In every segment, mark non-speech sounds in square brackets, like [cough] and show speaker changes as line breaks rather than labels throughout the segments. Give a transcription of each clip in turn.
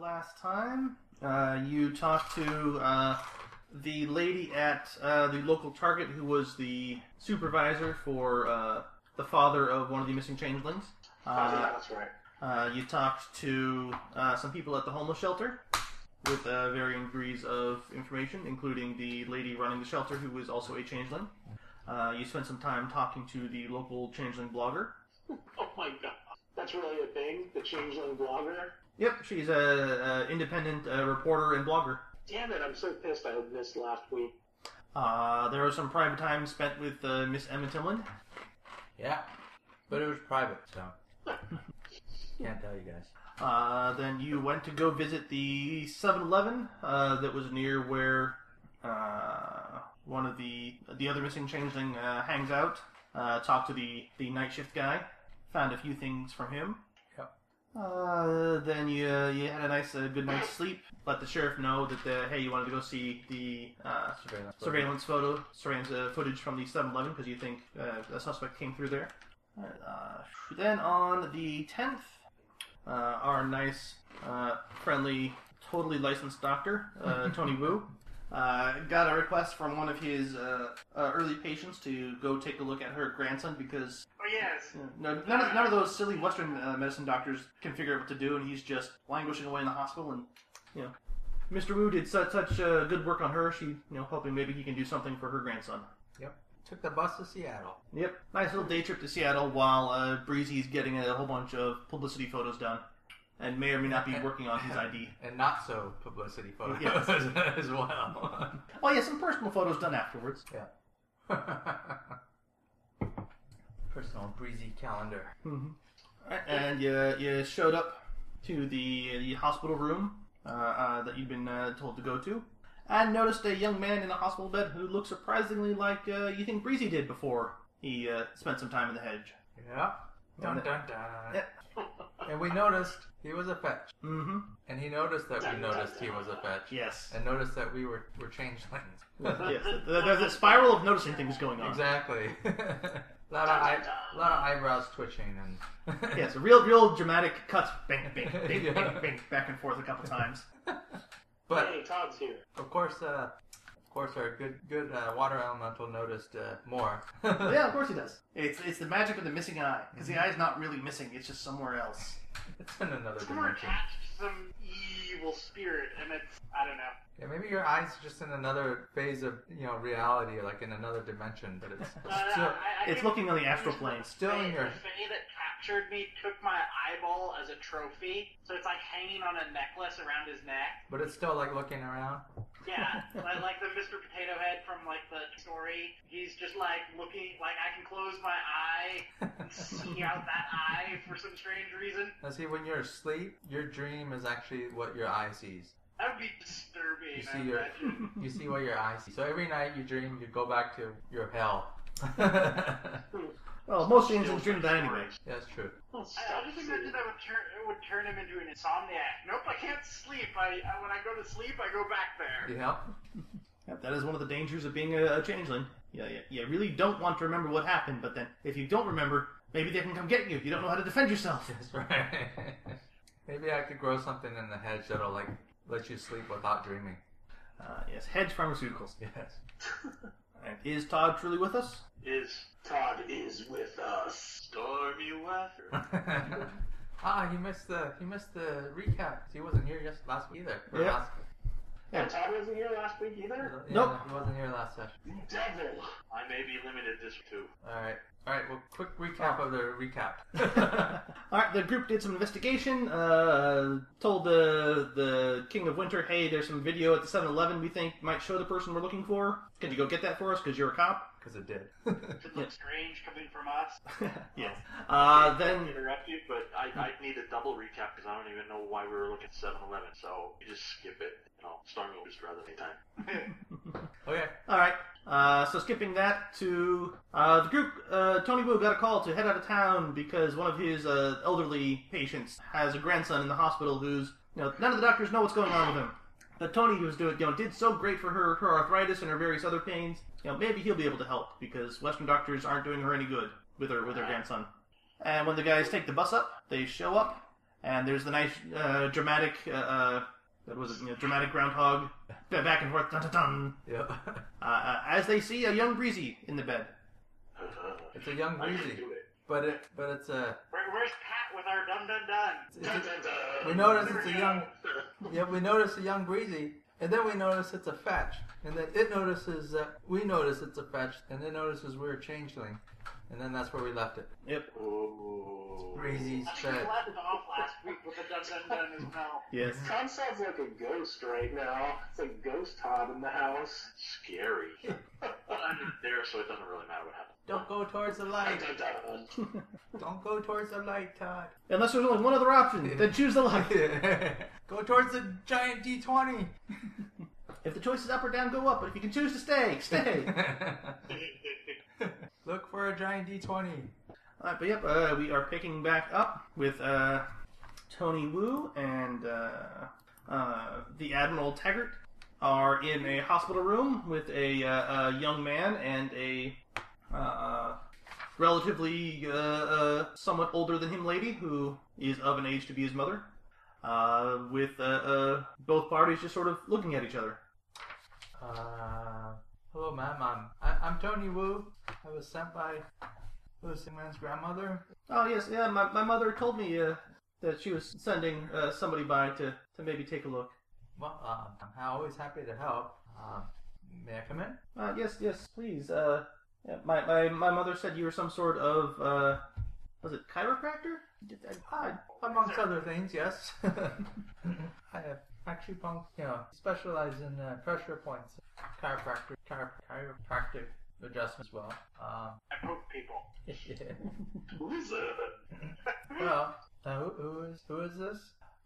last time. Uh, you talked to uh, the lady at uh, the local Target who was the supervisor for uh, the father of one of the missing changelings. Uh,
That's right.
uh, you talked to uh, some people at the homeless shelter with uh, varying degrees of information, including the lady running the shelter who was also a changeling. Uh, you spent some time talking to the local changeling blogger.
Oh my god. That's really a thing? The changeling blogger?
Yep, she's a, a independent uh, reporter and blogger.
Damn it, I'm so pissed I missed last week.
Uh, there was some private time spent with uh, Miss Emma Timlin.
Yeah, but it was private, so can't tell you guys.
Uh, then you went to go visit the 7-Eleven uh, that was near where uh, one of the the other missing changeling uh, hangs out. Uh, talked to the the night shift guy. Found a few things from him.
Yep.
Uh, then you you had a nice uh, good night's sleep. Let the sheriff know that the, hey you wanted to go see the uh,
Surveillance.
surveillance photo, surveillance uh, footage from the 7-Eleven because you think uh, a suspect came through there. Uh, then on the 10th, uh, our nice, uh, friendly, totally licensed doctor, uh, Tony Wu, uh, got a request from one of his uh, uh, early patients to go take a look at her grandson because
Oh, yes.
you know, no, none, of, none of those silly Western uh, medicine doctors can figure out what to do, and he's just languishing away in the hospital. And you know, Mr. Wu did such such uh, good work on her. She, you know, hoping maybe he can do something for her grandson.
Took the bus to Seattle.
Yep, nice little day trip to Seattle while uh, Breezy's getting a whole bunch of publicity photos done, and may or may not be working on his ID.
And not so publicity photos
Yes.
[laughs] as well.
Oh yeah, some personal photos done afterwards.
[laughs] Personal breezy calendar.
Alright, and you, you showed up to the the hospital room uh, uh, that you'd been uh, told to go to, and noticed a young man in a hospital bed who looked surprisingly like uh, you think Breezy did before he uh, spent some time in the hedge.
Yeah. Dun dun dun.
Yeah.
And we noticed he was a fetch.
Mm-hmm.
And he noticed that we noticed he was a fetch.
Yes.
And noticed that we were, were changelings. [laughs]
yes. There- There's a spiral of noticing things going on.
Exactly. [laughs] lot of eye, lot of eyebrows twitching and [laughs]
Yes, real, real dramatic cuts, bang, bang, bang,
Yeah.
bang, bang, back and forth a couple times.
But
hey, Todd's here.
of course, uh, of course, our good good uh, water elemental noticed uh, more. [laughs]
yeah, of course he does. It's it's the magic of the missing eye because
Mm-hmm.
the eye is not really missing; it's just somewhere else.
it's in another
We're attached
dimension.
to some evil spirit, and it's, I don't know.
Yeah, maybe your eyes are just in another phase of you know reality, like in another dimension,
[laughs]
but it's
I- Uh, I-
still
I- I
It's
can't-
looking on the astral plane.
still in your.
The fae that captured me took my eyeball as a trophy, so it's like hanging on a necklace around his neck.
But it's still like looking around.
[laughs] Yeah, like, like the Mr. Potato Head from like the story. He's just like looking, like I can close my eye and see out that eye for some strange reason.
[laughs] Now, see, when you're asleep, your dream is actually what your eye sees.
That would be disturbing.
You
I
see your- [laughs]
imagine.
You see what your eye sees. So every night you dream, you go back to your hell. [laughs]
Well, most James dream that anyway.
That's true.
I, I just imagine that would turn it would turn him into an insomniac. Nope, I can't sleep. I, I when I go to sleep, I go back there.
Yeah.
Yep, that is one of the dangers of being a, a changeling. Yeah, yeah, you really don't want to remember what happened, but then if you don't remember, maybe they can come get you if you don't know how to defend yourself.
[laughs] That's right. Maybe I could grow something in the hedge that'll like let you sleep without dreaming.
Uh, yes, Hedge Pharmaceuticals.
Yes.
[laughs]
And is Todd truly with us? [laughs]
Is Todd is with us, stormy weather.
[laughs] ah, he missed the he missed the recap. He wasn't here just last week either. or
Yeah.
Last,
Yeah.
Todd wasn't here last week either.
yeah,
Nope.
He wasn't here last session.
Devil. I may be limited this too.
All right. All right. Well, quick recap of the [laughs] recap.
All right, the group did some investigation. Uh, told the the King of Winter, "Hey, there's some video at the 7-Eleven we think might show the person we're looking for. Can you go get that for us? Because you're a cop."
Because it did.
It looks strange coming from us.
yes. Uh,
I'll
then
interrupt you, but I, I need a double recap because I don't even know why we were looking at 7-Eleven. So you just skip it. You know, Stormy will just rather anytime.
okay.
all right. Uh, so skipping that to uh, the group, uh, Tony Wu got a call to head out of town because one of his uh, elderly patients has a grandson in the hospital who's you know none of the doctors know what's going on with him. But Tony was doing, you know, did so great for her her arthritis and her various other pains. You know, maybe he'll be able to help because Western doctors aren't doing her any good with her with her grandson. And when the guys take the bus up, they show up, and there's the nice uh, dramatic uh, uh, what was it? You know, dramatic groundhog ba- back and forth dun dun dun
Yep.
uh, uh, as they see a young breezy in the bed.
it's a young
I can
breezy,
do it.
but it but it's a
Where, where's Pat with our dum dum dum?
It's
Dun, dun,
we
dun.
notice it's a young yeah we notice a young breezy, and then we notice it's a fetch, and then it notices that we notice it's a fetch, and it notices we're a changeling, and then that's where we left it.
Ooh.
[laughs]
Breezy's
I think we
fetch.
left off last week with a dum dum dum as well.
Yes. [laughs]
Tom sounds like a ghost right now. It's a ghost Todd in the house. [laughs]
Scary. Well, I'm not there, so it doesn't really matter what happens.
Don't go towards the light.
Dun, dun, dun.
Don't go towards the light, Todd. [laughs]
Unless there's only one other option, then choose the light.
go towards the giant D twenty. [laughs]
If the choice is up or down, go up. But if you can choose to stay, stay.
Look for a giant D twenty.
All right, but yep, uh, we are picking back up with uh, Tony Wu and uh, uh, the Admiral Taggart are in a hospital room with a, uh, a young man and a uh, relatively uh, uh, somewhat older than him lady who is of an age to be his mother. Uh, with uh, uh, both parties just sort of looking at each other.
Uh, hello, ma'am. I'm, I, I'm Tony Wu. I was sent by Lucy Man's grandmother.
Oh yes, yeah. My, my mother told me uh, that she was sending uh, somebody by to, to maybe take a look.
Well, uh, I'm always happy to help. Uh, may I come in?
Uh, yes, yes, please. Uh, yeah, my, my my mother said you were some sort of uh, was it chiropractor? Did- I- I-
Amongst other things, yes. [laughs] I have acupuncture, you know, specialize in uh, pressure points, chiropractic, chiro- chiropractic adjustments as well. Um, [laughs]
I poke people.
Who's uh,
well, uh, who, who is who is this?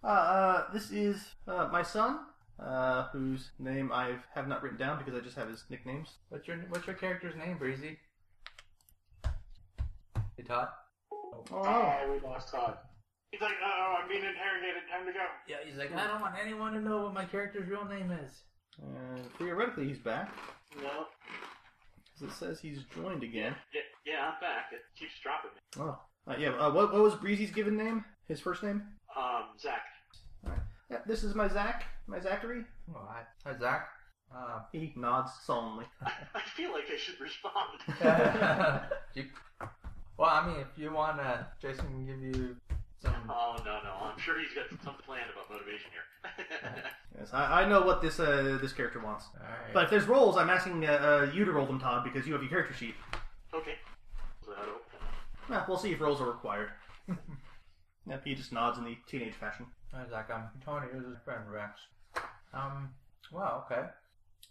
Uh, uh, this is uh, my son, uh, whose name I have not written down because I just have his nicknames.
What's your what's your character's name, Breezy? Hey, Todd.
Oh,
Oh, we lost Todd.
He's like, uh oh, I'm being interrogated. Time to go.
Yeah, he's like, I don't want anyone to know what my character's real name is.
uh, theoretically he's back
no.
because it says he's joined again.
Yeah, yeah, I'm back. It keeps dropping me.
Oh, uh, yeah. Uh, what what was Breezy's given name? His first name?
Um, Zach. [laughs]
Yeah, this is my Zach, my Zachary.
Oh, hi, hi Zach. [laughs] Uh,
He nods solemnly. [laughs]
I feel like I
[laughs]
should respond.
you, well, I mean, if you want to, Jason can give you some.
Oh no, no. I'm sure he's got some plan about motivation here. [laughs]
Yes, I, I know what this uh, this character wants.
Alright.
But if there's rolls, I'm asking uh, uh, you to roll them, Todd, because you have your character sheet.
okay. So I don't-
Well, we'll see if rolls are [laughs] required. yep, he just nods in the teenage fashion.
Hi, Zach. I'm Tony. This is my friend Rex. Um. Well, okay.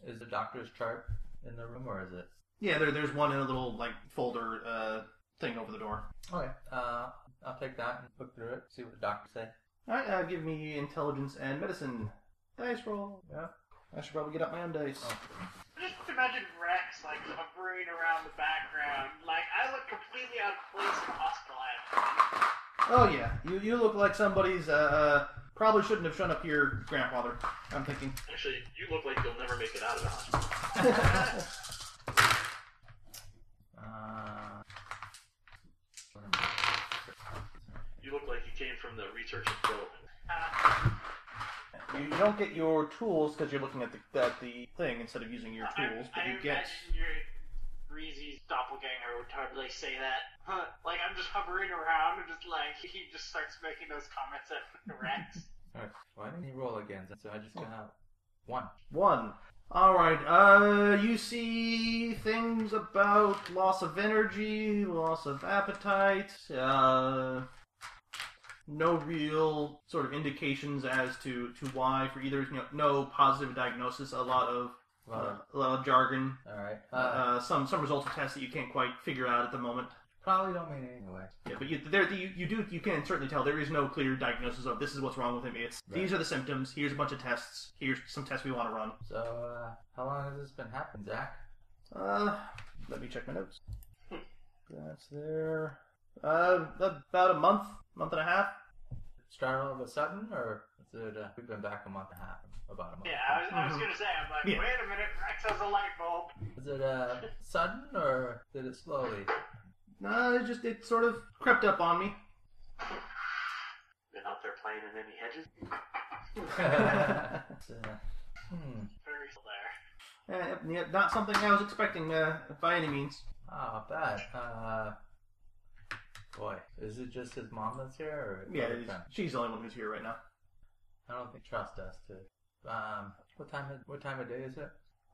Is the doctor's chart in the room, or is it?
Yeah, there, there's one in a little like folder uh, thing over the door.
Okay. Uh, I'll take that and look through it. See what the doctor said.
All right, uh, give me intelligence and medicine dice roll.
Yeah.
I should probably get out my own dice.
Oh.
I just imagine Rex like hovering around the background. Like I look completely out of place in the hospital. I
Oh yeah, you you look like somebody's uh, uh, probably shouldn't have shown up your grandfather. I'm thinking. [laughs]
Actually, you look like you'll never make it out of the hospital.
Uh.
You look like you came from the research and development.
uh,
You don't get your tools because you're looking at the at the thing instead of using your tools,
I,
but
I
you
imagine
get.
your Breezy's doppelganger would totally say that. Huh. Like I'm just hovering around and just like [laughs] he just starts making those comments at [laughs] Rex.
Alright. Why didn't you roll again? So I just gonna one.
One. All right. Uh, you see things about loss of energy, loss of appetite. Uh, no real sort of indications as to to why for either. You know, no positive diagnosis. A lot of uh,
Well,
a lot of jargon.
Alright.
Uh,
Uh,
some some results of tests that you can't quite figure out at the moment.
probably don't mean it anyway.
Yeah, but you, there you, you do you can certainly tell there is no clear diagnosis of this is what's wrong with him. It's
Right.
these are the symptoms. Here's a bunch of tests. Here's some tests we want to run.
So, uh, how long has this been happening, Zach?
Uh, let me check my notes. That's there. Uh, about a month, month and a half.
Started all of a sudden, or is it, uh, we've been back a month and a half, about a month.
Yeah, I was, I was
Mm-hmm.
gonna say I'm like
Yeah.
wait a minute, Rex has a light bulb.
Was it uh, sudden or did it
[laughs]
slowly? [laughs]
No, it just it sort of crept up on me.
Been out there playing in any hedges?
It's, uh, hmm.
Very still there.
Uh, yeah, not something I was expecting uh, by any means.
Ah, bad. Uh, boy, is it just his mom that's here? Or
Yeah,
other
it is-
friends?
she's the only one who's here right now.
I don't think trust us to. Um, what time? Of, what time of day is it?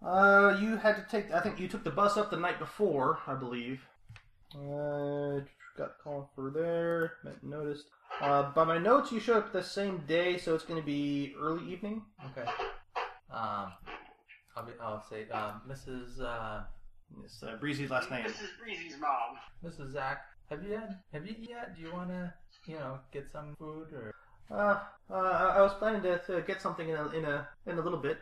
Uh, you had to take. I think you took the bus up the night before, I believe. Uh, got the call for there. but Noticed. Uh, by my notes, you showed up the same day, so it's going to be early evening.
Okay. Um, I'll be. I'll say, um, Mrs. Uh,
It's uh, Breezy's last name.
This is Breezy's mom. [laughs]
Mrs. Zach, have you had? Have you eaten yet? Do you want to, you know, get some food or?
Uh, uh, I I was planning to, to get something in a, in a in a little bit.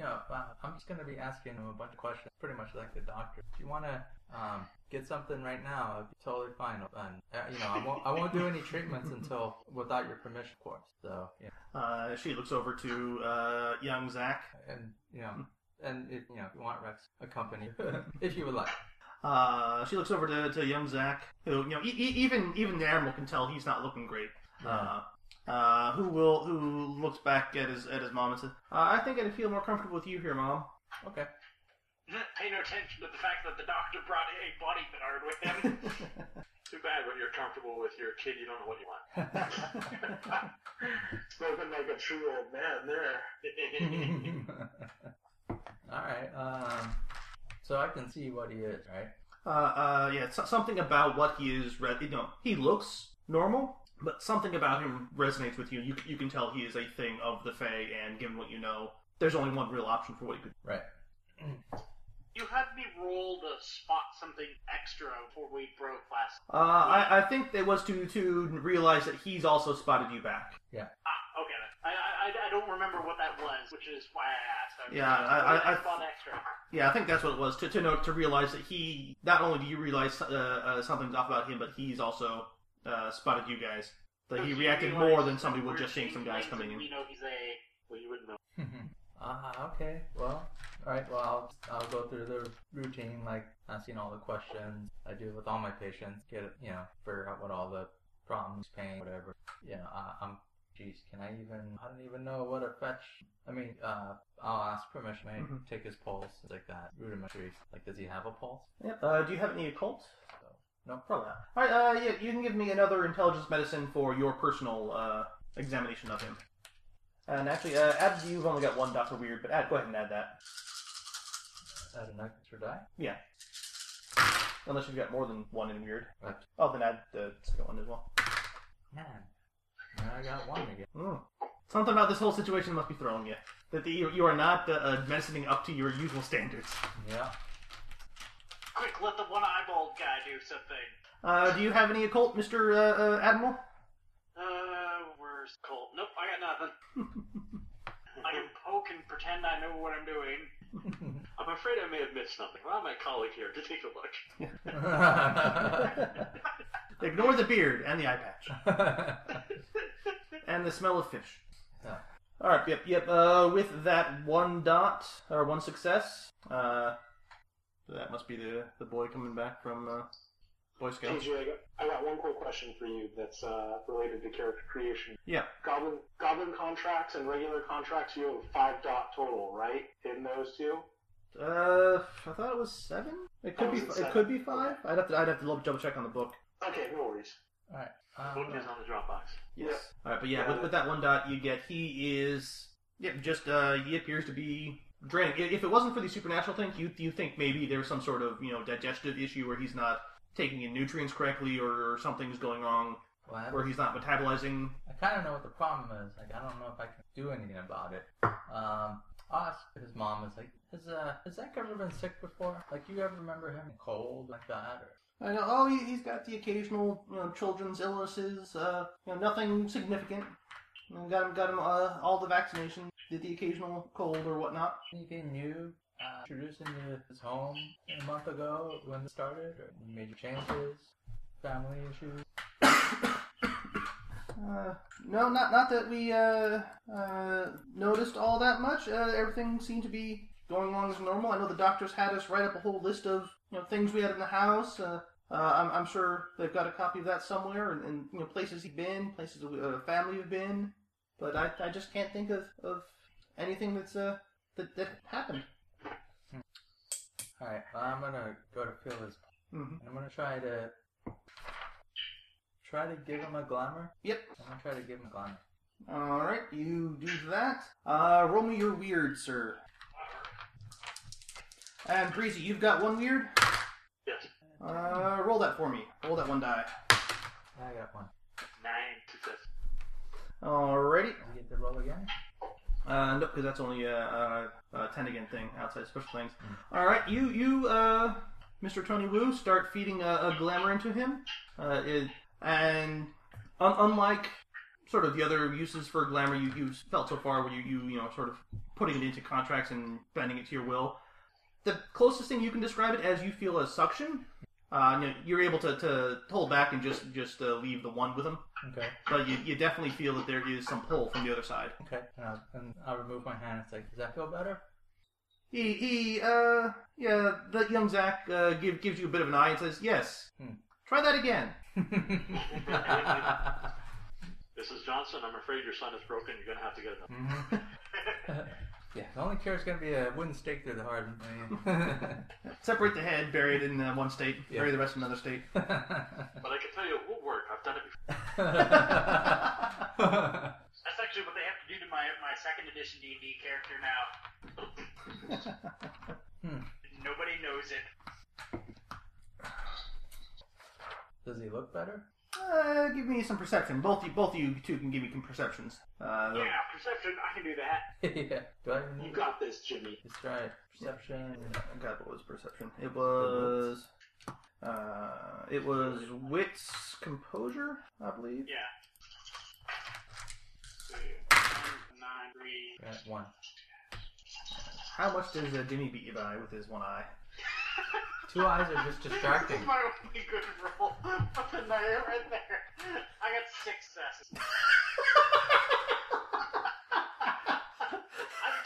You know, uh, I'm just gonna be asking him a bunch of questions, pretty much like the doctor. If you wanna um, get something right now, it'd be totally fine. And uh, you know, I won't, I won't do any treatments until without your permission, of course. So, yeah.
Uh, she looks over to uh, young Zach.
and you know, and if you know, if you want Rex accompany, [laughs] if you would like.
Uh, she looks over to, to young Zach, who you know e- e- even even the animal can tell he's not looking great. Uh, uh, who will who looks back at his at his mom and says, uh, "I think I'd feel more comfortable with you here, mom."
Okay. [laughs]
Pay no attention to the fact that the doctor brought a bodyguard with
[laughs]
him.
Too bad when you're comfortable with your kid, you don't know what you want.
Spoken like a true old man there.
[laughs]
All right. Um, so I can see what he is, right?
uh, uh, yeah, so- something about what he is. Re- you know, he looks normal, but something about him resonates with you. You you can tell he is a thing of the Fae, and given what you know, there's only one real option for what he could.
Right.
you had me roll to spot something extra before we broke last.
Uh, I, I think it was to to realize that he's also spotted you back.
Ah, okay. then. I, I, I- I don't remember what that was, which is why I asked. I
Yeah, I- I- I-
spot extra.
Yeah, I think that's what it was to to know to realize that he not only do you realize uh, uh, something's off about him, but he's also uh, spotted you guys. That he
Because
reacted
realized
more than somebody would
we're
just seeing some guys
changelings
coming
and
in.
We know he's a.
Well, you wouldn't know.
Ah, okay. Well, all right. Well, I'll, I'll go through the routine, like asking all the questions I do with all my patients. Get it, you know, figure out what all the problems, pain, whatever. You know, I, I'm. Jeez, can I even? I don't even know what a fetch. I mean, uh, I'll ask permission. Maybe
Mhm.
take his pulse, things like that. Rudimentary. Like, does he have a pulse?
Yep. Uh, do you have any occult?
So, no.
Probably not. All right. Uh, yeah, you can give me another intelligence medicine for your personal uh, examination of him. And actually, uh, add you've only got one Doctor Weird, but add, go ahead and add that.
Add an extra die.
Yeah. Unless you've got more than one in Weird.
Right.
Oh, then add the second one as well.
Man, now I got one again.
Mm. Something about this whole situation must be throwing you. That the, you, you are not uh, uh, medicining up to your usual standards.
Yeah. [laughs]
Quick, let the one eyeballed guy do something.
Uh, do you have any occult, Mister uh, uh, Admiral?
Uh, where's Colt? Nope, I got nothing. I can poke and pretend I know what
[laughs]
I'm doing.
I'm afraid I may have missed something. Allow my colleague here to take a look.
Ignore the beard and the eye patch. and the smell of fish.
Yeah.
All right. Yep. Yep. Uh, with that one dot or one success, uh, that must be the the boy coming back from uh, Boy Scouts.
TJ, I got, I got one quick question for you that's uh, related to character creation.
Yeah.
Goblin goblin contracts and regular contracts, you have five dot total, right? In those two?
Uh, I thought it was seven. It could
Oh,
be.
is it
It
seven?
could be five. I'd have to. I'd have to double check on the book.
Okay, no worries.
Alright.
Book
Um,
is on the Dropbox.
Yes. All right, but yeah, Uh,
Yeah,
with,
that-
with that one dot, you get he is yep, just uh, he appears to be draining. I- If it wasn't for the supernatural thing, you you think maybe there's some sort of you know digestive issue where he's not taking in nutrients correctly or, or something's going wrong
well,
where he's not metabolizing.
I kind of know what the problem is. Like, I don't know if I can do anything about it. Um, I'll ask his mom. Is like, has uh, has Zach ever been sick before? Like, you ever remember him cold like that? Or
I know. Oh, he, he's got the occasional you know children's illnesses. Uh, you know nothing significant. You know, Got him, got him uh, all the vaccinations. Did the occasional cold or whatnot.
anything new? Uh, introduced into his home a month ago when it started, or major changes, family issues.
Uh, no, not not that we uh, uh, noticed all that much. Uh, everything seemed to be going along as normal. I know the doctors had us write up a whole list of you know things we had in the house. Uh, Uh, I'm, I'm sure they've got a copy of that somewhere, and, and you know places he's been, places we- uh, family have been, but I, I just can't think of, of anything that's uh that, that happened.
All right, well, I'm gonna go to feel his.
hmm
and I'm gonna try to try to give him a glamour.
Yep.
I'm gonna try to give him a glamour.
All right, you do that. Uh, roll me your weird, sir. And Breezy, you've got one weird.
Yes.
Uh, roll that for me. Roll that one die.
I got one.
Nine success.
Alrighty.
Can I get the roll again?
Uh, no, because that's only a, uh uh ten again thing outside special things. All right, you you uh, Mr. Tony Wu, start feeding a, a glamour into him, uh, it, and un- unlike sort of the other uses for glamour you you felt so far, where you you you know sort of putting it into contracts and bending it to your will, the closest thing you can describe it as you feel a suction. Uh, you know, you're able to, to hold back and just just uh, leave the one with him,
Okay.
but you, you definitely feel that there is some pull from the other side.
Okay. And I'll, and I'll remove my hand. It's like, does that feel better? [laughs]
He, he, uh, yeah, that young Zach uh, give, gives you a bit of an eye and says, yes,
Hmm.
try that again.
Mm-hmm.
Mrs. Johnson, I'm afraid your son is broken. You're gonna have to get another.
Mhm. [laughs] yeah. The only cure is gonna be a wooden stake through the heart.
Separate the head, bury it in uh, one state,
Yeah.
bury the rest in another state.
But I can tell you it will work. I've done it before.
That's actually what they have to do to my my second edition D and D character now.
Hmm.
Nobody knows it.
[laughs] does he look better? [laughs]
Uh, give me some perception. Both you, both of you two can give me some perceptions. Uh,
Yeah, perception. I can do that.
yeah. Do I even
You
need
got this, Jimmy.
Let's try it. Perception.
I got what was perception. It was, uh, it was wits, composure, I believe.
Yeah. Two, one, nine, three.
Yeah, one.
How much does uh, Jimmy beat you by with his one
[laughs]
eye?
Two eyes are just distracting.
[laughs]
This is my only good roll of the night right there. I got six successes. I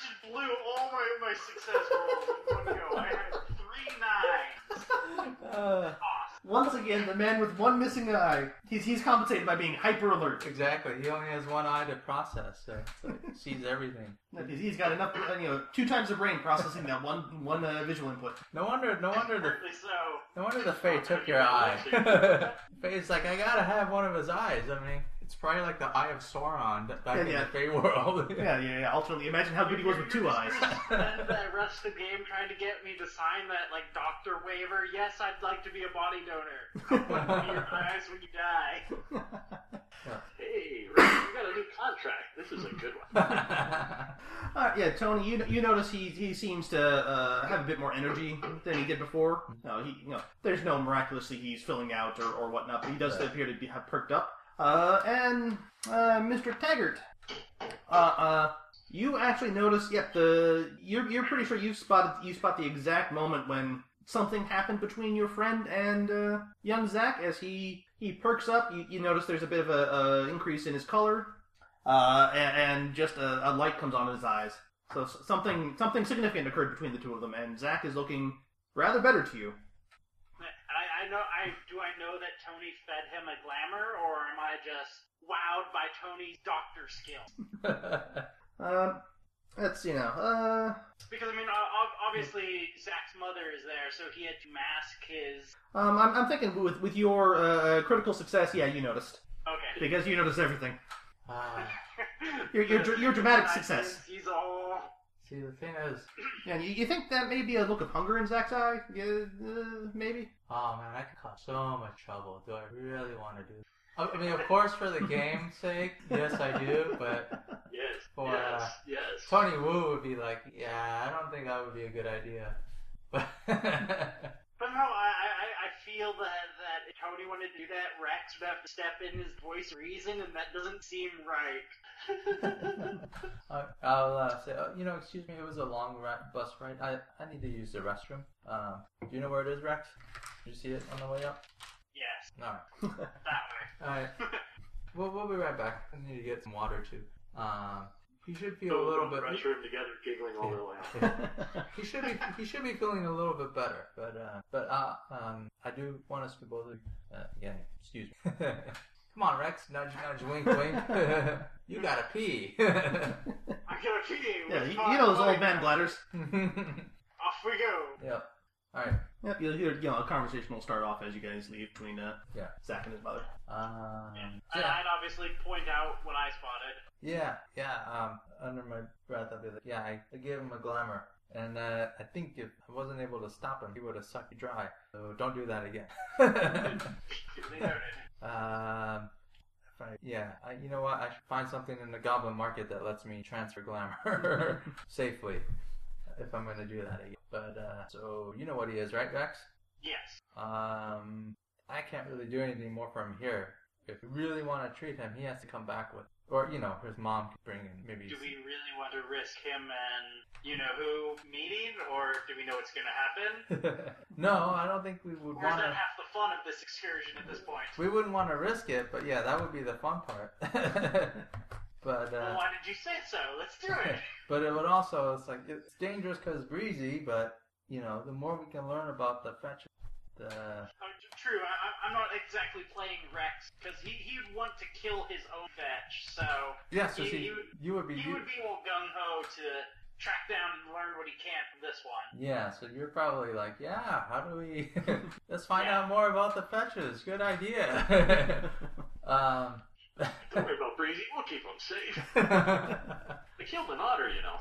just blew all my, my success rolls in one go. I had three nines.
Uh,
Awesome.
Once again, the man with one missing eye, he's, he's compensated by being hyper alert.
exactly. He only has one eye to process, so it's like, sees everything.
Because he's got enough, you know, two times the brain processing that one one uh, visual input.
No wonder. No wonder the.
Apparently so.
No wonder the Fae took your eye. [laughs] Fae's like, I gotta have one of his eyes. I mean, it's probably like the eye of Sauron that- back
Yeah,
in
yeah.
the Fae world.
[laughs] Yeah, yeah, yeah. Ultimately, imagine how good he was with two eyes. [laughs]
Spend the rest of the game trying to get me to sign that like doctor waiver. Yes, I'd like to be a body
[laughs]
donor. Open your eyes when you die.
Hey, Rick, you got a new contract. This is a good one.
[laughs] All right, yeah, Tony, you you notice he he seems to uh, have a bit more energy than he did before. No, he you know, there's no miraculously he's filling out or, or whatnot, but he does
Right.
appear to be have perked up. Uh, and uh, Mr. Taggart, uh, uh, you actually notice. Yep, the you're you're pretty sure you spotted you spot the exact moment when something happened between your friend and uh, young Zach as he he perks up. You, you notice there's a bit of a, a increase in his color. Uh, a- and, and just a, a light comes on in his eyes. So s- something something significant occurred between the two of them, and Zach is looking rather better to you.
I, I know. I do. I know that Tony fed him a glamour, or am I just wowed by Tony's doctor skill?
Um, that's you know, uh,
Because I mean, o- ob- obviously Zach's mother is there, so he had to mask his.
um, I'm, I'm thinking with with your uh, critical success, yeah, you noticed
Okay.
because you noticed everything.
[laughs] Ah,
Your- your dr- your dramatic
Nine
success.
times, He's all.
see, the thing is,
And you, you think that may be a look of hunger in Zach's eye? Yeah, uh, maybe. [laughs]
oh man, I could cause so much trouble. Do I really want to do this? I I mean, of course, for
[laughs]
the game's sake, yes, I do, but
Yes.
For,
yes.
uh,
yes.
Tony Wu would be like, yeah, I don't think that would be a good idea. [laughs] But
But no, I, I, I- I feel that that if Tony wanted to do that, Rex would have to step in his voice of reason, and that doesn't seem right.
[laughs] I- I'll uh, say, oh, you know, excuse me, it was a long ri bus ride. I, I need to use the restroom. Um, do you know where it is, Rex? Did you see it on the way up?
Yes,
All right.
that way.
All right. We'll, we'll be right back. I need to get some water too. Um, He should feel a little bit.
Pressure him together, giggling all the way.
[laughs] He should be. He should be feeling a little bit better. But uh, but uh, um, I do want us to both. Uh, yeah, excuse me. [laughs] Come on, Rex. Nudge, nudge, wink, wink. [laughs] you gotta pee. [laughs]
I'm gonna pee.
yeah, you, you know those old man bladders.
Off we go.
yep. All right.
Yep, you'll hear, you know, a conversation will start off as you guys leave between uh,
Yeah.
Zach and his mother.
Um,
And I'd obviously point out what I
[laughs]
spotted.
Yeah, yeah. Um, under my breath, I'd be like, yeah, I, I gave him a glamour. And uh, I think if I wasn't able to stop him, he would have sucked you dry. So don't do that again. [laughs]
They noted.
um, if I, yeah, I, you know what? I should find something in the goblin market that lets me transfer glamour [laughs] safely if I'm going to do that again. But uh, so you know what he is, right, Rex?
yes.
Um, I can't really do anything more for him here. If we really want to treat him, he has to come back with, or you know, his mom could bring him. Maybe
Do we really want to risk him and you know who meeting, or do we know what's gonna happen?
[laughs] no, I don't think we would
Or is
want
that
to.
half the fun of this excursion at this point?
We wouldn't want to risk it, but yeah, that would be the fun part. [laughs] but
Well,
uh,
why did you say so? Let's do it. [laughs]
but it would also it's like it's dangerous because breezy. But you know, the more we can learn about the fetch, the
Oh, t- True, I, I- I'm not exactly playing Rex because he he'd want to kill his own fetch, so
yeah. So
You-
see,
you-
you would be
he
you-
would be all gung ho to track down and learn what he can from this one.
Yeah, so you're probably like, yeah, how do we [laughs] let's find
Yeah.
out more about the fetches. Good [laughs] idea. um [laughs]
Don't worry about Breezy. We'll keep him safe. They killed an otter, you know.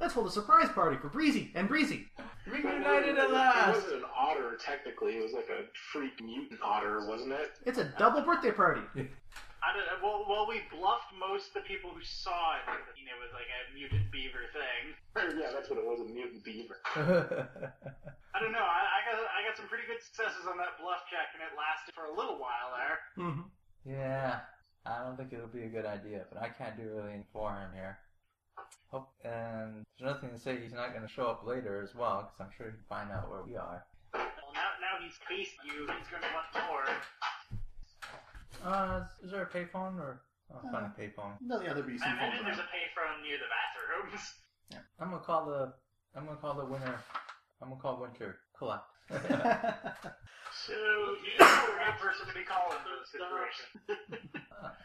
Let's hold a surprise party for Breezy and Breezy.
Reunited at
It
last. [laughs]
wasn't an otter technically. It was like a freak mutant otter, wasn't it? [laughs]
It's a double birthday party.
I don't, uh, well, well, we bluffed most of the people who saw it. that, You know, it was like a mutant beaver thing.
yeah, that's what it was—a mutant beaver.
I don't know. I, I got I got some pretty good successes on that bluff check, and it lasted for a little while there.
hmm
yeah. I don't think it'll be a good idea, but I can't do really anything for him here. Hope, and there's nothing to say he's not going to show up later as well, because I'm sure he can find out where we are.
Well, now now he's faced you. He's going to want more.
Uh, is, is there a payphone or? Oh, I'll find a payphone.
No, the other Breezy.
I imagine there's a payphone near the bathrooms. [laughs]
I'm gonna call the I'm gonna call the winner. I'm gonna call Winter Collect. [laughs]
So,
You know, we're not person to be calling for the situation.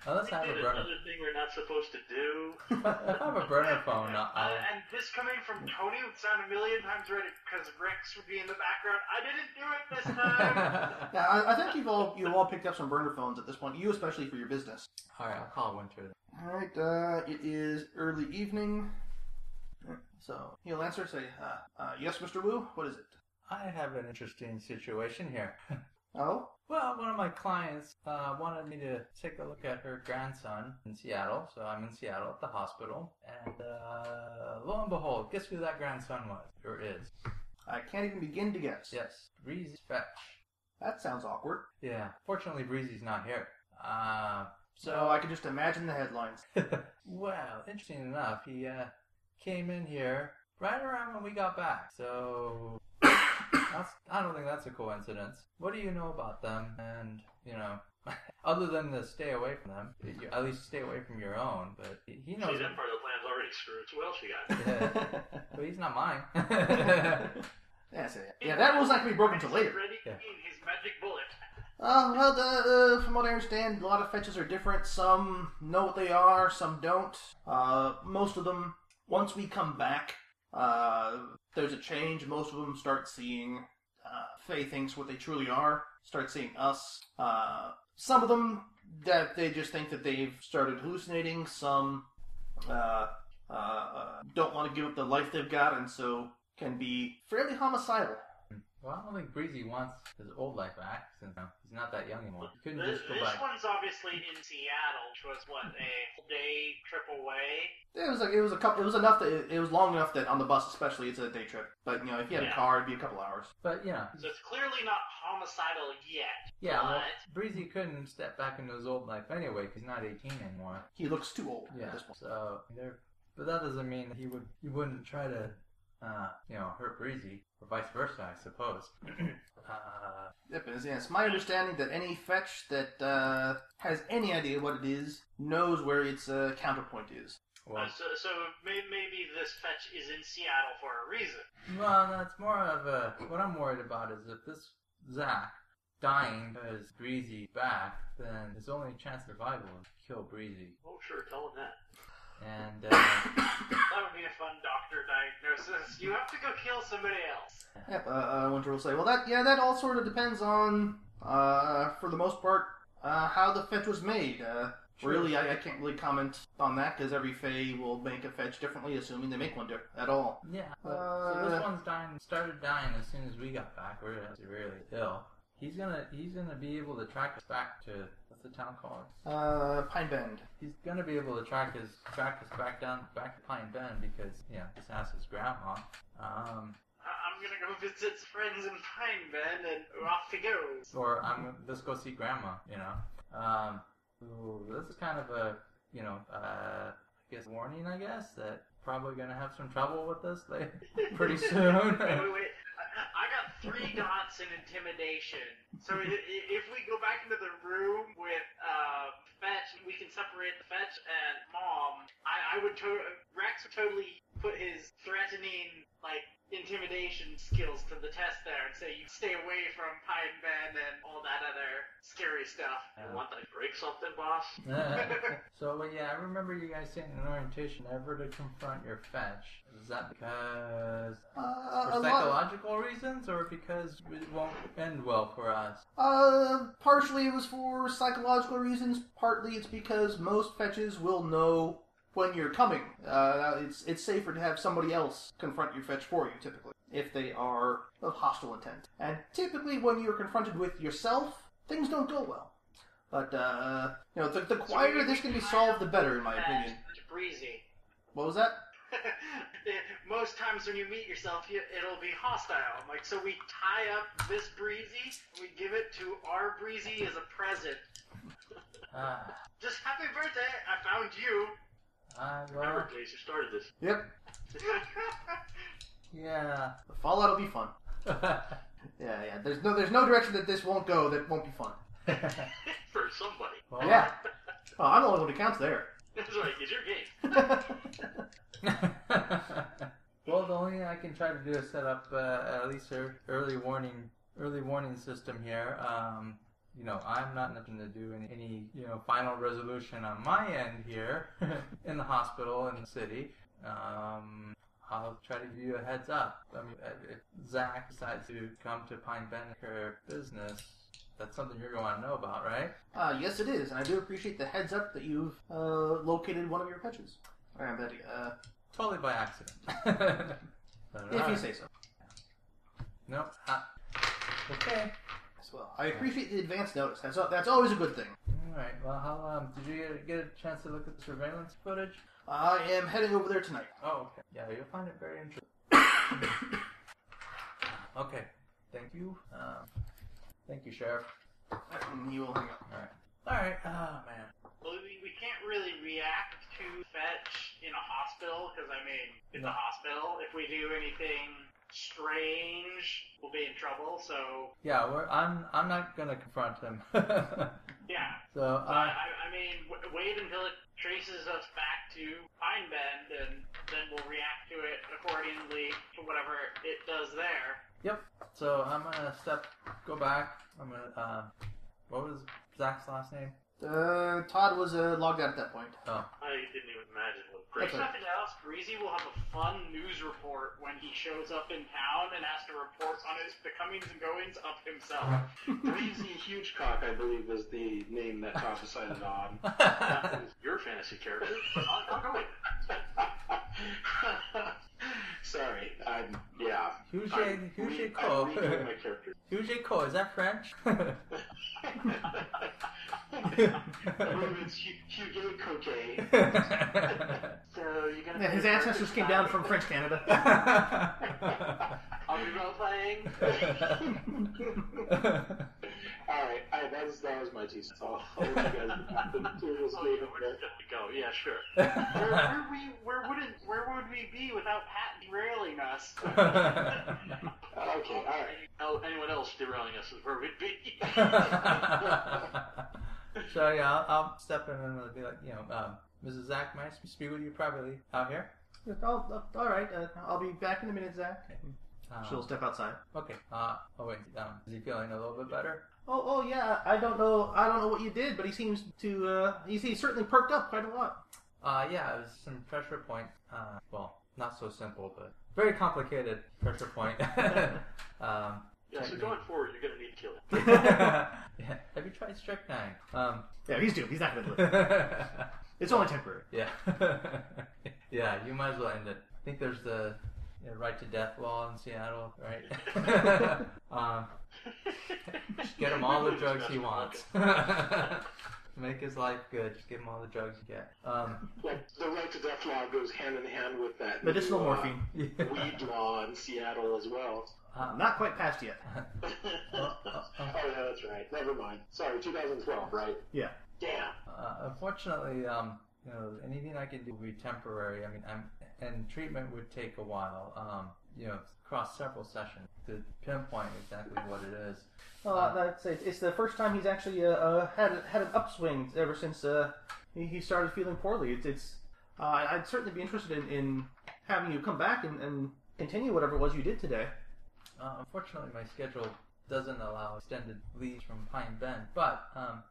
Unless I have a burner. [laughs]
another thing we're not supposed to do.
if I have a burner phone, I'll,
Uh,
I'll,
and this coming from Tony would sound a million times right because Rex would be in the background. I didn't do it
[laughs]
this time.
[laughs] Yeah, I, I think you've all you've all picked up some burner phones at this point. You especially for your business.
[laughs] All right, I'll call Winter.
All right, uh, it is early evening. So he'll answer. Say, uh, uh, yes, Mister Wu. What is it?
I have an interesting situation here. [laughs]
Oh,
Well, one of my clients uh, wanted me to take a look at her grandson in Seattle, so I'm in Seattle at the hospital, and uh, lo and behold, guess who that grandson was or is?
I can't even begin to guess.
Yes, Breezy Fetch.
That sounds awkward.
Yeah, fortunately, Breezy's not here. Uh, so
So I can just imagine the headlines. [laughs]
well, interesting enough, he uh, came in here right around when we got back. So that's, I don't think that's a coincidence. What do you know about them? And you know, [laughs] other than to stay away from them, you, at least stay away from your own. But he he
See,
knows, [laughs]
that part of the plan's already screwed. So what else you got?
Yeah, but he's not mine. [laughs]
Yeah, so, yeah, that rule's not gonna be broken until later.
Ready
Yeah.
in his magic bullet.
Uh, well, the, uh, from what I understand, a lot of fetches are different. Some know what they are, some don't. Uh, most of them, once we come back, uh, there's a change. Most of them start seeing uh, Fae things what they truly are, start seeing us. Uh, some of them that they just think that they've started hallucinating. Some uh, uh, uh, don't want to give up the life they've got, and so can be fairly homicidal.
well, I don't think Breezy wants his old life back since uh, he's not that young anymore. He couldn't
This,
just go
this
back.
one's obviously in Seattle, which was what a full day trip away.
It was like it was a couple. It was enough that it, it was long enough that on the bus, especially, it's a day trip. But you know, if you had a
Yeah.
car, it'd be a couple hours.
But you know,
So it's clearly not homicidal yet.
Yeah, well,
But-
Breezy couldn't step back into his old life anyway 'cause he's not 18 anymore.
He looks too old
Yeah,
at this point.
so there. But that doesn't mean that he would he wouldn't try to, uh, you know, hurt Breezy or vice versa, I suppose. uh,
Yep, it's, yeah, it's my understanding that any fetch that uh, has any idea what it is knows where its uh, counterpoint is.
Well,
Uh, so so may, maybe this fetch is in Seattle for a reason.
well, that's more of a. What I'm worried about is if this Zach dying because Breezy's back, then his only chance of survival is to kill Breezy.
Oh, sure, tell him that.
And uh, [coughs]
That would be a fun doctor diagnosis. You have to go kill somebody else.
Yep, uh, uh, Winter will say, well, that yeah, that all sort of depends on, uh, for the most part, uh, how the fetch was made. Uh,
Sure.
Really, I, I can't really comment on that because every Fae will make a fetch differently, assuming they make one di- at all.
yeah, but, so this
Uh.
one's dying. Started dying as soon as we got back. We're really ill. He's gonna he's gonna be able to track us back to what's the town called?
Uh, Pine Bend.
He's gonna be able to track his track us back down back to Pine Bend because you know this house is grandma. Um,
I- I'm gonna go visit friends in Pine Bend, and off he goes.
or I'm let's go see grandma. You know. Um, so this is kind of a you know uh, I guess warning. I guess that probably gonna have some trouble with this [laughs] later, pretty soon. [laughs]
Wait, wait, wait. I- I got three dots in intimidation. So i- i- if we go back into the room with uh, Fetch, we can separate the Fetch and Mom. I, I would to- Rex would totally put his threatening like intimidation skills to the test there and say you stay away from Pine Bend and all that other scary stuff.
You want that to break something, boss?
Uh, so but yeah, I remember you guys saying in orientation never to confront your fetch. Is that because
Uh,
For
a lot,
psychological reasons or because it won't end well for us?
uh, partially it was for psychological reasons. Partly it's because most fetches will know when you're coming. Uh, it's it's safer to have somebody else confront your fetch for you, typically, if they are of hostile intent. And typically, when you're confronted with yourself, things don't go well. But uh, you know, the, the
So we-
quieter this
we
can be
hire
solved, the better, in my
Fetch,
opinion.
it's breezy.
What was that?
[laughs] Most times when you meet yourself, you, it'll be hostile. I'm like, so we tie up this breezy, we give it to our breezy as a present.
Ah,
Just happy birthday, I found you. [laughs]
I, well,
Remember, Jace, you started this.
Yep,
yeah.
the fallout will be fun. Yeah, yeah. There's no there's no direction that this won't go that won't be fun.
For somebody.
Well,
Yeah. Oh, I'm the only one who counts there.
That's right, it's your game.
[laughs]
[laughs]
well, the only thing I can try to do is set up uh, at least an early warning, early warning system here. Um, you know, I'm not nothing to do any, any, you know, final resolution on my end here in the hospital in the city. Um, I'll try to give you a heads up. I mean, if- if Zach decides to come to Pine Bend for business, that's something you're going to know about, right?
Uh, yes, it is, and I do appreciate the heads up that you've uh, located one of your fetches. All right, Betty. Uh,
Totally
[laughs]
by accident. But,
if you
alright.
say so.
Nope. Ah. Okay.
As well, I appreciate the advance notice. That's al- that's always a good thing.
Alright, well, how, um, did you get, get a chance to look at the surveillance footage?
I am heading over there tonight.
Oh, okay. Yeah, you'll find it very interesting. [coughs] okay, thank you. Um, thank you, Sheriff.
And you will hang up.
Alright, oh man.
Well, we, we can't really react to fetch in a hospital, because, I mean, it's
No.
a hospital. If we do anything strange, we'll be in trouble, so,
Yeah, we're, I'm, I'm not gonna confront him. [laughs]
yeah.
so,
But
uh,
I, I mean, w- wait until it traces us back to Pine Bend, and then we'll react to it accordingly to whatever it does there.
so I'm gonna step, go back. I'm gonna, uh, what was Zach's last
[laughs]
name?
Uh, Todd was uh, logged out at that point.
I didn't even imagine what a
If
great.
Okay.
nothing else, Breezy will have a fun news report when he shows up in town and has to report on his the comings and goings of himself.
Breezy Hugecock, I believe, is the name that Todd decided on.
That was your fantasy
[laughs]
character. but I'll, I'll go with it.
[laughs] Sorry, I'm yeah.
Hujé,
I'm re-
Hujé
I'm
Ko.
redoing
[laughs]
my character. [laughs]
Hujé Ko, is that French?
I believe it's Hu- Hugo Coquet.
So you're gonna
Yeah, his ancestors came down from French [laughs] Canada.
Are we role playing?
[laughs]
All right, I, that was that was my two cents. I'll I'll let you guys the
[laughs]
materials
Oh,
leave
yeah,
it
where
there.
did it go? Yeah, sure.
Where, where we where wouldn't where would we be without Pat derailing us?
Okay, all right.
El- Oh, anyone else derailing us is where we'd be. [laughs]
so yeah, I'll, I'll step in and I'll be like, you know, um, Mrs. Zach, may I sp- speak with you privately out here?
Yeah, I'll, I'll- all right, uh, I'll be back in a minute, Zach.
Um,
She'll step outside.
Okay. Uh, oh wait. Um, is he feeling a little bit better?
Oh, oh yeah. I don't know. I don't know what you did, but he seems to. Uh, he's, he's certainly perked up quite a lot.
Uh, yeah. It was some pressure point. Uh, well, not so simple, but very complicated pressure point. [laughs] um,
Yeah, so
Technique.
going forward, you're going to need to kill him.
[laughs] yeah. Have you tried strike nine? Um, [laughs]
Yeah, he's doomed. He's not going to [laughs] live.
yeah. [laughs]
It's only temporary.
yeah. You might as well end it. I think there's the yeah, right to death law in Seattle, right? [laughs] um, Just get him all the drugs he wants. [laughs] Make his life good. Just give him all the drugs you get. Um, [laughs]
Like the right to death law goes hand in hand with that
Medicinal
new, uh,
morphine.
weed law in Seattle as well. [laughs]
Uh,
Not quite past yet.
oh yeah, that's right. Never mind. Sorry, 2012, right?
Yeah.
Damn.
uh, unfortunately, um, you know, anything I can do would be temporary. I mean, I'm, and treatment would take a while. Um, you know, across several sessions to pinpoint exactly what it is.
Well, uh, that's it. It's the first time he's actually uh, uh, had had an upswing ever since uh, he, he started feeling poorly. It's, it's uh, I'd certainly be interested in, in having you come back and, and continue whatever it was you did today.
Uh, unfortunately, my schedule doesn't allow extended leaves from Pine Bend, but um,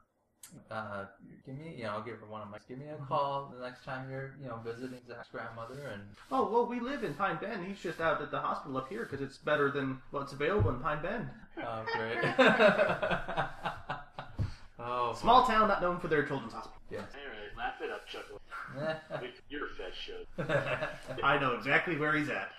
uh, give me, you know, I'll give her one of my. Give me a call the next time you're, you know, visiting Zach's grandmother, and
Oh well, we live in Pine Bend. He's just out at the hospital up here because it's better than what's available in Pine Bend.
oh, great. [laughs] oh,
Small town, not known for their children's hospital.
Alright, laugh it up, chuckle. We- You're a fat show.
[laughs]
I know exactly where he's at.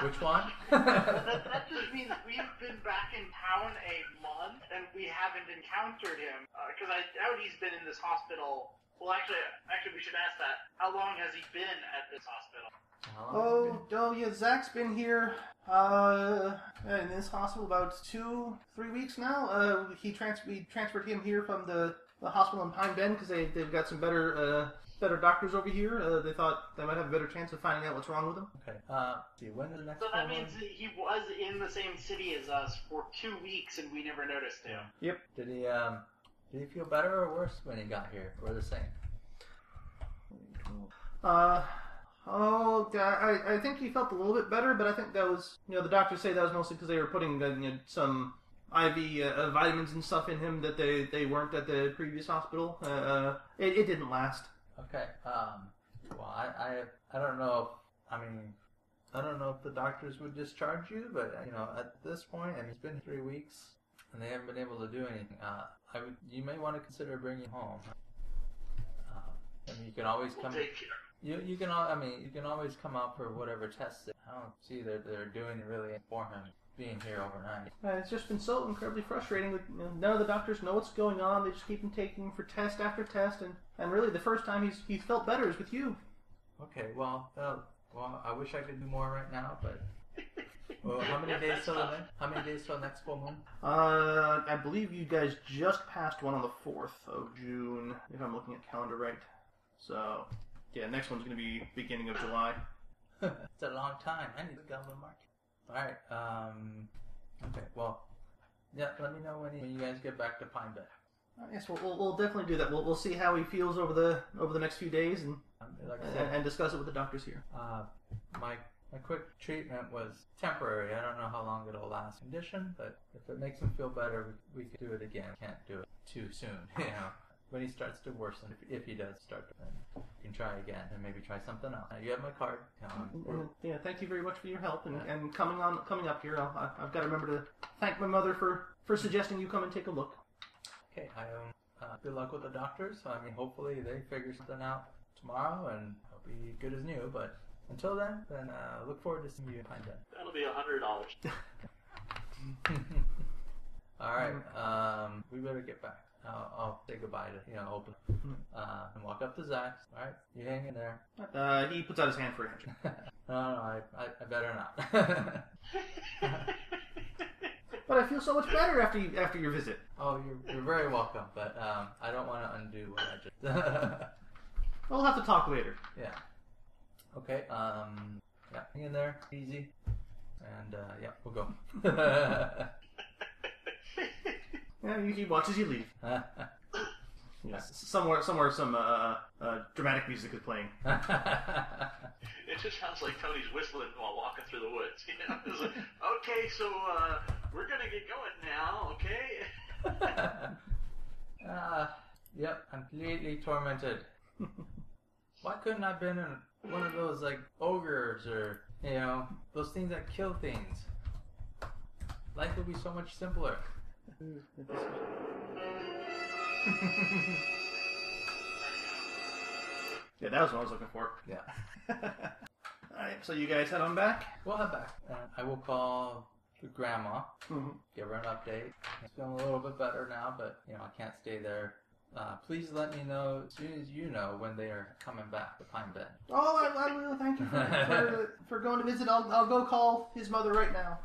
Which
[laughs]
one?
That, that just means we've been back in town a month and we haven't encountered him. Because I doubt he's been in this hospital. Well, actually, actually, we should ask that. How long has he been at this hospital?
Oh, oh yeah, Zach's been here uh, in this hospital about two, three weeks now. Uh, he trans- we transferred him here from the, the hospital in Pine Bend because they, they've got some better uh, better doctors over here. Uh, they thought they might have a better chance of finding out what's wrong with him.
Okay. Uh, let's see when the next
So
Uh-huh.
that
one?
means that he was in the same city as us for two weeks and we never noticed him.
Did he um? Did he feel better or worse when he got here, or the same?
Uh, oh, God, I, I think he felt a little bit better, but I think that was, you know, the doctors say that was mostly because they were putting uh, you know, some IV uh, uh, vitamins and stuff in him that they, they weren't at the previous hospital. Uh, uh, it, it didn't last.
Okay. Um. Well, I, I I don't know. If, I mean, I don't know if the doctors would discharge you, but uh, you know, at this point, I mean, it's been three weeks, and they haven't been able to do anything. Uh, I would. You may want to consider bringing him home. Um, I mean, you can always
We'll
Um,
come.
take care.
You you can. al- I mean, you can always come out for whatever tests. that- I don't see that they're doing really for him being here overnight.
Uh, it's just been so incredibly frustrating. With you know, none of the doctors know what's going on. They just keep him taking him for test after test, and, and really the first time he's he's felt better is with you.
Okay. Well. Uh, well, I wish I could do more right now, but. Well, how many
Yep,
days
that's
till
tough.
the next? How many days till next full moon? [laughs]
Uh, I believe you guys just passed one on the fourth of June, if I'm looking at calendar right. So, yeah, next one's going to be beginning of July.
it's a long time. I need to go to the market. All right. Um. Okay. Well. Yeah. Let me know when you, when you guys get back to Pine Bed.
Uh, yes, we'll, we'll, we'll definitely do that. We'll, we'll see how he feels over the over the next few days, and
Um, like I
and,
said,
and discuss it with the doctors here.
uh, my my quick treatment was temporary. I don't know how long it'll last condition, but if it makes him feel better, we, we can do it again. Can't do it too soon. [laughs] You know. When he starts to worsen, if, if he does start to, then you can try again and maybe try something else. Uh, you have my card. You know,
And,
we're-
and, yeah, thank you very much for your help and, and coming on coming up here. I'll, I- I've got to remember to thank my mother for for suggesting you come and take a look.
Okay, I um, uh, good luck with the doctors. I mean, hopefully they figure something out tomorrow and it'll be good as new. But until then, then uh, look forward to seeing you in Pine
That'll be a hundred dollars.
Bend. All right, um, we better get back. I'll, I'll say goodbye to you know open uh, and walk up to Zach's. All right, you hang in there. [laughs]
Uh, he puts out his hand for a handshake.
no, no, I, I, I better not. [laughs]
But I feel so much better after you, after your visit.
oh, you're, you're very welcome, but um, I don't want to undo what I just. [laughs]
We'll have to talk later.
Yeah. Okay. Um. Yeah. Hang in there. Easy. And uh, yeah, we'll go.
Yeah, you, he watches you leave. Yeah. S- Somewhere, somewhere, some uh, uh, dramatic music is playing. [laughs]
[laughs]
[laughs] It just sounds like Tony's whistling while walking through the woods. You know? It's like, okay, so uh, we're gonna get going now. Okay.
[laughs] uh, yep, completely tormented. Why couldn't I have been in one of those like ogres or you know those things that kill things? Life would be so much simpler.
Yeah, that was what I was looking for. [laughs]
Yeah.
All right, so you guys head on back.
We'll head back. And I will call the grandma,
Mhm.
give her an update. I'm feeling a little bit better now, but you know I can't stay there. Uh, please let me know as soon as you know when they are coming back to Pine Bend.
Oh, I, I will thank you for, for, for going to visit. I'll, I'll go call his mother right now.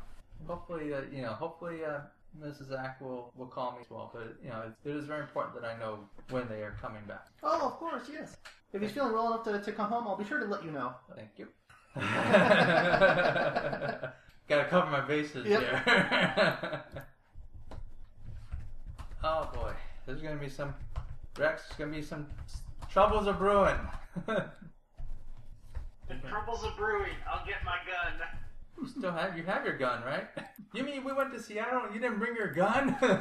Hopefully, uh, you know, hopefully uh, Mrs. Ack will, will call me as well. But, you know, it, it is very important that I know when they are coming back.
Oh, of course, yes. If he's feeling well enough to, to come home, I'll be sure to let you know.
Thank you. [laughs] Gotta cover my bases
Yep.
here. [laughs] oh, boy. There's gonna be some. Rex, there's gonna be some troubles a brewing. [laughs]
The troubles of brewing. I'll get my gun.
you still have you have your gun, right? You mean we went to Seattle and you didn't bring your gun? [laughs]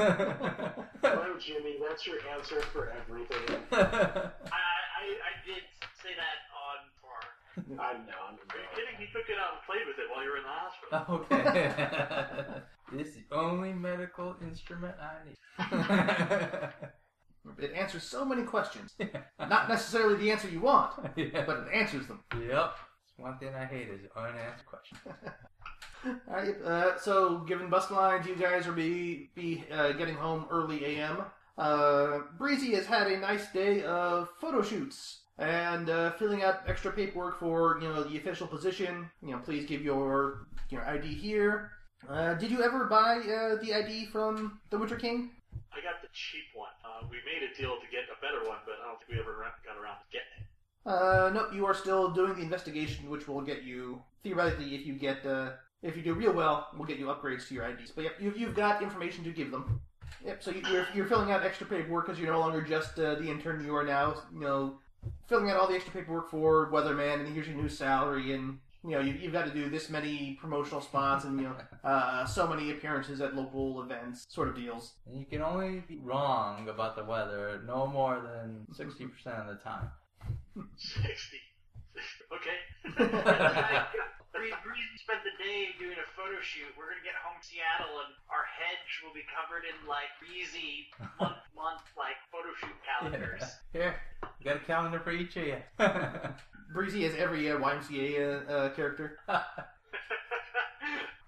Hello, Jimmy. That's your answer for everything.
I I, I did say that on par.
I know. I'm
Are you kidding? He took it out and played with it while you were in the hospital.
Okay. [laughs] it's the only medical instrument I
It answers so many questions.
need.
Not necessarily the answer you want,
[laughs] Yeah.
but it answers them.
Yep. It's one thing I hate is unanswered questions.
All right, yep. uh, so given bus lines, you guys will be be uh, getting home early a.m. Uh, Breezy has had a nice day of photo shoots and uh, filling out extra paperwork for you know the official position. You know, please give your your ID here. Uh, did you ever buy uh, the ID from the Winter King?
I got the cheap one. Uh, we made a deal to get a better one, but I don't think we ever ra- got around to getting it.
Uh, no, you are still doing the investigation, which will get you theoretically if you get uh, if you do real well, will get you upgrades to your IDs. But yep, you've, you've got information to give them. Yep. So you- you're you're filling out extra paperwork because you're no longer just uh, the intern. You are now you know filling out all the extra paperwork for weatherman, and here's your new salary and. You know, you, you've got to do this many promotional spots and, you know, [laughs] uh, so many appearances at local events, sort of deals. [laughs]
And you can only be wrong about the weather no more than 60% of the time. [laughs]
Sixty. okay.
We agreed to spend the day doing a photo shoot. We're gonna get home to Seattle, and our hedge will be covered in like easy month month like photo shoot calendars.
[laughs] Here, we got a calendar for each of you.
Breezy has every uh, YMCA uh, uh, character.
[laughs]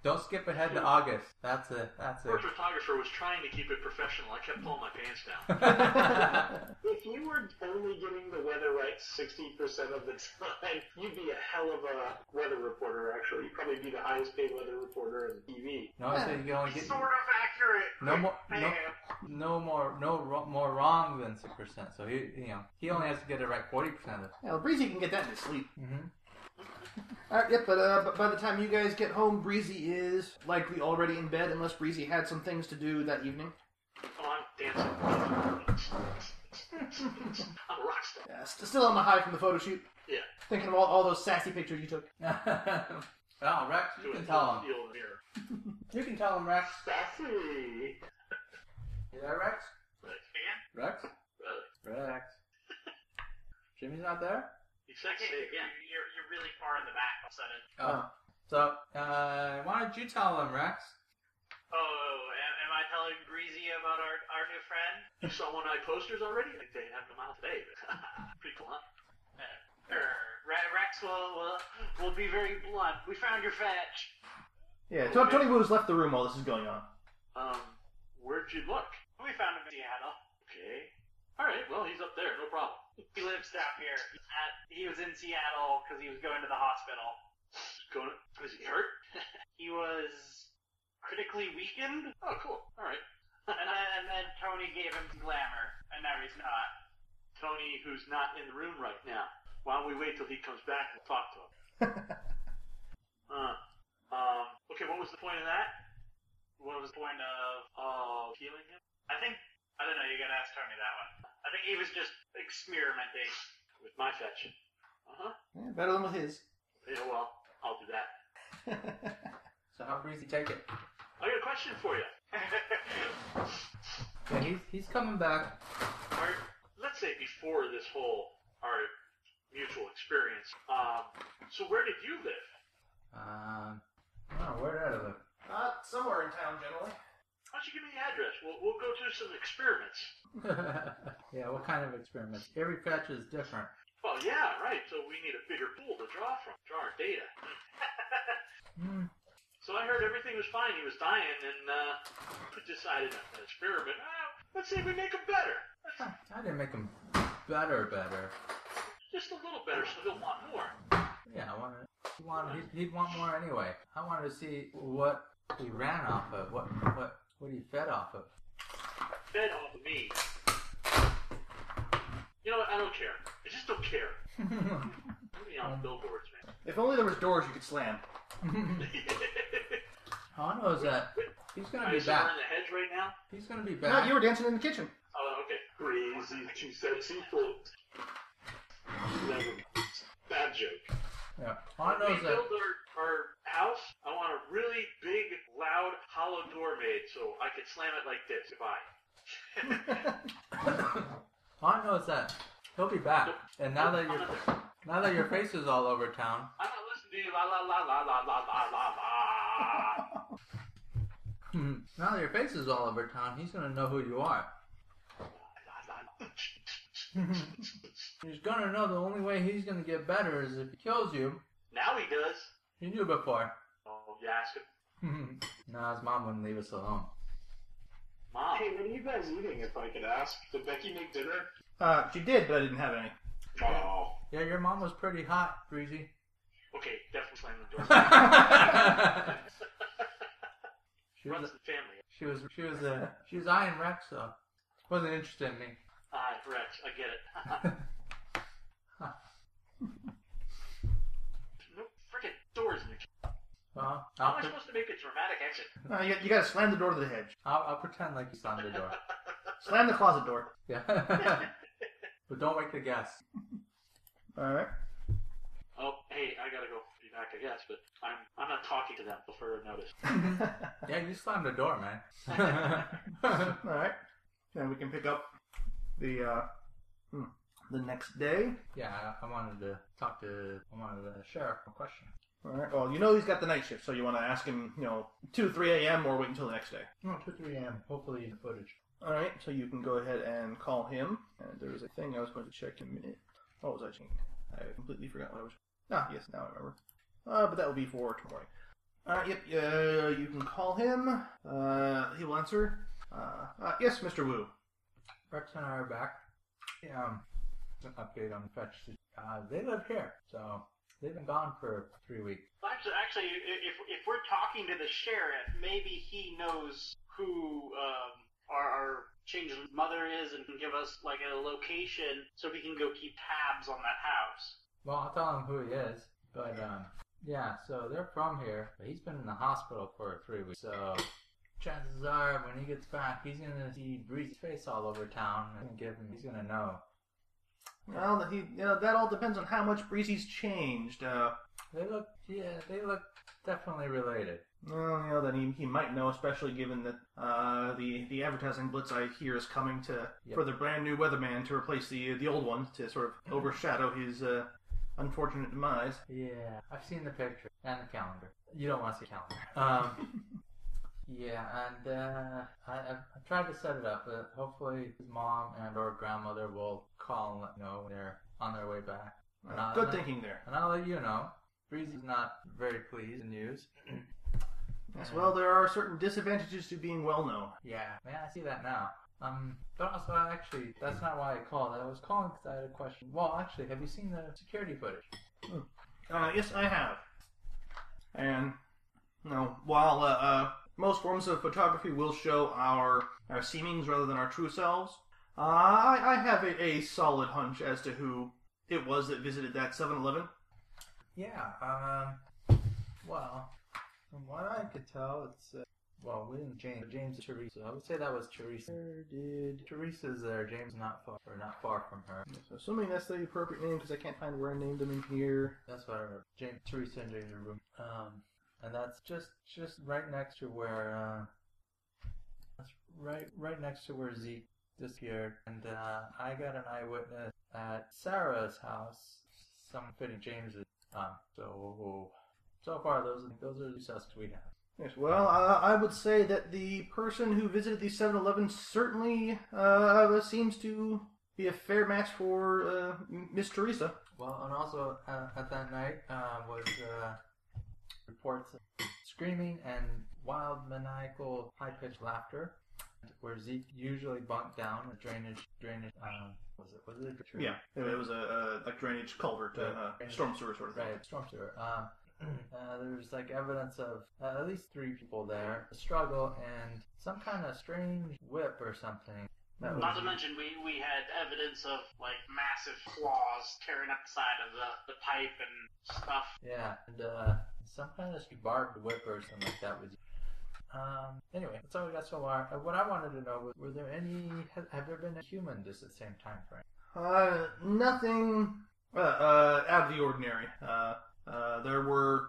Don't skip ahead to August. That's it. [laughs] That's
Our photographer was trying to keep it professional. I kept pulling my pants down.
it.
If you were only getting the weather right 60% of the [laughs] time, you'd be a hell of a weather reporter, actually. You'd probably be the highest paid weather reporter on TV.
no, I said you can only get
Sort of accurate.
no more. No,
Man.
no more no ro- more wrong than six percent. So he you know he only has to get it right forty percent of
Yeah, well, Breezy can get that in his sleep.
it. [laughs] Mm-hmm.
All right, yep, but uh, b- by the time you guys get home, Breezy is likely already in bed, unless Breezy had some things to do that evening.
Oh, I'm
[laughs]
dancing. I'm a rock star.
Uh, st- still on the high from the photo shoot.
Yeah.
Thinking of all, all those sassy pictures you took.
oh Rex, you can tell him.
Feel in the mirror.
You can tell him Rex.
Sassy!
You there, Rex?
Like,
Rex?
really?
Rex. [laughs] Jimmy's not there.
You said
Okay,
say again.
you're- You're, you're really far in the back all of a sudden.
Oh. So uh, why don't you tell him, Rex?
Oh, am, am I telling Breezy about our, our new friend?
You saw one of my posters already? I think they have them out
[laughs]
today. but Pretty cool, huh?
Sure. Er, Re- Rex will, will will uh, be very blunt. We found your fetch.
Oh, Yeah, Tony, Tony Woo's left the room while this is going on.
Um, where'd you look?
We found him in Seattle.
Okay. All right. Well, he's up there. No problem.
He lives down here. He's At, he was in Seattle because he was going to the hospital.
Going. Is he hurt?
[laughs] He was critically weakened,
Oh, cool. All right.
and then, and then Tony gave him some glamour, and now he's not.
Tony, who's not in the room right now. Why don't we wait till he comes back and talk to him? uh, um. Okay. What was the point of that?
What was the point of?
Of healing him?
I think I don't know. You gotta ask Tony that one. I I think he was just experimenting.
with my fetch. Uh huh.
Yeah, better than with his.
Yeah, well, I'll do that.
So how breezy take it?
I got a question for you. [laughs]
Yeah, he's he's coming back.
Our, let's say before this whole our mutual experience. Um, so where did you live?
Um, oh, where did I live?
uh, somewhere in town, generally.
Why don't you give me the address? We'll we'll go through some experiments.
[laughs] yeah, what kind of experiments? Every fetch is different.
Well, yeah, right. So we need a bigger pool to draw from, draw our data.
Hmm.
[laughs] So I heard everything was fine. He was dying, and uh, we decided on an experiment. Ah, let's see if we make him better,
Huh, I didn't make him better, better.
just a little better, so he'll want more.
Yeah, I wanted. He wanted. He'd, he'd want more anyway. I wanted to see what he ran off of. What what what he fed off of. [laughs]
Fed off of me. You know what? I don't care. I just don't care. Put me
Hmm.
on billboards, man.
If only there was doors you could slam.
All I know is that he's
[laughs]
gonna
Are
be
you somewhere
back.
in the hedge right now?
He's gonna be
No,
back.
you were dancing in the [laughs] kitchen.
Oh, okay.
Crazy, too sexy,
[laughs]
float. Never mind. Bad joke.
Yeah. All I know
we
is that.
build our, our house, I want a really big, loud, hollow door made so I can slam it like this. [laughs] Goodbye.
[laughs] All I know is that he'll be back. And now that
I'm
your
not there.
now that your face is all over town, [laughs]
I'm not listening to you. La la la la la la la la la.
now that your face is all over town, he's gonna know who you are. [laughs] He's gonna know the only way he's gonna get better is if he kills you.
Now he does.
He knew before.
Oh, you ask him.
Mm-hmm. nah, his mom wouldn't leave us alone.
Mom.
Hey, what are you guys eating, if I could ask? Did Becky make dinner?
Uh, she did, but I didn't have any.
Oh.
Yeah, your mom was pretty hot, Breezy.
Okay, definitely slam the door.
[laughs] she
Runs
was
the family.
she was she was uh, she was eyeing Rex though. Wasn't interested in me.
Ah, Rex, I get it. no freaking doors in the kitchen.
Well,
How
I'll,
am I
pre-
supposed to make a dramatic exit?
Uh, you, you gotta slam the door to the hedge.
I'll, I'll pretend like you slammed the [laughs] door.
Slam the closet door.
Yeah. [laughs] but don't wake the guests.
Alright.
Oh, hey, I gotta go be back, I guess, but I'm I'm not talking to them till further notice.
Yeah, you slammed the door, man.
[laughs]
[laughs]
Alright. Then we can pick up the, uh, hmm, the next day.
yeah, I, I wanted to talk to I wanted to sheriff a question.
Alright. Well, you know he's got the night shift, so you wanna ask him, you know, 2, 3 a.m. or wait until the next day.
No, Oh, two three a.m. Hopefully in footage.
All right, so you can go ahead and call him. And there was a thing I was going to check in a minute. What was I checking? I completely forgot what I was. Ah, yes, now I remember. Uh, but that will be for tomorrow. All right, yep. Uh, you can call him. Uh, he will answer. Uh, uh, yes, Mr. Wu.
Rex and I are back. Yeah, um, an update on fetch. Uh, they live here, so they've been gone for three weeks.
Actually, actually, i- if if we're talking to the sheriff, maybe he knows who um, our, our changed mother is and can give us like a location so we can go keep tabs on that house.
Well, I'll tell him who he is. But um, yeah, so they're from here. But he's been in the hospital for three weeks. So chances are, when he gets back, he's gonna see Breezy's face all over town and give him. He's gonna know.
Well, he, you know, that all depends on how much Breezy's changed. Uh,
They look, yeah, they look definitely related.
well, you know, then he, he might know, especially given that uh, the the advertising blitz I hear is coming to
Yep.
for the brand new weatherman to replace the the old one to sort of overshadow his uh, unfortunate demise.
Yeah, I've seen the picture and the calendar. You don't want to see the calendar. Um, yeah, and uh, I, I, I tried to set it up. But hopefully, his mom and or grandmother will call and let me know when they're on their way back.
Uh,
Nah,
good
nah.
thinking there.
And I'll let you know, Breezy's not very pleased in news.
Yes,
Yeah.
well, there are certain disadvantages to being well known.
Yeah, man, I see that now. Um, but also, I actually, that's not why I called. I was calling because I had a question. Well, actually, have you seen the security footage?
Uh, yes, I have. And you know, while uh, uh, most forms of photography will show our our seemings rather than our true selves, uh, I, I have a, a solid hunch as to who it was that visited that 7-Eleven.
Yeah. Um. Well, from what I could tell, it's uh, Well, we didn't James. James and Teresa. I would say that was Teresa. Where did Teresa's there? James not far or not far from her.
So assuming that's the appropriate name because I can't find where I named him in here.
That's what I remember. James, Teresa and James are room. Um, and that's just just right next to where uh, that's right right next to where Zeke disappeared. And uh, I got an eyewitness at Sarah's house. Some fitting James's. Um, so so far those those are the suspects we have.
Yes, well, uh, I would say that the person who visited the 7 Eleven certainly uh, seems to be a fair match for uh, Miss Teresa.
Well, and also uh, at that night uh, was uh, reports of screaming and wild, maniacal, high-pitched laughter, where Zeke usually bunked down a drainage drainage. Um, was it was it a drainage?
Yeah, it was a, a like drainage culvert, uh, uh, storm sewer sort of thing.
Right, storm sewer. Um, [clears throat] uh, there's like evidence of uh, at least three people there, a struggle, and some kind of strange whip or something. That
Not to
was,
mention, we, we had evidence of like massive claws tearing up the side of the, the pipe and stuff.
yeah, and uh, some kind of barbed whip or something like that was. Um. Anyway, that's all we got so far. Uh, what I wanted to know was, were there any? Have, have there been a human just at the same time frame?
Uh, nothing uh, uh, out of the ordinary. Uh, uh, there were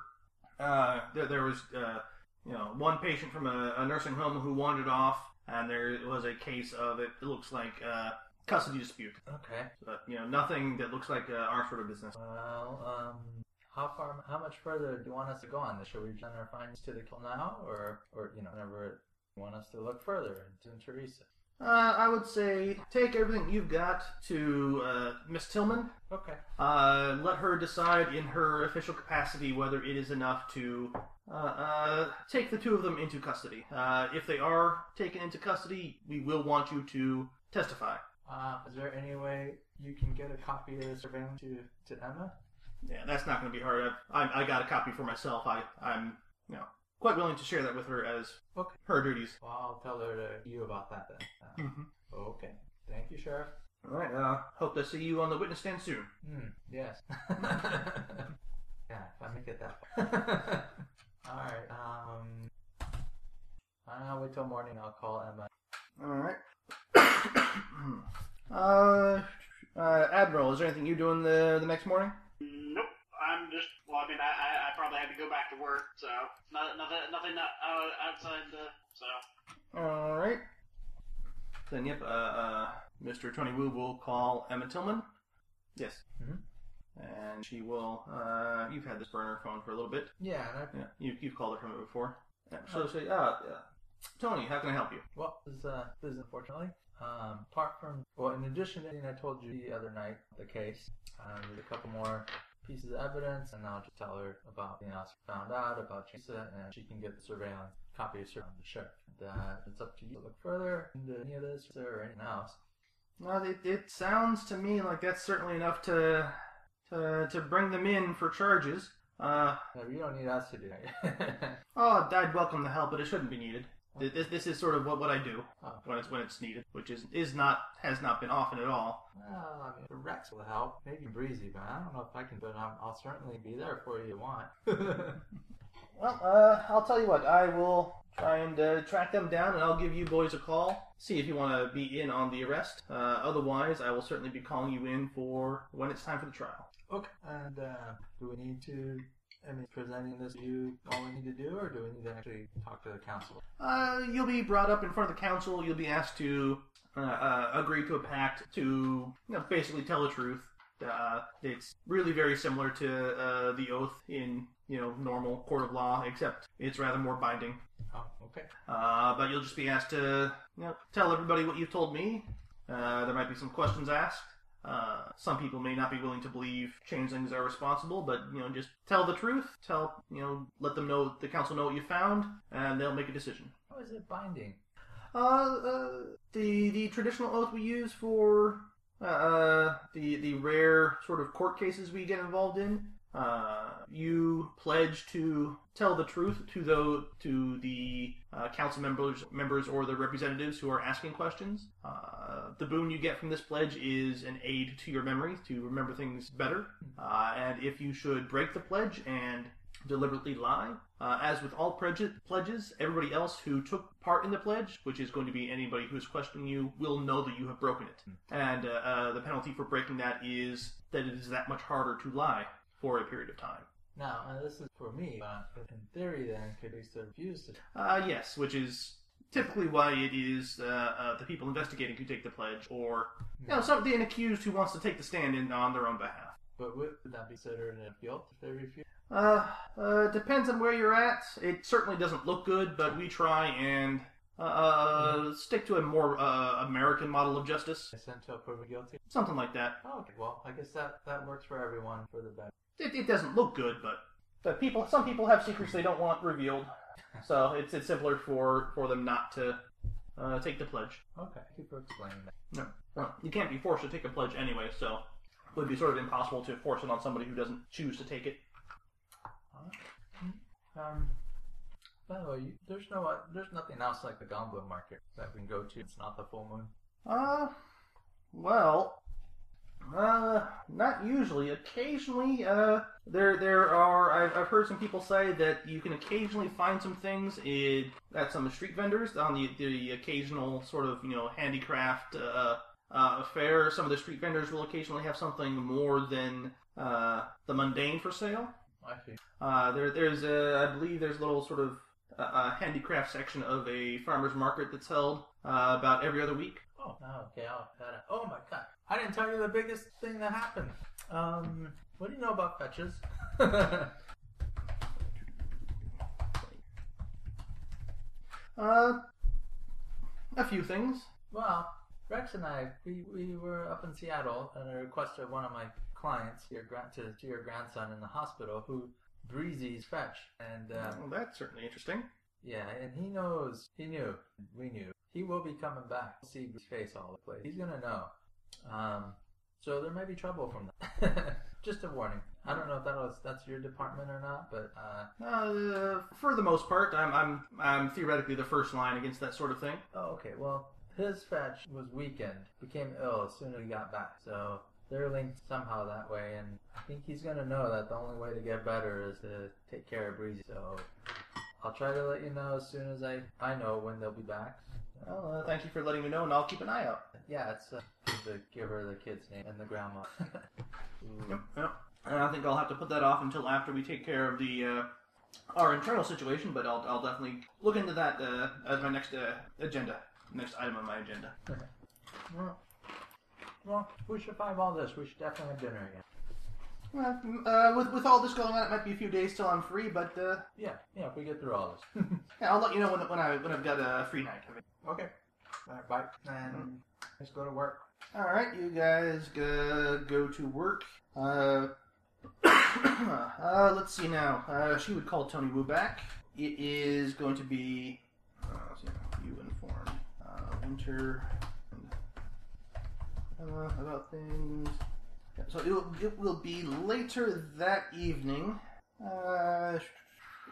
uh, there, there was uh, you know one patient from a, a nursing home who wandered off, and there was a case of it, it looks like uh, custody dispute.
Okay.
But you know nothing that looks like uh, our sort of business.
Well, um, how far? How much further do you want us to go on this? Should we send our findings to the kill now, or, or you know, whenever you want us to look further into Teresa?
Uh, I would say take everything you've got to uh, Miss Tillman.
Okay.
Uh, let her decide in her official capacity whether it is enough to uh, uh, take the two of them into custody. Uh, if they are taken into custody, we will want you to testify.
Uh, is there any way you can get a copy of the surveillance to, to Emma?
Yeah, that's not going to be hard. I, I, I got a copy for myself. I, I'm you know, quite willing to share that with her as
Okay.
her duties.
Well, I'll tell her to you about that then.
Mhm.
Uh, okay. Thank you, Sheriff.
All right. Uh, hope to see you on the witness stand soon.
Hmm. [laughs] Yes. yeah. Let me get that. [laughs] All right. Um. I'll wait till morning. I'll call Emma.
All right. [coughs] uh, uh, Admiral, is there anything you're doing the the next morning?
Nope. I'm just. Well, I mean, I, I, I probably had to go back to work, so not, nothing nothing uh, outside the. So
All right. Then, yep, uh, uh, Mr. Tony Wu will call Emma Tillman. Yes.
Mhm.
And she will. Uh, you've had this burner phone for a little bit.
Yeah, and I
Yeah, you, you've called her from it before. Yeah, so say, uh, yeah. Tony, how can I help you?
Well, this is, uh, this is unfortunately. Um, apart from, well, in addition to anything I told you the other night, the case, um, there's a couple more pieces of evidence, and I'll just tell her about the else we found out about Chesa, and she can get the surveillance copy of surveillance to sheriff. And, uh, it's up to you to look further into any of this or anything else.
Well, it, it sounds to me like that's certainly enough to to, to bring them in for charges. Uh,
Uh, you don't need us to do [laughs] it.
oh, I'd welcome the help, but it shouldn't be needed. Th- This, this is sort of what, what I do
oh,
when it's when it's needed, which is is not has not been often at all.
well, I mean, the Rex will help. Maybe Breezy, but I don't know if I can, but i I'll certainly be there for you if you want. [laughs]
Well, uh, I'll tell you what. I will try and uh, track them down, and I'll give you boys a call. See if you want to be in on the arrest. Uh, otherwise, I will certainly be calling you in for when it's time for the trial.
Okay. And uh, do we need to? I mean, presenting this to you, all we need to do, or do we need to actually talk to the council?
Uh, you'll be brought up in front of the council. You'll be asked to uh, uh, agree to a pact to you know, basically tell the truth. Uh, it's really very similar to uh, the oath in you know normal court of law, except it's rather more binding.
Oh, okay.
Uh, but you'll just be asked to you know, tell everybody what you've told me. Uh, there might be some questions asked. Uh, some people may not be willing to believe changelings are responsible, but you know, just tell the truth. Tell you know, let them know the council know what you found, and they'll make a decision.
How is it binding?
Uh, uh the the traditional oath we use for uh, uh, the the rare sort of court cases we get involved in. Uh, you pledge to tell the truth to the to the uh, council members members or the representatives who are asking questions. Uh, the boon you get from this pledge is an aid to your memory to remember things better. Uh, and if you should break the pledge and deliberately lie. Uh, as with all pledge- pledges, everybody else who took part in the pledge, which is going to be anybody who's questioning you, will know that you have broken it. And uh, uh, the penalty for breaking that is that it is that much harder to lie for a period of time.
Now, uh, this is for me, but in theory, then, could they still refuse to?
Uh, yes, which is typically why it is uh, uh, the people investigating who take the pledge, or you know, some the accused who wants to take the stand in on their own behalf.
But would would that be considered an guilt if they refuse?
Uh, uh, depends on where you're at. It certainly doesn't look good, but we try and uh, uh, stick to a more uh, American model of justice,
They sent to a proven guilty?
something like that.
Oh, okay. Well, I guess that, that works for everyone for the better.
It, it doesn't look good, but but people, some people have secrets they don't want revealed, so it's it's simpler for for them not to uh, take the pledge.
Okay. Thank you for explaining that.
Well, you can't be forced to take a pledge anyway, so it would be sort of impossible to force it on somebody who doesn't choose to take it.
Um, by the way, you, there's no, uh, there's nothing else like the Goblin Market that we can go to. It's not the full moon.
Uh, well, uh, not usually. Occasionally, uh, there there are. I've, I've heard some people say that you can occasionally find some things in, at some street vendors on the the occasional sort of you know handicraft uh, uh, fair. Some of the street vendors will occasionally have something more than uh, the mundane for sale.
I see.
Uh, there, there's a, I believe there's a little sort of uh, uh, handicraft section of a farmer's market that's held uh, about every other week.
Oh, no, okay. I'll have that. Oh my god. I didn't tell you the biggest thing that happened. Um, what do you know about fetches? [laughs]
Uh, a few things.
well, Rex and I, we, we were up in Seattle at a request of one of my clients, your grand, to, to your grandson in the hospital, who breezes fetch. And, uh,
Well, that's certainly interesting.
yeah, and he knows, he knew, we knew. He will be coming back. We'll see his face all the place. He's gonna know. Um, so there may be trouble from that. [laughs] Just a warning. I don't know if that was, that's your department or not, but, uh,
Uh, for the most part, I'm, I'm I'm theoretically the first line against that sort of thing.
Oh, okay. Well, his fetch was weakened, became ill as soon as he got back. So they're linked somehow that way, and I think he's gonna know that the only way to get better is to take care of Breezy. So I'll try to let you know as soon as I I know when they'll be back.
Well, uh, thank you for letting me know, and I'll keep an eye out.
Yeah, it's uh, the giver, the kid's name, and the [laughs] grandma.
Yep, yep. And I think I'll have to put that off until after we take care of the uh, our internal situation, but I'll, I'll definitely look into that uh, as my next uh, agenda, next item on my agenda.
well, well, we should find all this. We should definitely have dinner again.
Well, m- uh, with, with all this going on, it might be a few days till I'm free, but uh,
Yeah, yeah. If we get through all this. [laughs]
yeah, I'll let you know when, when I when I've got a free night.
okay. All right. Bye. Mm-hmm. And let's go to work.
All right, you guys go, go to work. Uh, [coughs] uh, let's see now. Uh, she would call Tony Wu back. It is going to be uh, let's see, you inform uh, Winter uh, about things. Yeah, so it will, it will be later that evening, uh,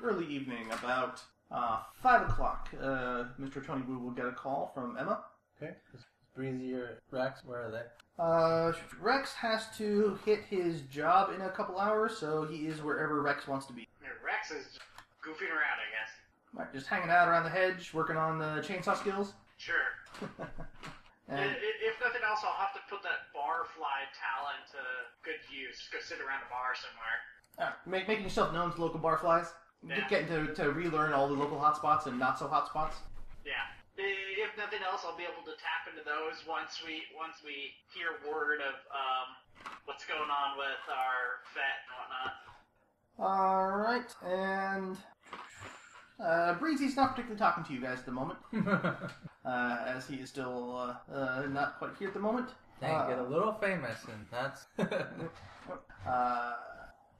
early evening, about uh, five o'clock. Uh, Mr. Tony Wu will get a call from Emma.
Okay. Is Breezy or Rex, where are [laughs] they?
Uh, Rex has to hit his job in a couple hours, so he is wherever Rex wants to be.
Yeah, Rex is just goofing around, I guess.
Right, just hanging out around the hedge, working on the chainsaw skills.
Sure.
And,
I- i- if nothing else, I'll have to put that barfly talent to good use. Go sit around a bar somewhere.
uh, make, making yourself known to local barflies.
Yeah.
Getting to, to relearn all the local hotspots and not so hotspots.
Yeah. I- If nothing else, I'll be able to tap into those once we once we hear word of um, what's going on with our vet and whatnot.
Alright, and. Uh, Breezy's not particularly talking to you guys at the moment, uh, as he is still uh, uh, not quite here at the moment.
Dang,
Uh,
get a little famous, and that's. [laughs]
Uh,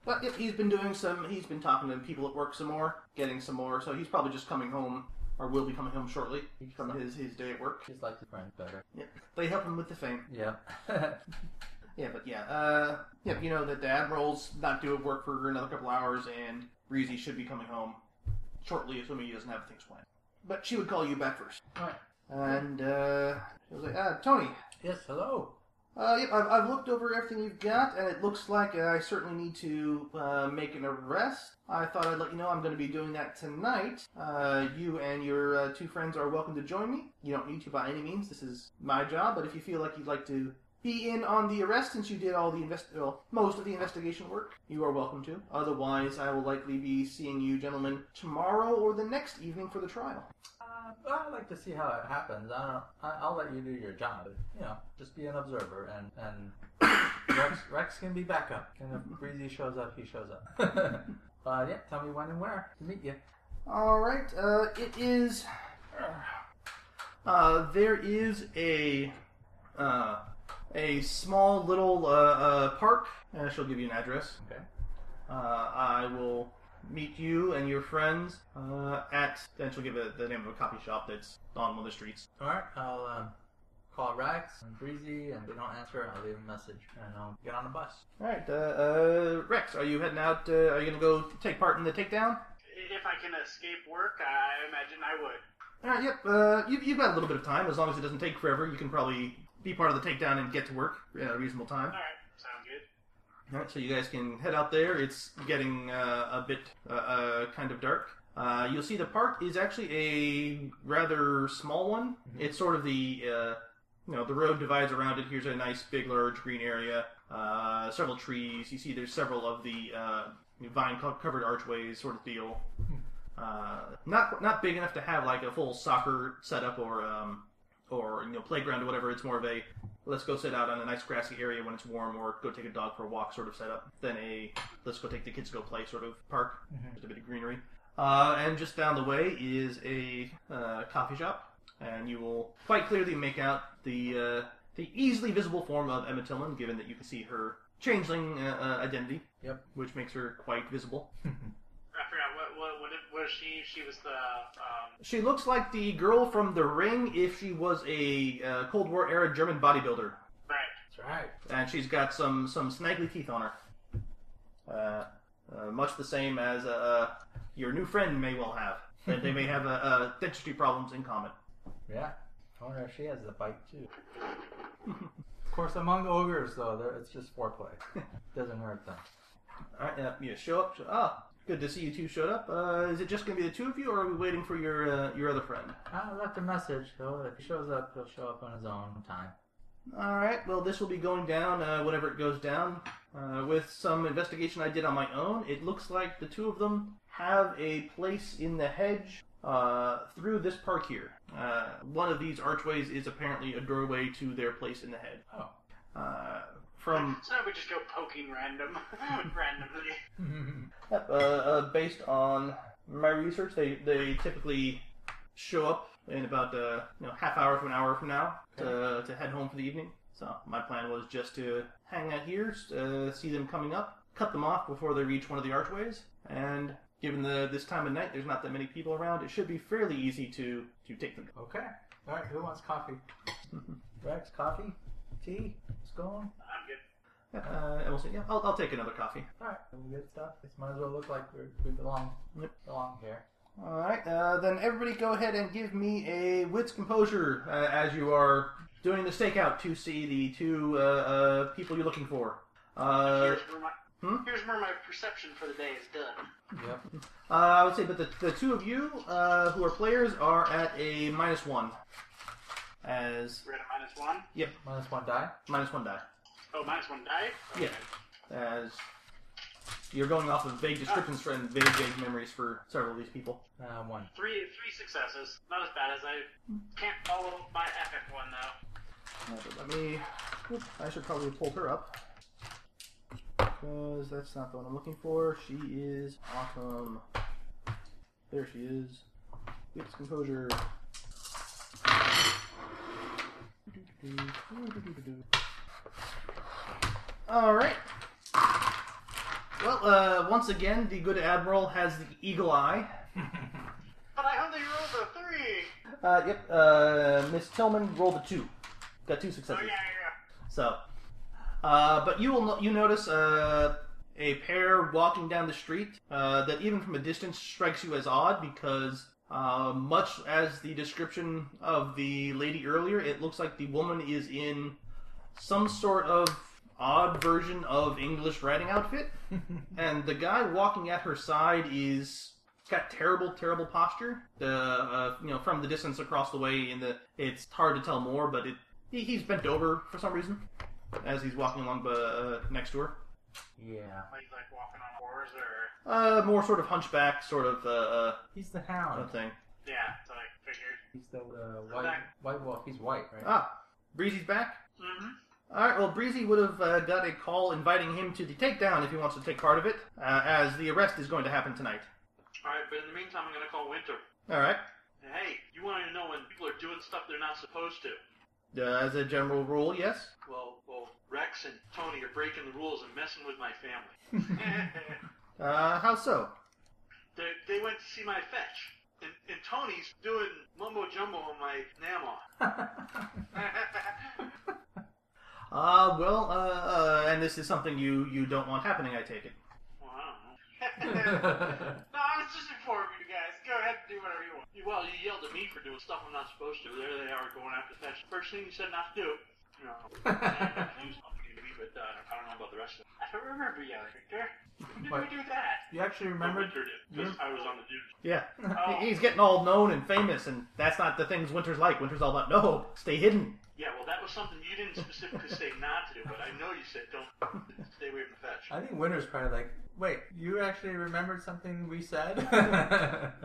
but yeah, he's been doing some. He's been talking to people at work some more, getting some more. So he's probably just coming home, or will be coming home shortly from his his day at work.
She's like his friend better.
They help him with the fame.
Yeah. [laughs]
Yeah, but yeah, uh, yeah. You know that the admiral's not due at work for another couple hours, and Breezy should be coming home shortly, assuming he doesn't have things planned. But she would call you back first.
Alright.
And uh, she was like, uh, Tony,
yes, hello.
Uh, yep, I've, I've looked over everything you've got, and it looks like I certainly need to uh, make an arrest. I thought I'd let you know I'm going to be doing that tonight. Uh, you and your uh, two friends are welcome to join me. You don't need to by any means. This is my job, but if you feel like you'd like to be in on the arrest since you did all the invest well, most of the investigation work, you are welcome to. Otherwise, I will likely be seeing you gentlemen tomorrow or the next evening for the trial.
Uh, but I'd like to see how it happens. I don't know. I, I'll let you do your job. But, you know, just be an observer and and [coughs] Rex Rex can be backup. And if Breezy shows up, he shows up. [laughs] uh, yeah, tell me when and where to meet you.
All right. Uh, it is. Uh, there is a uh, a small little uh, uh, park. Uh, she'll give you an address.
Okay.
Uh, I will meet you and your friends uh, at. And she'll give a, the name of a coffee shop that's on one of the streets.
All right, I'll um, call Rex and Breezy, and if they don't answer, I'll leave a message and I'll get on the bus.
All right. Uh, uh, Rex, are you heading out? Uh, are you gonna go take part in the takedown?
If I can escape work, I imagine I would.
All right. Yep. Uh, you, you've got a little bit of time. As long as it doesn't take forever, you can probably be part of the takedown and get to work at a reasonable time.
All right, sound good.
All right, so you guys can head out there. It's getting uh, a bit uh, uh, kind of dark. Uh, you'll see the park is actually a rather small one. It's sort of the uh, you know the road divides around it. Here's a nice big large green area. Uh, several trees. You see there's several of the uh, vine co- covered archways sort of deal. Uh, not not big enough to have like a full soccer setup or um, or you know playground or whatever. It's more of a let's go sit out on a nice grassy area when it's warm, or go take a dog for a walk sort of setup than a let's go take the kids to go play sort of park. Just a bit of greenery. Uh, and just down the way is a uh, coffee shop, and you will quite clearly make out the uh, the easily visible form of Emma Tillman, given that you can see her changeling uh, uh, identity.
Yep.
Which makes her quite visible.
I forgot what what what, if- what is she? She was the um.
She looks like the girl from The Ring if she was a uh, Cold War era German bodybuilder.
Right.
That's right.
and she's got some some snaggly teeth on her. Uh, uh, much the same as uh, uh, your new friend may well have. They, they may have uh, uh, dentistry problems in common.
Yeah. I wonder if she has the bite too. [laughs] of course, among ogres though, there, it's just [laughs] foreplay. Doesn't hurt them.
All right, uh, yeah, show up. Show, ah, good to see you two showed up. Uh, is it just going to be the two of you, or are we waiting for your uh, your other friend?
I left a message. So if he shows up, he'll show up on his own time.
All right. Well, this will be going down uh, whenever it goes down. Uh, with some investigation I did on my own, it looks like the two of them have a place in the hedge uh, through this park here. Uh, one of these archways is apparently a doorway to their place in the hedge.
Oh.
Uh, from
So now we just go poking random, [laughs] randomly.
Yep, uh, uh, based on my research, they, they typically show up in about uh, you know half hour to an hour from now to, to head home for the evening. So my plan was just to hang out here, uh, see them coming up, cut them off before they reach one of the archways, and given the this time of night, there's not that many people around. It should be fairly easy to to take them.
[laughs] okay. All right. Who wants coffee? [laughs] Rex, coffee, tea. What's going? on?
I'm good.
Uh, and we'll say, yeah, I'll, I'll take another coffee.
All right. Some good stuff. This might as well look like we're, we belong.
Yep.
Belong here.
All right, uh, then everybody go ahead and give me a wits composure uh, as you are doing the stakeout to see the two uh, uh, people you're looking for. Uh,
here's, where my,
hmm?
here's where my perception for the day is done.
Yep. [laughs]
uh, I would say, but the, the two of you uh, who are players are at a minus one. As
We're at a minus one.
Minus one die.
minus one die.
Oh, minus one die. Okay.
Yeah. As you're going off of vague descriptions and vague, vague memories for several of these people.
Uh, [laughs] one.
Three three successes. Not as bad as I can't follow up my epic one though.
Uh, but Let me. oop, I should probably pull her up. Because that's not the one I'm looking for. She is awesome. There she is. Whips composure. Alright. Well, uh, once again, the good Admiral has the eagle eye.
But I only rolled a three.
Uh, yep, uh, Miss Tillman rolled a two. Got two
Oh
successes.
yeah, yeah.
So, uh, but you will no- you notice uh, a pair walking down the street uh, that even from a distance strikes you as odd because uh, much as the description of the lady earlier, it looks like the woman is in some sort of odd version of English riding outfit, and the guy walking at her side is it's got terrible, terrible posture. The uh, you know from the distance across the way, in the it's hard to tell more, but it he, he's bent over for some reason as he's walking along uh, next to her.
yeah.
Like, he's, like walking on oars or
Uh, more sort of hunchback, sort of uh, uh,
He's the
kind
hound.
of thing.
yeah, so I figured.
He's the uh, white white wolf. He's white, right?
Ah, Breezy's back.
Mm-hmm.
All right. Well, Breezy would have uh, got a call inviting him to the takedown if he wants to take part of it, uh, as the arrest is going to happen tonight.
All right, but in the meantime, I'm going to call Winter.
All right.
Hey, you want to know when people are doing stuff they're not supposed to?
Uh, as a general rule, yes.
Well, well, Rex and Tony are breaking the rules and messing with my family.
[laughs]
[laughs] Uh, how so?
They they went to see my fetch, and, and Tony's doing mumbo jumbo on my Nama.
Uh, well, uh, uh, and this is something you you don't want happening. I take it.
[laughs] Well, I don't know. [laughs]
no, I was just informing you guys. Go ahead and do whatever you want.
You- Well, you yelled at me for doing stuff I'm not supposed to. There they are going after fetch. First thing you said not to do. [laughs] You know, lose company to me, but uh, I don't know about the rest of it.
I don't remember yelling, Victor. When did
What?
we do that?
[laughs] you actually
Remember,
remembered?
Winter did because I was on the duty.
Yeah.
Oh.
He- [laughs] He's getting all known and famous, and that's not the things Winter's like. Winter's all about no, stay hidden.
Yeah, well, that was something you didn't specifically say not to do, but I know you said don't stay away from the fetch.
I think Winter's probably like, wait, you actually remembered something we said? [laughs]
and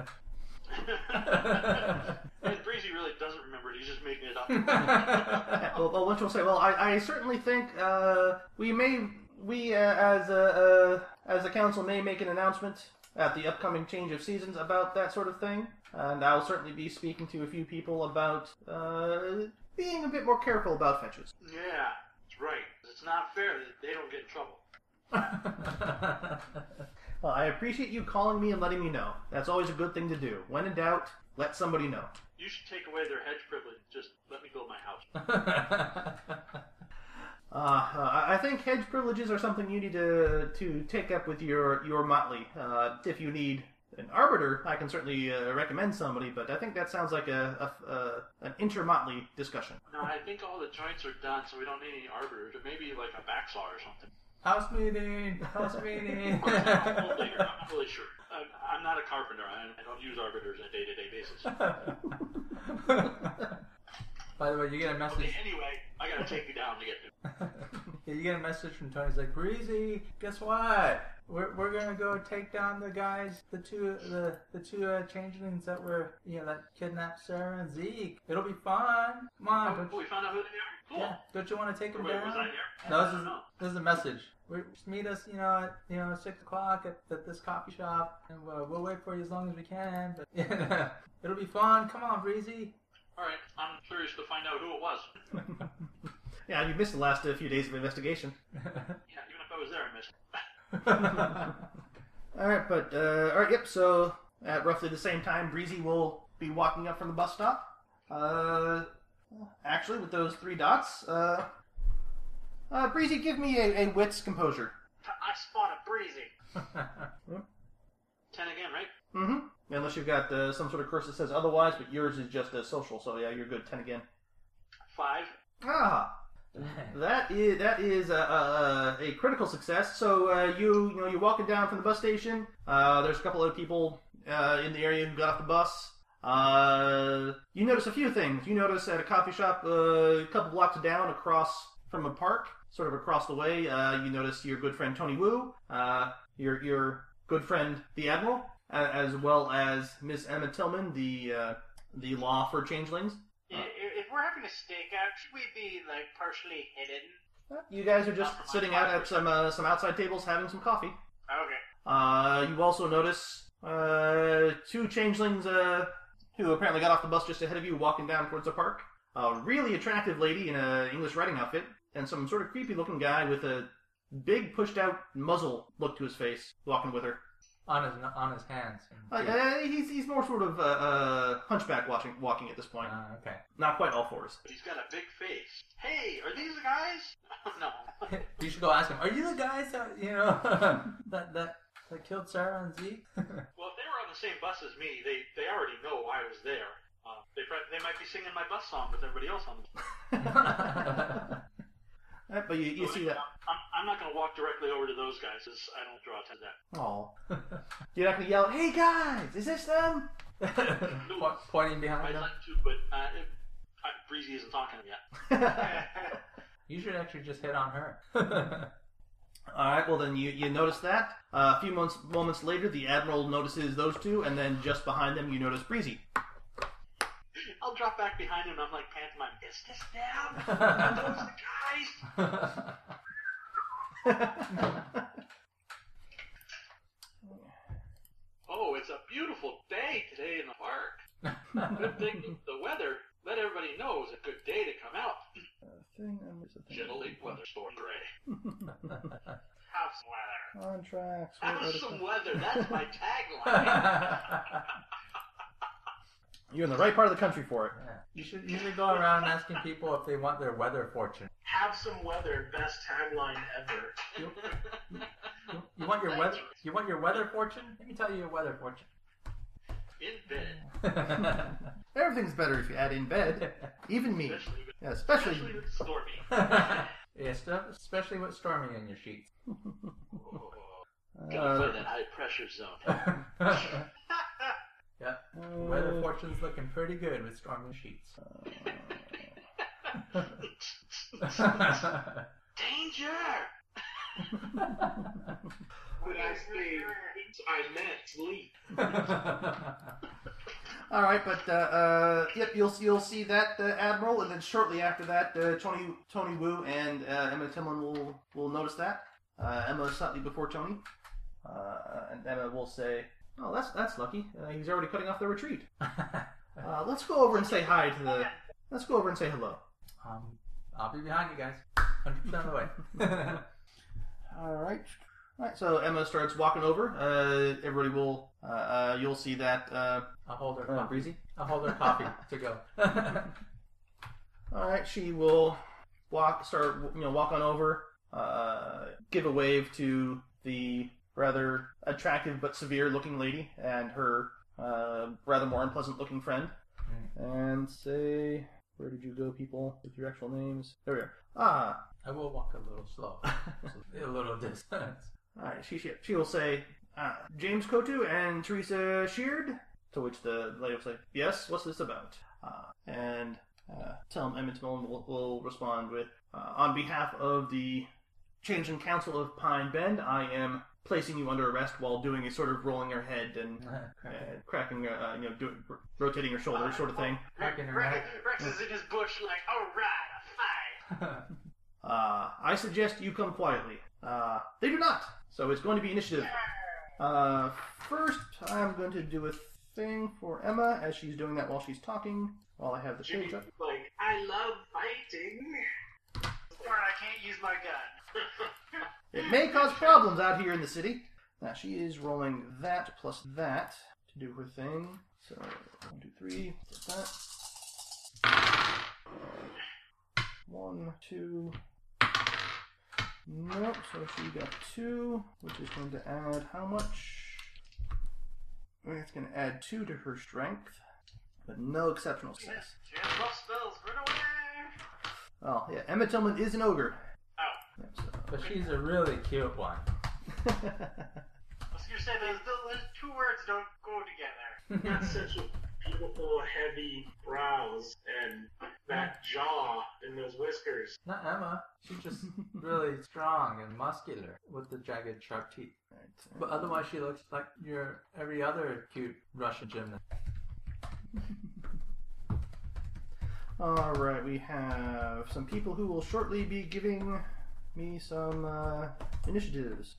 Breezy really doesn't remember it. He's just making
[laughs]
it up.
Yeah, well, well, Winter will say, well, I, I certainly think uh, we may we uh, as a uh, as a council may make an announcement at the upcoming change of seasons about that sort of thing, and I'll certainly be speaking to a few people about uh, being a bit more careful about fetches.
yeah, that's right. It's not fair that they don't get in trouble.
Well, I appreciate you calling me and letting me know. That's always a good thing to do. When in doubt, let somebody know.
You should take away their hedge privilege. Just let me build my house.
Uh, uh, I think hedge privileges are something you need to to take up with your your motley. Uh, if you need an arbiter, I can certainly uh, recommend somebody, but I think that sounds like a, a, a an inter motley discussion.
No, I think all the joints are done, so we don't need any arbiters. Or maybe like a backsaw or
[laughs]
something.
House meeting! House meeting! [laughs]
Or it's not a whole digger, I'm not really sure. I'm, I'm not a carpenter. I, I don't use arbiters on a day-to-day basis.
By the way, you get a message. [laughs]
Okay, anyway, I gotta take you down to get to.
yeah, you get a message from Tony. He's like, Breezy, guess what? We're, we're gonna go take down the guys, the two the the two uh, changelings that were you know that kidnapped Sarah and Zeke. It'll be fun. Come on,
Oh,
don't you,
we found out who they are. Cool.
yeah, don't you want to take
Or
them
wait, was I
down?
there?
No,
I
this
don't
is
know.
this is a message. We just meet us, you know, at you know six o'clock at, at this coffee shop, and uh, we'll wait for you as long as we can. But [laughs] yeah, it'll be fun. Come on, Breezy. [laughs]
All right, I'm curious to find out who it was.
Yeah, you missed the last uh, few days of investigation.
Yeah, even if I was there, I missed. it.
All right, but uh, all right, yep. So at roughly the same time, Breezy will be walking up from the bus stop. Uh, actually, with those three dots, uh, uh, Breezy, give me a, a wits composure.
I spot a breezy.
Ten again, right?
Mm-hmm. Unless you've got uh, some sort of curse that says otherwise, but yours is just a social. So yeah, you're good. Ten again.
Five.
Ah, that is that is a, a, a critical success. So uh, you you know you're walking down from the bus station. Uh, there's a couple other people uh, in the area who got off the bus. Uh, you notice a few things. You notice at a coffee shop uh, a couple blocks down, across from a park, sort of across the way. Uh, you notice your good friend Tony Wu, uh, your your good friend the Admiral, uh, as well as Miss Emma Tillman, the uh, the law for changelings.
I- i- If we're having a stakeout, should we be like partially hidden?
You guys are just sitting out at some uh, some outside tables having some coffee.
Okay.
Uh, you also notice uh, two changelings uh, who apparently got off the bus just ahead of you, walking down towards the park. A really attractive lady in an English riding outfit, and some sort of creepy-looking guy with a big pushed-out muzzle look to his face, walking with her.
on his on his hands.
Uh, uh, he's he's more sort of uh, uh, hunchback watching, walking at this point.
Ah, okay. [laughs]
Not quite all fours.
But he's got a big face. Hey, are these the guys? [laughs] Oh, no.
you should go ask him. Are you the guys that you know [laughs] that that that killed Sarah and Zeke? [laughs]
Well, if they were on the same bus as me, they they already know I was there. Um, Uh, they prob- they might be singing my bus song with everybody else on the.
Uh, But you, you see that.
I'm, I'm not going to walk directly over to those guys 'cause I don't draw attention to that.
Oh, [laughs] you're not gonna yell, "Hey guys, is this them?"
Po- pointing behind
I'd
them.
like to, but uh, it, uh, Breezy isn't talking
[laughs]
to me yet. [laughs]
You should actually just hit on her. [laughs]
All right. Well, then you you notice that. Uh, a few months moments later, the admiral notices those two, and then just behind them, you notice Breezy. [laughs]
I'll drop back behind him and I'm like pantomime, is this
[laughs]
them? Are those the guys?
Uh,
Oh, it's a beautiful day today in the park. Good thing the weather let everybody know it was a good day to come out.
Thing
Generally, weather storm gray.
[laughs]
Have some weather.
Contracts.
Have some weather. That's
[laughs]
my tagline.
You're in the right part of the country for it.
[laughs] you should usually go around asking people if they want their weather fortune.
Have some weather, best tagline ever.
You, you want your weather? You want your weather fortune? Let me tell you your weather
in bed,
fortune.
Everything's better if you add in bed, even me,
especially with,
yeah, especially.
especially with
[laughs]
stormy.
[laughs] yeah, stuff, especially with stormy in your sheets. [laughs]
Oh, gotta
Uh,
find that high pressure
[laughs]
zone.
Uh,
Weather fortune's looking pretty good with stormy sheets. [laughs]
Danger!
When I say I meant sleep.
All right, but uh, uh, yep, you'll you'll see that uh, admiral, and then shortly after that, uh, Tony Tony Wu and uh, Emma Timlin will will notice that uh, Emma slightly before Tony, uh, and Emma will say, "Oh, that's that's lucky. Uh, he's already cutting off the retreat. Uh, let's go over and say hi to the. Let's go over and say hello."
um, I'll be behind you guys, hundred percent of the way.
All right. All right. So Emma starts walking over. Uh, everybody will. Uh, uh, you'll see that. Uh,
I'll hold her.
uh,
coffee.
breezy.
I'll hold her coffee to go. [laughs]
All right, she will walk, start, you know, walk on over, uh, give a wave to the rather attractive but severe-looking lady and her uh, rather more unpleasant-looking friend, and say, "Where did you go, people? With your actual names? There we are." Ah,
I will walk a little
[laughs]
slow, a little distance.
all right. She she, she will say, ah, "James Kotu and Teresa Sheard." To which the lady will say, "Yes, what's this about?" Uh, and uh, tell him Emmett Millen will, will respond with, uh, "On behalf of the Change in Council of Pine Bend, I am placing you under arrest while doing a sort of rolling her head and uh, cracking, uh, you know, do, rotating her shoulders, sort of thing."
Cracking her
Rex,
neck.
Rex is in his bush, like, alright, a fight.
Uh, I suggest you come quietly. Uh, they do not. So it's going to be initiative. Uh, first, I'm going to do a thing for Emma as she's doing that while she's talking, while I have the page up.
Like, I love fighting.
Or I can't use my gun.
[laughs] It may cause problems out here in the city. Now, she is rolling that plus that to do her thing. So, one, two, three, plus that. One, two. Nope, so she got two, which is going to add how much? I think It's going to add two to her strength, but no exceptional success.
She has buff spells, run away!
Oh, yeah, Emma Tillman is an ogre.
Oh.
[laughs]
But she's a really cute one.
Yeah, so-
I was gonna say, those, those two words don't go together.
[laughs]
Got such a beautiful, heavy brows and that jaw and those whiskers.
Not Emma. She's
[laughs]
just really strong and muscular with the jagged, sharp teeth. But otherwise, she looks like your every other cute Russian gymnast.
All right, we have some people who will shortly be giving me some uh, initiatives.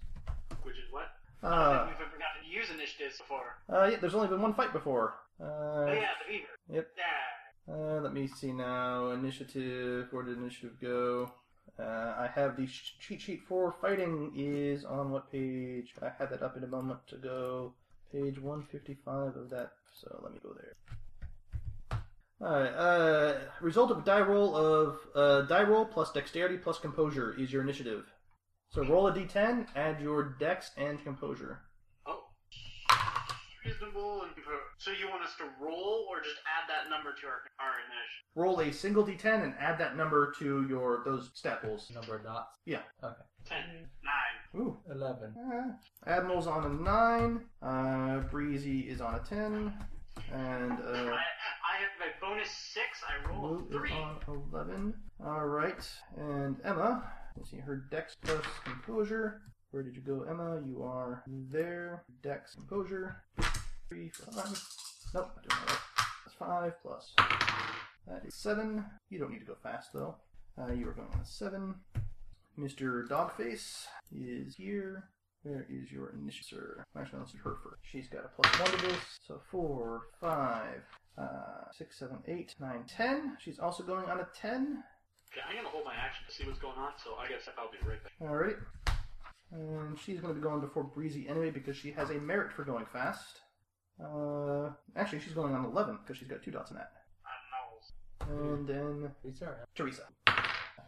Which is what?
I
Uh,
think we've forgotten to use initiatives before.
uh, yeah, there's only been one fight before.
Oh,
Uh,
yeah, the beaver.
Yep.
Yeah.
uh, let me see now. Initiative. Where did initiative go? Uh, I have the sh- cheat sheet for fighting is on what page? I had that up in a moment ago. Page 155 of that. So let me go there. Alright, uh, result of die roll of uh, die roll plus dexterity plus composure is your initiative. So roll a d10, add your dex and composure.
Oh.
Reasonable and composed. So you want us to roll or just add that number to our, our initiative?
Roll a single d10 and add that number to your those stat pools.
Number of dots.
Ten. Nine.
Ooh.
Eleven.
Eh. Admiral's on a nine. Uh, Breezy is on a ten, and uh,
I, I have my bonus six. I roll
Blue
a
is
three.
on eleven. All right, and Emma. Let's see her dex plus composure. Where did you go, Emma? You are there. Dex composure. Three five. Nope, I don't know. that. That's five plus. That is seven. You don't need to go fast though. Uh, you are going on a seven. Mr. Dogface is here. Where is your initiative, sir? Actually, let's do her first. She's got a plus one to this. So four, five, uh, six, seven, eight, nine, ten. She's also going on a ten.
Okay, I'm gonna hold my action to see what's going on, so I gotta step out. I'll be right back.
Alright. And she's going to be going before Breezy anyway because she has a merit for going fast. Uh, actually, she's going on 11 because she's got two dots in that.
I don't know.
And then [laughs]
We start.
Teresa.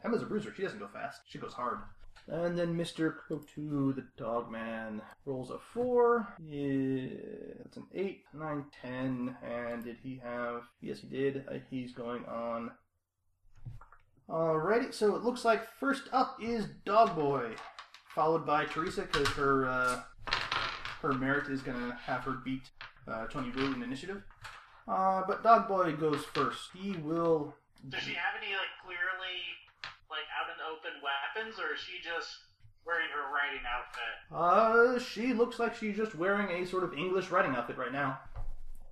Emma's a bruiser. She doesn't go fast. She goes hard. And then Mr. Kotu, the dog man, rolls a four. Yeah, that's an eight, nine, ten. And did he have? Yes, he did. Uh, He's going on. Alrighty, so it looks like first up is Dog Boy, followed by Teresa because her uh, her merit is gonna have her beat uh, Tony Wu in initiative. Uh, but Dog Boy goes first. He will
Does she have any like clearly like out in the open weapons, or is she just wearing her riding
Uh,
outfit?
she looks like she's just wearing a sort of English riding outfit right now.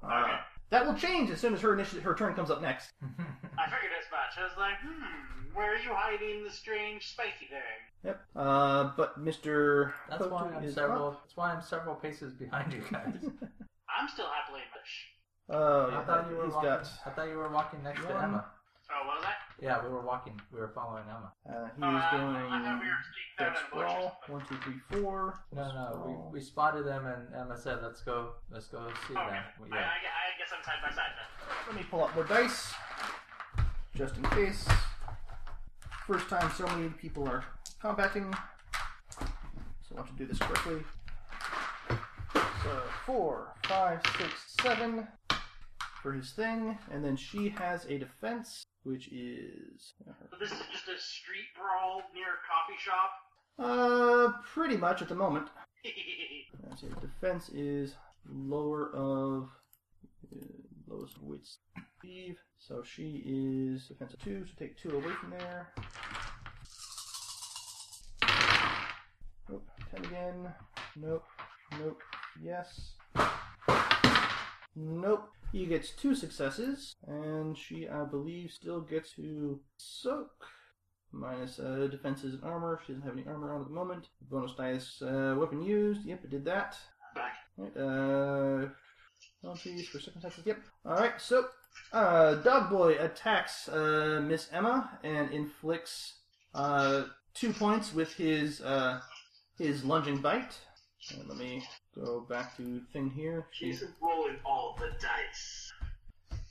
Uh,
Okay.
That will change as soon as her initi- her turn comes up next.
I figured as much. I was like, hmm, where are you hiding the strange spiky thing?
Yep. Uh, but Mr.
that's why
Kotu
I'm
is
several. [laughs]
up.
That's why I'm several paces behind you
[laughs]
guys.
I'm still happily mush.
Oh,
I
yeah.
thought you were
he's
walking.
got.
I thought you were walking next to
one.
Emma.
Oh, what was that?
Yeah, we were walking. We were following Emma.
Uh, he's
oh, I- I
doing
thought we were sneaking out
dex
in a bush.
brawl. One, two, three, four.
No, no, we, we spotted them, and Emma said, "Let's go. Let's go see
Okay.
them." Yeah.
I, I, I guess I'm side by side then.
Let me pull up more dice, just in case. First time so many people are combating, so I want to do this quickly. So four, five, six, seven for his thing, and then she has a defense, which is
So this is just a street brawl near a coffee shop.
uh pretty much at the moment.
[laughs]
okay.
Let's see, defense is lower of uh, lowest of wits leave. So she is defense of two, so take two away from there. Nope, ten again. Nope, nope, yes. Nope. He gets two successes, and she, I believe, still gets to soak. Minus uh, defenses and armor. She doesn't have any armor on at the moment. Bonus dice, uh, weapon used. Yep, it did that.
Back.
Alright, uh, penalties for circumstances. Yep. Alright, so, uh, Dog Boy attacks, uh, Miss Emma and inflicts, uh, two points with his, uh, his lunging bite. And let me go back to thing here. She's,
She's rolling all the dice.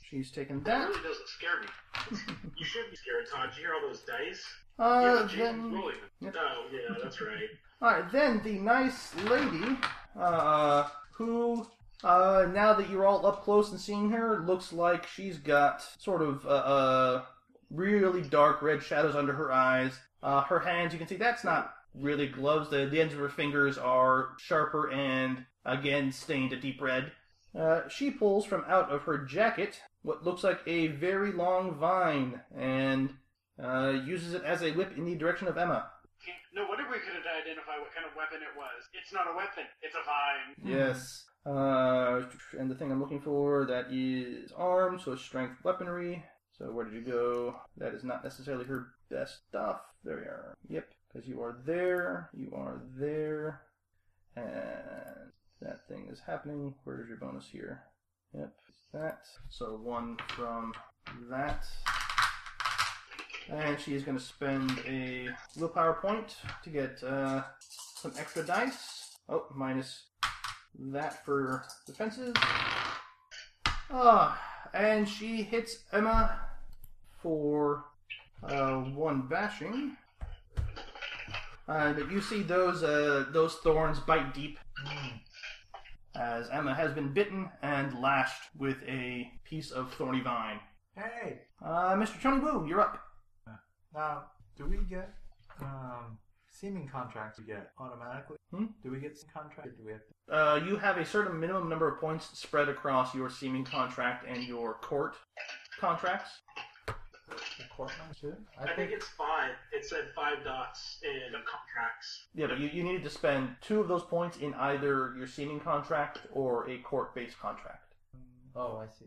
she's taken
That
that.
really doesn't scare me.
[laughs]
you should be scared, Todd. Did you hear all those dice?
Uh,
yeah, Jason's
then,
rolling them.
Yep.
Oh, yeah, that's right.
Alright, then the nice lady, uh, who, uh, now that you're all up close and seeing her, looks like she's got sort of, uh, uh really dark red shadows under her eyes. Uh, her hands, you can see that's not really gloves. The, the ends of her fingers are sharper and, again, stained a deep red. Uh, she pulls from out of her jacket what looks like a very long vine and uh, uses it as a whip in the direction of Emma.
[laughs] No wonder we couldn't identify what kind of weapon it was. It's not a weapon. It's a vine.
Yes. Uh, and the thing I'm looking for that is arm, so strength weaponry. So where did you go? That is not necessarily her best stuff. There you are. Yep, because you are there. You are there, and that thing is happening. Where is your bonus here? Yep, it's that. So one from that. And she's going to spend a willpower point to get uh, some extra dice. Oh, minus that for defenses. Ah, and she hits Emma for uh, one bashing. Uh, but you see those uh, those thorns bite deep. as Emma has been bitten and lashed with a piece of thorny vine.
Hey,
Uh, Mr. Tony Wu, you're up.
now do we get um seeming contracts? We get automatically.
Hmm?
Do we get some contract? Or do we have to?
Uh, you have a certain minimum number of points spread across your seeming contract and your court contracts.
the court number too?
I think it's five. It said five dots in the contracts.
Yeah, but you, you needed to spend two of those points in either your seeming contract or a court based contract.
Oh, I see.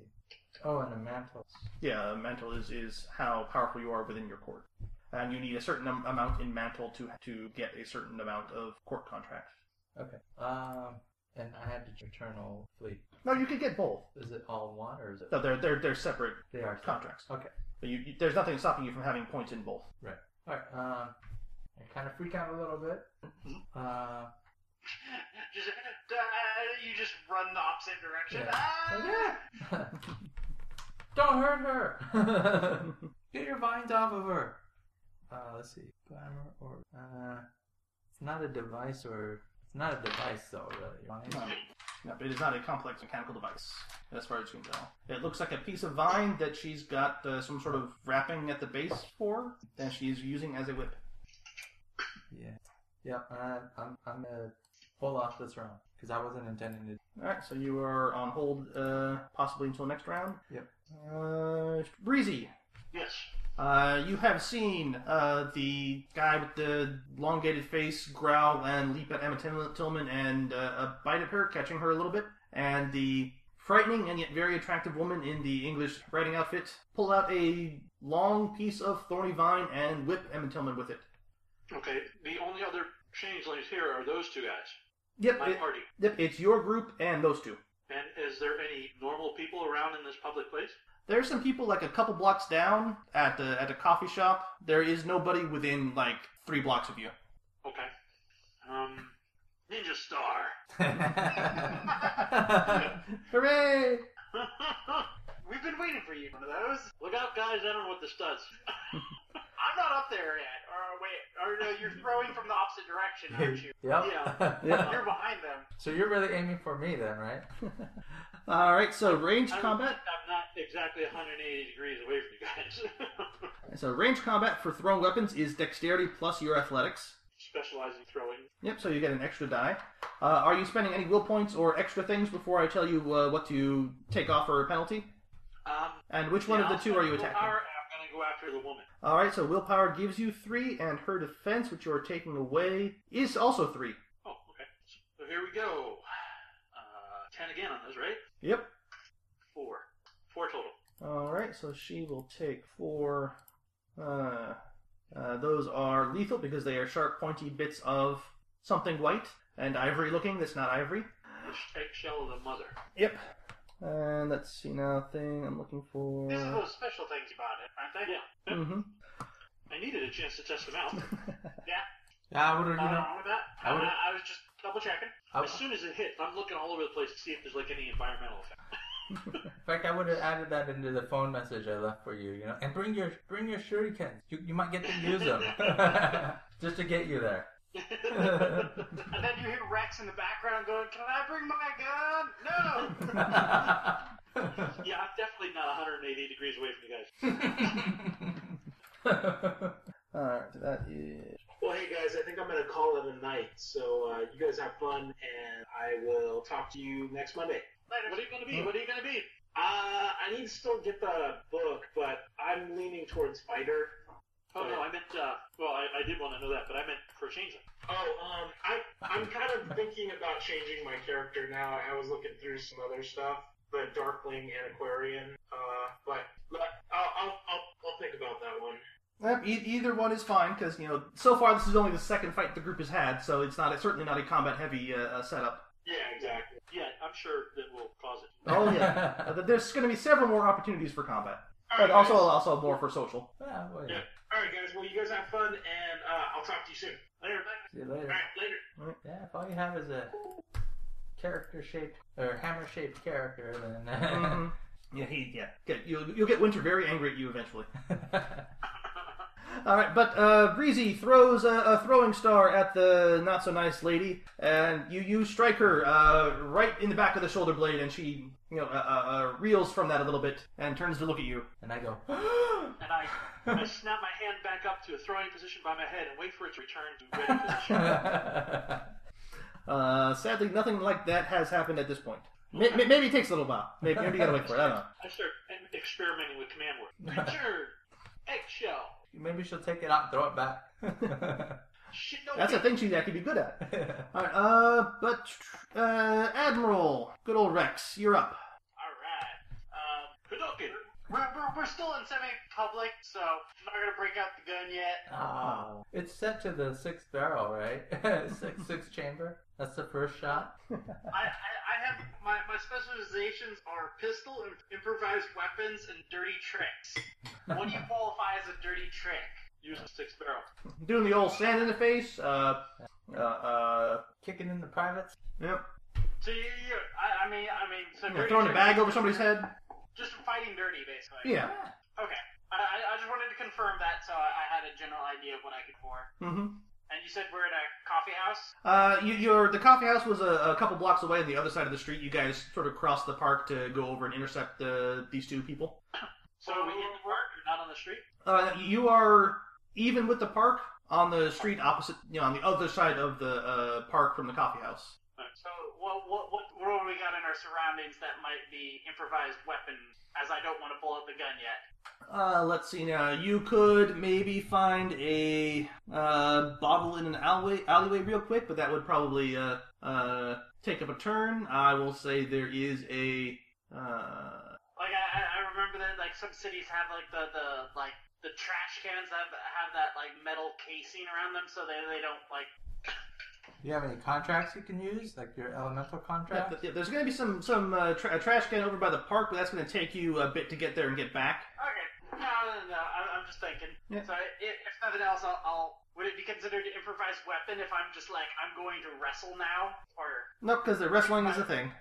Oh, and the mantles.
Yeah, uh, mantle is, is how powerful you are within your court. And you need a certain am- amount in mantle to to get a certain amount of court contracts.
Okay. Um, and I had to return all fleet.
No, you could get both.
Is it all one or is it?
No, they're they're they're separate
They are
contracts.
Okay.
But you, you, there's nothing stopping you from having points in both.
All right. Um, I kind of freak out a little bit.
Mm-hmm.
Uh,
Just, uh, you just run the opposite direction.
Yeah.
Ah!
[laughs] Don't hurt her. [laughs] Get your vines off of her. Uh, let's see. Glamour or uh, it's not a device or it's not a device though, really. right?
No. No, but it is not a complex mechanical device, as far as you can tell. It looks like a piece of vine that she's got uh, some sort of wrapping at the base for, that she's using as a whip.
Yeah. Yeah. Uh, I'm I'm gonna pull off this round because I wasn't intending [laughs] to.
All right, so you are on hold, uh, possibly until next round.
Yep.
Uh, Breezy,
Yes.
uh, you have seen uh, the guy with the elongated face growl and leap at Emma Till- Tillman and uh, uh, bite at her, catching her a little bit, and the frightening and yet very attractive woman in the English riding outfit pull out a long piece of thorny vine and whip Emma Tillman with it.
Okay. The only other changelings here are those two guys.
Yep,
My
it,
party.
yep, it's your group and those two.
And is there any normal people around in this public place?
There's some people like a couple blocks down at the at a coffee shop. There is nobody within like three blocks of you.
Okay. Um, Ninja Star.
Hooray!
We've been waiting for you. One of those.
Look out, guys! I don't know what this does.
I'm not up there yet.
Uh,
Or wait,
Oh,
or no, you're throwing from the opposite direction, aren't
[laughs]
you?
yep.
Yeah.
You're behind them.
[laughs] So you're really aiming for me then, right?
All right, so ranged
I'm-
combat.
I'm not exactly 180 degrees away from you guys. [laughs]
So ranged combat for thrown weapons is dexterity plus your athletics.
Specializing throwing.
Yep, so you get an extra die. Uh, are you spending any will points or extra things before I tell you uh, what to take off or a penalty?
Um,
And which one
yeah,
of the
I'll
two are
spend
you
willpower,
attacking?
and I'm gonna go after the woman.
All right, so willpower gives you three, and her defense, which you are taking away, is also three.
Oh, okay. So here we go. Uh, ten again on those, right?
Yep.
Four. Four total.
All right, so she will take four. Uh, uh, those are lethal because they are sharp, pointy bits of something white and ivory looking. That's not ivory.
The eggshell of the mother.
Yep. And let's see now. Thing I'm looking for.
These are those special things about it, aren't they?
Yeah.
[laughs] hmm
I needed a chance to test them out.
Yeah, I would have.
Nothing
You know,
Uh,
wrong with that.
I would-
I, I was just double checking.
I,
As soon as it hits, I'm looking all over the place to see if there's like any environmental effect.
in fact, I would have added that into the phone message I left for you. You know, and bring your bring your shurikens. You, you might get to use them [laughs] just to get you there.
And then you hear Rex in the background going, "Can I bring my gun?" No.
yeah, I'm definitely not 180 degrees away from you guys.
All right, so that is.
Well, hey guys, I think I'm gonna call it a night. So uh, you guys have fun, and I will talk to you next Monday.
Later.
What are you gonna be? What are you gonna be?
Uh, I need to still get the book, but I'm leaning towards fighter.
Oh no, I meant. Uh, well, I, I did want to know that, but I meant for changeling.
Oh, um, I, I'm kind of thinking about changing my character now. I was looking through some other stuff, the Darkling Antiquarian, uh, but but I'll, I'll, I'll, I'll think about that one.
Yep, e- either one is fine because you know so far this is only the second fight the group has had, so it's not certainly not a combat heavy uh, uh, setup.
Yeah, exactly.
Yeah, I'm sure that will cause it.
[laughs] Oh yeah, Uh, there's going to be several more opportunities for combat, but also also more for social.
Yeah, well, yeah.
Yeah. all right, guys. Well, you guys have fun, and uh, I'll talk to you soon.
Later.
See you
All
later.
right, later.
Yeah, if all you have is a character shaped or hammer shaped character, then.
[laughs] Mm-hmm. Mhm. Yeah, he yeah. Get, you'll, you'll get Winter very angry at you eventually. All right, but uh, Breezy throws a, a throwing star at the not so nice lady, and you you strike her uh, right in the back of the shoulder blade, and she you know uh, uh, uh, reels from that a little bit and turns to look at you.
[laughs] And I go, [gasps] [laughs]
And I, I snap my hand back up to a throwing position by my head and wait for it to return to ready position.
[laughs] Uh, sadly, nothing like that has happened at this point. May- may- Maybe it takes a little while. Maybe, maybe you gotta wait for it. I don't know.
I start em- experimenting with command
[laughs]
words. Return, eggshell.
maybe she'll take it out and throw it back. [laughs]
Shit, no,
That's a thing she's actually be good at. All right, uh, but uh, Admiral, good old Rex, you're up.
Alright. Um, Hadouken. We're, we're, we're still in semi public, so I'm not gonna break out the gun yet.
oh, it's set to the sixth barrel, right? [laughs] six, six chamber. That's the first shot.
I, I, I have my, my specializations are pistol, imp- improvised weapons, and dirty tricks. What do you qualify as a dirty trick? Use a six barrel.
Doing the old sand in the face. Uh, uh, uh,
Kicking in the privates.
yep.
So you, you I, I mean, I mean, so
You know,
dirty
throwing a
trick-
bag over somebody's head.
Just fighting dirty, basically.
Yeah.
Okay. I, I I just wanted to confirm that, so I, I had a general idea of what I could for.
Mm-hmm.
And you said we're at a coffee house.
Uh, you, your the coffee house was a, a couple blocks away on the other side of the street. You guys sort of crossed the park to go over and intercept uh, these two people.
So are we in the park or not on the street?
Uh, you are even with the park on the street opposite, you know, on the other side of the uh, park from the coffee house.
So what what what what do we got in our surroundings that might be improvised weapon? As I don't want to pull out the gun yet.
Uh, let's see now. You could maybe find a uh, bottle in an alleyway, alleyway real quick, but that would probably uh, uh, take up a turn. I will say there is a. Uh,
Like I I I remember that like some cities have like the the like the trash cans have have that like metal casing around them so they they don't like.
Do you have any contracts you can use, like your elemental
Yeah,
contract?
th- yeah, there's going to be some some uh, tra- a trash can over by the park, but that's going to take you a bit to get there and get back.
Okay. No, no, no. I, I'm just thinking.
Yeah.
So i- if nothing else, I'll, I'll. Would it be considered an improvised weapon if I'm just like I'm going to wrestle now, or
Nope, because the wrestling is a thing.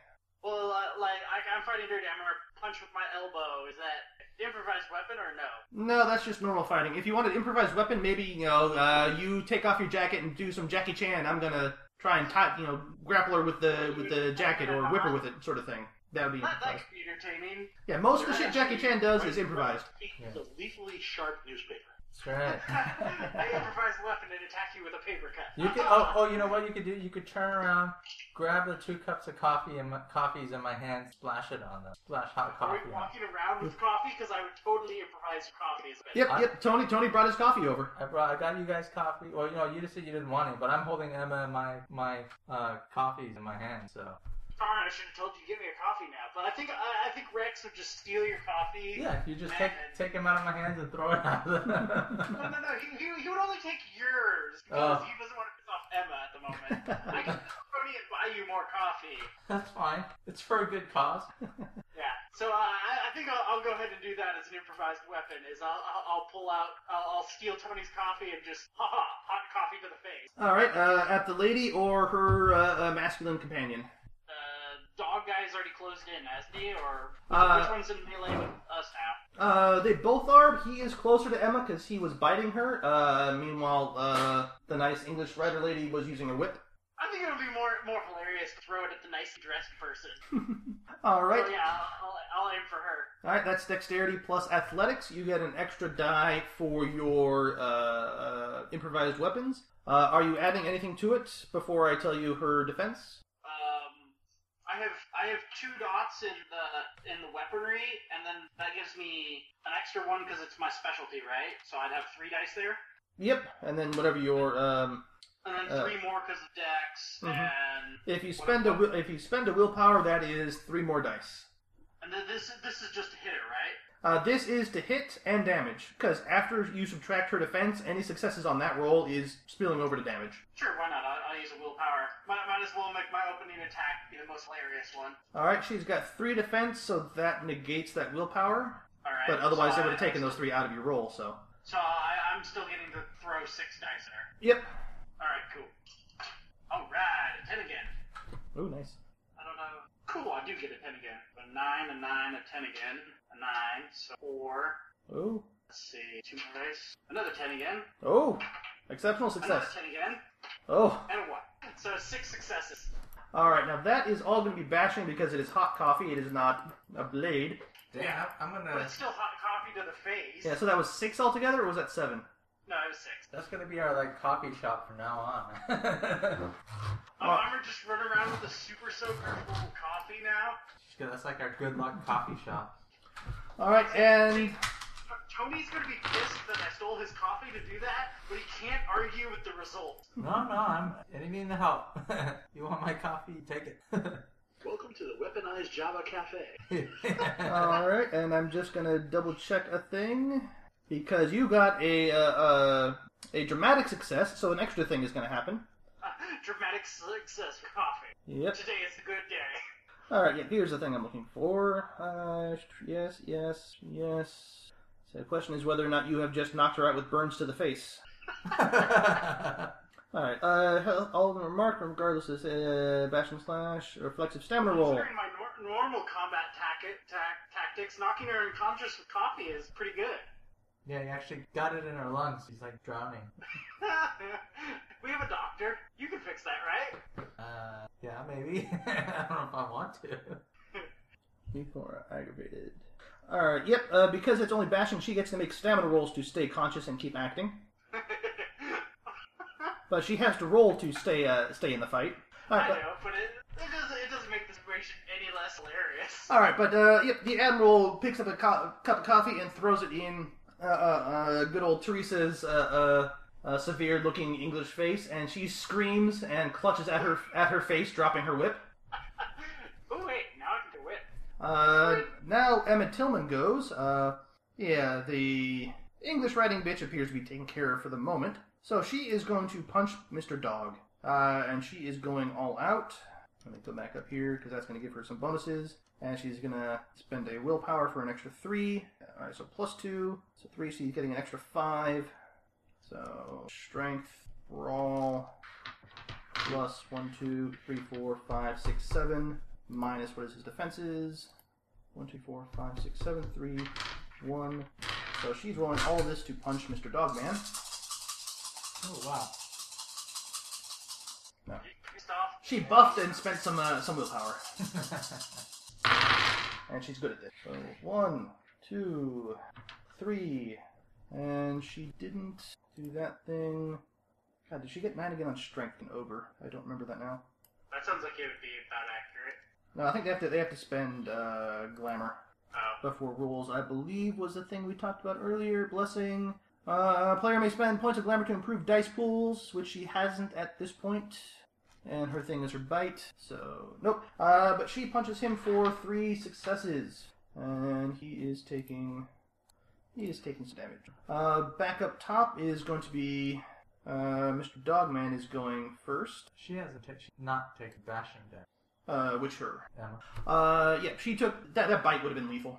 well, uh, like I, I'm fighting dirty. I'm gonna punch with my elbow. Is that improvised weapon or no?
No, that's just normal fighting. If you want an improvised weapon, maybe you know uh, you take off your jacket and do some Jackie Chan. I'm going to try and tie, you know grapple her with the with the jacket or whip her with it, sort of thing. That would be
That, that
improvised.
could be entertaining.
Yeah, most of the shit Jackie Chan does is improvised.
Yeah.
Yeah.
A lethally sharp newspaper.
That's right.
[laughs]
I [laughs] improvise a weapon and attack you with a paper cut.
You could oh, oh you know what you could do? You could turn around, grab the two cups of coffee and my, coffees in my hand, splash it on them, splash hot
[laughs] Are we
coffee. On.
walking around with coffee? Because I would totally improvise coffee. as a weapon.
Yep, yep. Tony Tony brought his coffee over.
I brought I got you guys coffee. Well, you know you just said you didn't want any, but I'm holding Emma and my my uh, coffees in my hand. So
Darn, I should have told you to give me a coffee now. But I think I, I think Rex would just steal your coffee.
yeah, you just take take them out of my hands and throw it at them.
No, no, no. He, he, he would only take yours because
Oh.
he doesn't want to piss off Emma at the moment. I can Tony and buy you more coffee.
[laughs] That's fine. It's for a good cause.
Yeah. So uh, I, I think I'll, I'll go ahead and do that as an improvised weapon. Is I'll, I'll, I'll pull out, uh, I'll, I'll steal Tony's coffee and just [laughs] ha ha, hot coffee to the face.
All right, uh, at the lady or her uh, uh, masculine companion.
Uh, dog guy's already closed in, hasn't he? Or
Uh,
which one's in melee with us now?
Uh, they both are. He is closer to Emma because he was biting her. Uh, meanwhile, uh, the nice English writer lady was using her whip.
I think it would be more more hilarious to throw it at the nicely dressed person.
All right,
So yeah, I'll, I'll, I'll aim for her.
all right. That's dexterity plus athletics. You get an extra die for your uh, uh, improvised weapons. Uh, are you adding anything to it before I tell you her defense?
Um, I have I have two dots in the in the weaponry, and then that gives me an extra one because it's my specialty, right? So I'd have three dice there,
Yep, and then whatever your um,
and then
Uh.
three more because of dex,
Mhm.
and
if you spend a wi- if you spend a willpower, that is three more dice.
and then this this is just a hitter, right?
Uh, this is to hit and damage, because after you subtract her defense, any successes on that roll is spilling over to damage.
Sure, why not? I'll, I'll use a willpower. Might, might as well make my opening attack be the most hilarious one.
Alright, she's got three defense, so that negates that willpower,
All right.
but otherwise
so
they would have
I-
taken those three out of your roll, so.
So I, I'm still getting to throw six dice there.
Yep.
All right, cool. All right, a ten again.
Ooh, nice.
I don't know. Cool, I do get a 10 again. A 9, a 9, a 10 again. A 9, so 4.
Ooh.
Let's see, two more dice. Another ten again.
Oh, exceptional
Another
success.
ten again.
Oh,
And a one. So six successes.
all right. Now that is all going to be bashing because it is hot coffee. It is not a blade.
Damn, I'm
But
gonna.
it's still hot coffee to the face.
Yeah. So that was six altogether, or was that seven?
No, it was six.
That's gonna be our like coffee shop from now on. [laughs]
Um,
Well-
I'm gonna just run around with a super soaker full of coffee now.
Just 'cause That's like our good luck coffee shop.
All right, and
Tony's gonna be pissed that I stole his coffee to do that, but he can't argue with the result.
No, no, I'm anything to help. [laughs] you want my coffee? Take
Welcome to the weaponized Java Cafe.
it. [laughs]
all right, and I'm just gonna double check a thing because you got a uh, uh, a dramatic success, so an extra thing is gonna happen.
[laughs] dramatic success for coffee.
Yep.
Today is a good day.
All right. Yeah. Here's the thing I'm looking for. Uh, yes. Yes. Yes. So the question is whether or not you have just knocked her out with burns to the face. All right. Uh, hel- all the remark, regardless, is uh, bashing slash reflexive stamina roll.
Considering my nor- normal combat tac- tac- tactics, knocking her unconscious with coffee is pretty good. [laughs]
yeah, he actually got it in her lungs. She's like drowning.
we have a doctor. You can fix that, right?
Uh, yeah, maybe. [laughs] I don't know if I want to.
Before aggravated. All right. Yep. Uh, because it's only bashing, she gets to make stamina rolls to stay conscious and keep acting. But she has to roll to stay uh, stay in the fight. All [laughs]
I
right.
know, but it, it doesn't it doesn't make the situation any less hilarious. [laughs]
But, all right, but uh, yep, the admiral picks up a co- cup of coffee and throws it in uh, uh, uh, good old Teresa's uh, uh, uh, severe-looking English face, and she screams and clutches at her at her face, dropping her whip.
oh wait, now I can do it.
Uh, now Emma Tillman goes. Uh, yeah, the English writing bitch appears to be taken care of for the moment. So she is going to punch Mr. Dog. Uh, and she is going all out. Let me go back up here because that's going to give her some bonuses. And she's going to spend a willpower for an extra three. All right, so plus two. So three, she's getting an extra five. So strength, brawl, plus one, two, three, four, five, six, seven, minus what is his defenses? One, two, four, five, six, seven, three, one. So she's rolling all this to punch Mr. Dogman.
Oh wow. [laughs]
You pissed off.
She buffed and spent some uh, some willpower, and she's good at this. So one, two, three, and she didn't do that thing. God, did she get nine again on strength and over? I don't remember that now.
That sounds like it would be about accurate.
No, I think they have to they have to spend uh, glamour
Oh.
before rules. I believe was the thing we talked about earlier. Blessing. Uh, a player may spend points of glamour to improve dice pools, which she hasn't at this point. And her thing is her bite, so nope. Uh, but she punches him for three successes, and he is taking he is taking some damage. Uh, back up top is going to be uh, Mr. Dogman is going first.
She hasn't ta- she's not taken bashing down.
Uh, which her
Emma.
Uh, yeah, she took that. That bite would have been lethal.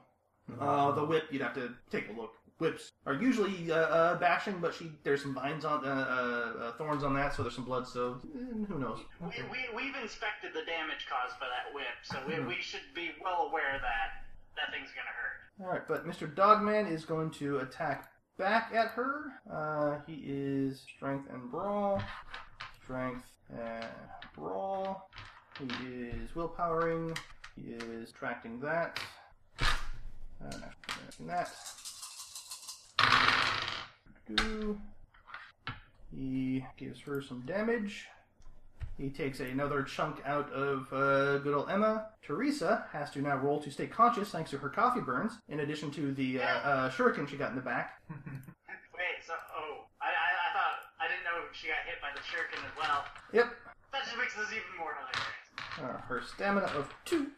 Uh, the whip you'd have to take a look. Whips are usually uh, uh, bashing, but she there's some vines on uh, uh, uh, thorns on that, so there's some blood. So eh, who knows?
We, we, we've inspected the damage caused by that whip, so we, we should be well aware that that thing's gonna hurt.
All right, but Mr. Dogman is going to attack back at her. Uh, he is strength and brawl, strength and brawl. He is willpowering. He is attracting that. Uh, attracting that. Do. He gives her some damage. He takes another chunk out of uh, good old Emma. Teresa has to now roll to stay conscious thanks to her coffee burns, in addition to the uh, uh, shuriken she got in the back.
Wait, so oh, I, I, I thought I didn't know she got hit by the shuriken as well.
Yep.
That just makes this even more hilarious.
Uh, her stamina of two.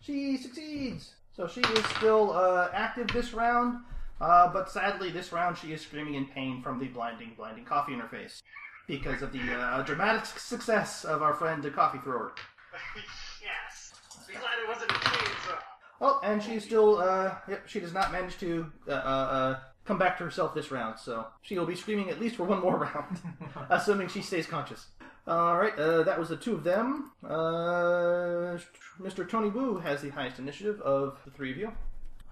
She succeeds! So she is still uh, active this round, uh, but sadly, this round she is screaming in pain from the blinding, blinding coffee in her face because of the uh, dramatic success of our friend the coffee thrower.
yes. Be glad it wasn't a chainsaw. [laughs]
Oh, and she's still, uh, yep, she does not manage to uh, uh, uh, come back to herself this round, so she will be screaming at least for one more [laughs] round, assuming she stays conscious. Alright, uh, that was the two of them. Uh, Mr. Tony Wu has the highest initiative of the three of you.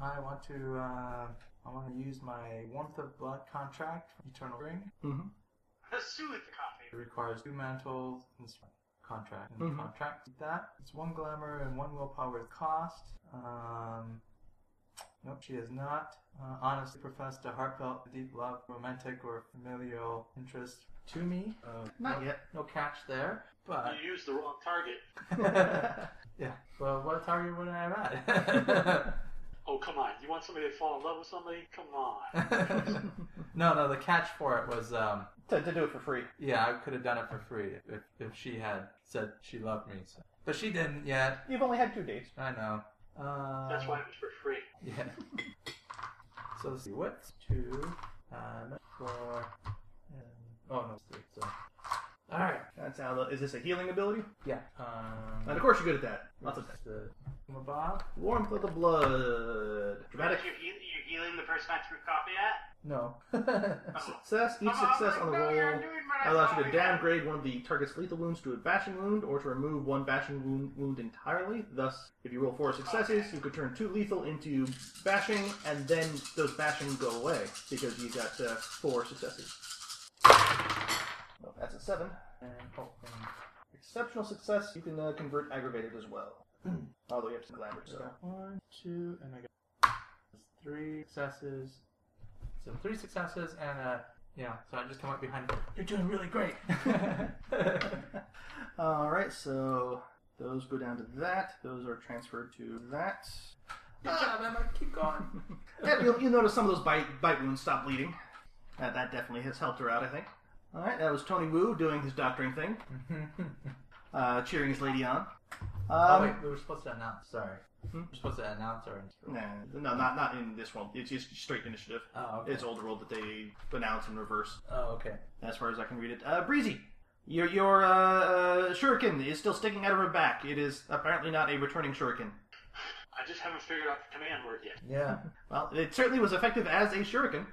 I want to uh, I want to use my warmth of blood contract, from Eternal Ring.
Mm-hmm.
A soothe copy.
It requires two mantles and s- contract. And
Mhm.
contract with that. It's one glamour and one willpower cost. Um, nope, she is not. Uh, honestly professed a heartfelt, deep love, romantic, or familial interest to me. Uh,
Not
no,
yet.
no catch there, but [laughs]
You used the wrong target.
yeah. Well, what target would I have
Oh, come on. You want somebody to fall in love with somebody? Come on.
had? [laughs] no, no. The catch for it was, um,
[laughs] to, to do it for free.
yeah, I could have done it for free if, if she had said she loved me. So. But she didn't yet.
You've only had two dates.
I know. Uh,
That's why it was for free.
Yeah. [laughs] so let's see. What's two? Um, four. And, oh no, it's three. So. All right.
That's how. The, is this a healing ability?
Yeah.
And
Um,
of course, you're good at that. Lots of that.
what's the Bob?
Warmth of the blood. Dramatic
You're, heal- you're healing the person I threw coffee at?
No. [laughs]
success. Each
Oh,
success on the roll allows you to downgrade one of the target's lethal wounds to a bashing wound, or to remove one bashing wound, wound entirely. Thus, if you roll four successes, you could turn two lethal into bashing, and then those bashing go away because you got uh, four successes. Well, that's a seven.
and, oh, and
Exceptional success. You can uh, convert aggravated as well. [clears throat] Although you have to glamour,
I
so
got one, two, and I got three successes. So three successes and a yeah. So I just come up behind. You're doing really [laughs] great.
All right, so those go down to that. Those are transferred to that.
Good job, Emma. Keep going. [laughs]
And you'll, you'll notice some of those bite, bite wounds stop bleeding. Uh, that definitely has helped her out, I think. All right, that was Tony Wu doing his doctoring thing, uh, cheering his lady on. Um,
oh wait, we were supposed to announce. Sorry,
Hmm?
we're supposed to announce our.
No, no, not not in this one. It's just straight initiative.
Oh, okay.
It's old rule that they announce in reverse,
Oh, okay.
as far as I can read it. Uh, Breezy, your your uh, uh, shuriken is still sticking out of her back. It is apparently not a returning shuriken.
I just haven't figured out the command word yet.
Yeah. [laughs]
Well, it certainly was effective as a shuriken.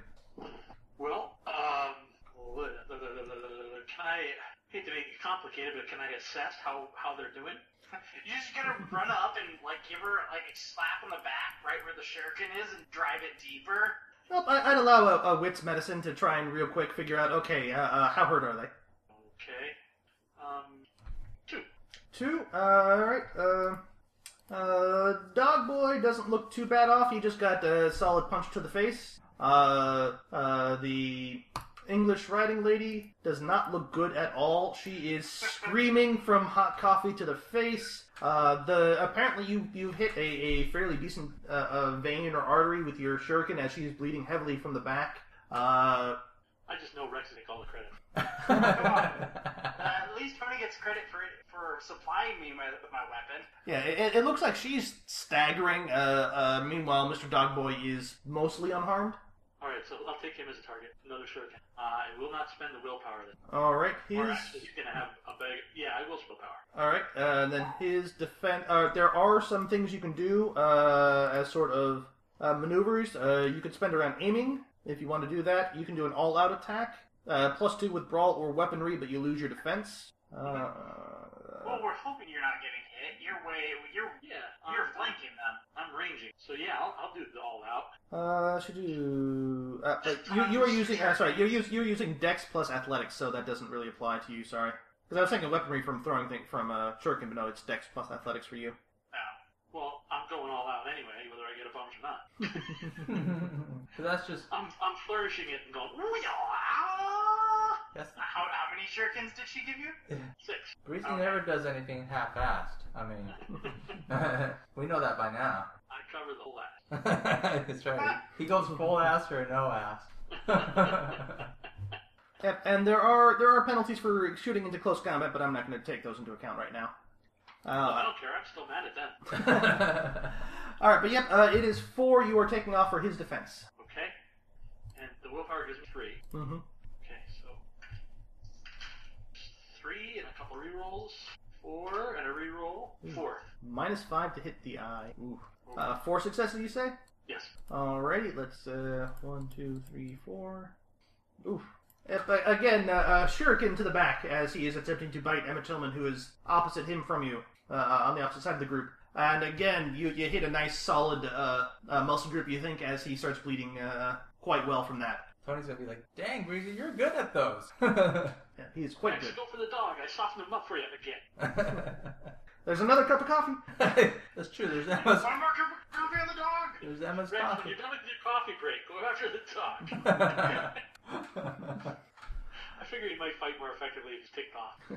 Well, um, can I hate to make it complicated, but can I assess how how they're doing?
[laughs] You're just gonna run up and like give her like a slap on the back right where the shuriken is and drive it deeper.
Well, I, I'd allow a, a wits medicine to try and real quick figure out. Okay, uh, uh, how hurt are they?
Okay. Um, two.
Two. Uh, all right. Uh, uh, dog boy doesn't look too bad off. He just got a solid punch to the face. Uh, uh, the English riding lady does not look good at all. She is screaming from hot coffee to the face. Uh, the apparently you you hit a, a fairly decent uh, uh, vein or artery with your shuriken as she is bleeding heavily from the back. Uh,
I just know Rex take all the credit.
Uh, at least Tony gets credit for it, for supplying me my my weapon.
Yeah, it, it looks like she's staggering. Uh, uh, meanwhile, Mr. Dogboy is mostly unharmed.
All right, so I'll take him as a target. Another shuriken. Uh, I will not spend the willpower. Then.
All right, his
Or actually, he's gonna have a big. Yeah, I will spend power.
all right, uh, and then his defense. Uh, there are some things you can do uh, as sort of uh, maneuvers. Uh, you could spend around aiming if you want to do that. You can do an all-out attack, uh, plus two with brawl or weaponry, but you lose your defense. Uh,
Well, we're hoping you're not getting hit. You're way you're
Yeah,
you're
I'm,
flanking them.
I'm ranging. So yeah, I'll, I'll do the all out.
uh, should you? Uh, but you, you are using. Uh, sorry, you're, use, you're using Dex plus Athletics, so that doesn't really apply to you. Sorry, because I was thinking weaponry from throwing thing from uh, Shuriken, but no, it's Dex plus Athletics for you.
Well, I'm going all out anyway, whether I get a bonus or not.
so that's just
I'm I'm flourishing it and going. "Ooh, yeah."
that's
How, how many shurikens did she give you?
Six.
Breezy
Okay.
never does anything half-assed. I mean, [laughs] we know that by now.
I cover the whole ass.
[laughs] that's right. He goes
[laughs]
full ass or no ass.
And, and there are there are penalties for shooting into close combat, but I'm not going to take those into account right now.
I
Uh,
don't care. I'm still mad at them.
all right, but yep, uh, it is four. You are taking off for his defense.
Okay. And the willpower gives me three.
Mm-hmm.
Okay, so three and a couple rerolls, four and a reroll,
Hmm.
four.
Minus five to hit the eye. Ooh. Uh, four successes, you say?
Yes.
Alrighty, let's uh, one, two, three, four. Oof. If, uh, again, uh, uh, Shuriken to the back as he is attempting to bite Emma Tillman, who is opposite him from you, uh, uh, on the opposite side of the group. And again, you, you hit a nice solid uh, uh, muscle group, you think, as he starts bleeding uh, quite well from that.
Tony's gonna be like, "Dang, Breezy, you're good at those." [laughs]
Yeah, he is quite
Actually,
good.
go for the dog. I softened him up for you
[laughs]
again.
There's another cup of coffee.
That's true. There's
[laughs]
Emma's.
One more cup of coffee on the dog.
There's Emma's
Rex, when
coffee.
you're done with your coffee break, go after the dog. [laughs] I figure he might fight more effectively if he's ticked off. [laughs]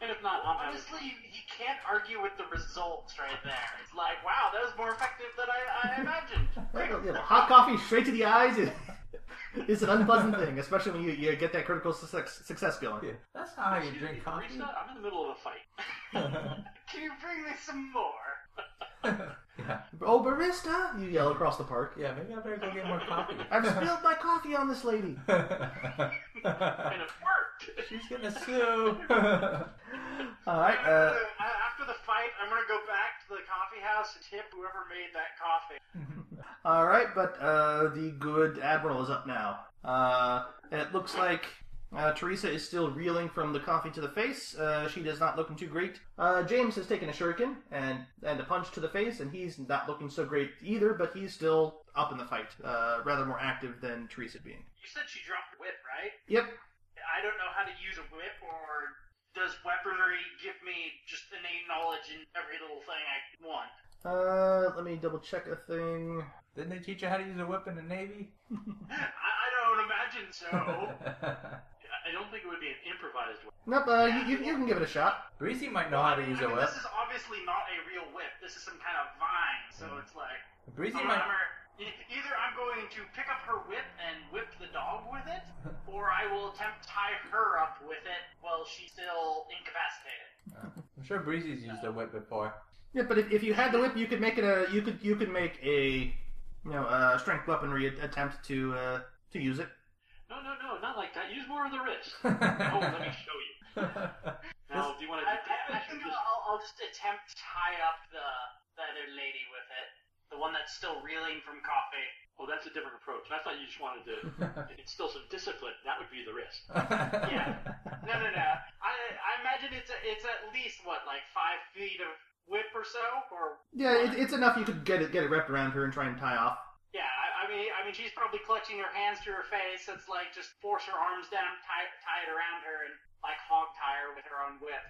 and if not, I'm having-
Honestly, you, you can't argue with the results right there. It's like, wow, that was more effective than I, I imagined.
[laughs]
Yeah, hot coffee straight to the eyes is, [laughs] is an unpleasant thing, especially when you, you get that critical success, success going.
[laughs] Yeah, That's how you
Excuse
drink
me,
coffee.
barista, I'm in the middle of
[laughs]
a fight.
[laughs] Can you bring me some more?
yeah.
Oh, barista! You yell across the park.
yeah, maybe I better go get more coffee.
I've spilled my coffee on this lady.
[laughs] and it worked.
[laughs] She's gonna sue.
[laughs] All right.
I'm
Uh,
gonna- a- after the fight, I'm gonna go back to the coffee house and tip whoever made that coffee.
All right, but uh, the good admiral is up now. Uh, and it looks like uh, Teresa is still reeling from the coffee to the face. Uh, she does not looking too great. Uh, James has taken a shuriken and and a punch to the face, and he's not looking so great either. But he's still up in the fight, uh, rather more active than Teresa being.
You said she dropped a whip, right?
Yep.
I don't know how to use a whip, or does weaponry give me just innate knowledge in every little thing I want?
Uh, let me double check a thing.
[laughs] Didn't they teach you how to use a whip in the Navy?
I, I don't imagine
[laughs]
so.
I don't think it would be an improvised one.
Nope. Uh, you, you, you can give it a shot.
Breezy might know how to use
I
a
mean,
[laughs]
whip.
This is obviously not a real whip. This is some kind of vine, so it's like
Breezy
I'm,
might.
I'm- e- either I'm going to pick up her whip and whip the dog with it, or I will attempt to tie her up with it while she's still incapacitated.
I'm sure Breezy's used a whip before.
Yeah, but if, if you had the whip, you could make it a you could you could make a you know uh, strength weaponry a- attempt to uh, to use it.
No, no, no, not like that. Use more of the wrist. oh, let me
[laughs]
yeah,
show you. Now, do you want to
I, I,
do
I
damage
think
or just...
I'll, I'll just attempt to tie up the, the other lady with it, the one that's still reeling from coffee.
Oh, that's a different approach. I thought you just wanted to instill some discipline. That would be the wrist.
No, no, no. I, I imagine it's a, it's at least what like five feet of whip or so, or
Yeah, it, it's enough. You could get it get it wrapped around her and try and tie [laughs] off.
Yeah, I, I mean, I mean, she's probably clutching her hands to her face. It's like just force her arms down, tie, tie it around her, and like hog tie her with her own whip.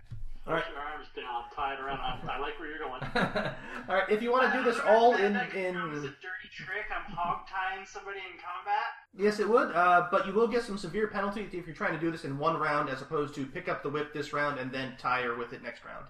All right.
Put your arms down, tie it around. I, I like where you're going.
All right, if you want to do this all in
That- that counts as
in
a dirty trick. I'm hog tying somebody in combat.
yes, it would. Uh, but you will get some severe penalties if you're trying to do this in one round, as opposed to pick up the whip this round and then tie her with it next round.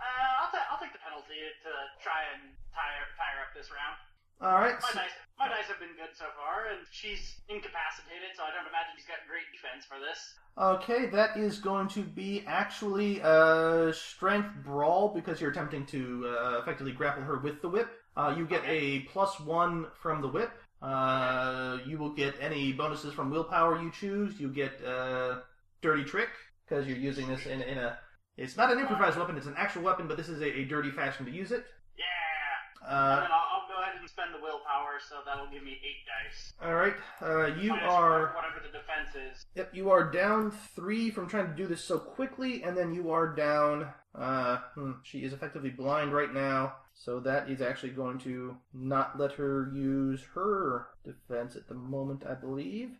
Uh, I'll, ta- I'll take the penalty to try and tie her, tie her up this round.
All right.
My
so-
dice, my dice have been good so far, and she's incapacitated, so I don't imagine she's got great defense for this.
Okay, that is going to be actually a strength brawl because you're attempting to uh, effectively grapple her with the whip. Uh, you get a plus one from the whip. Uh, you will get any bonuses from willpower you choose. You get uh, dirty trick because you're using this in, in a. It's not an improvised weapon; it's an actual weapon, but this is a, a dirty fashion to use it.
Yeah, and
Uh,
then I'll, I'll go ahead and spend the willpower, so that'll give me eight dice.
all right, uh, you
Minus
are.
whatever the defense is.
Yep, you are down three from trying to do this so quickly, and then you are down. Uh, hmm, she is effectively blind right now, so that is actually going to not let her use her defense at the moment, I believe.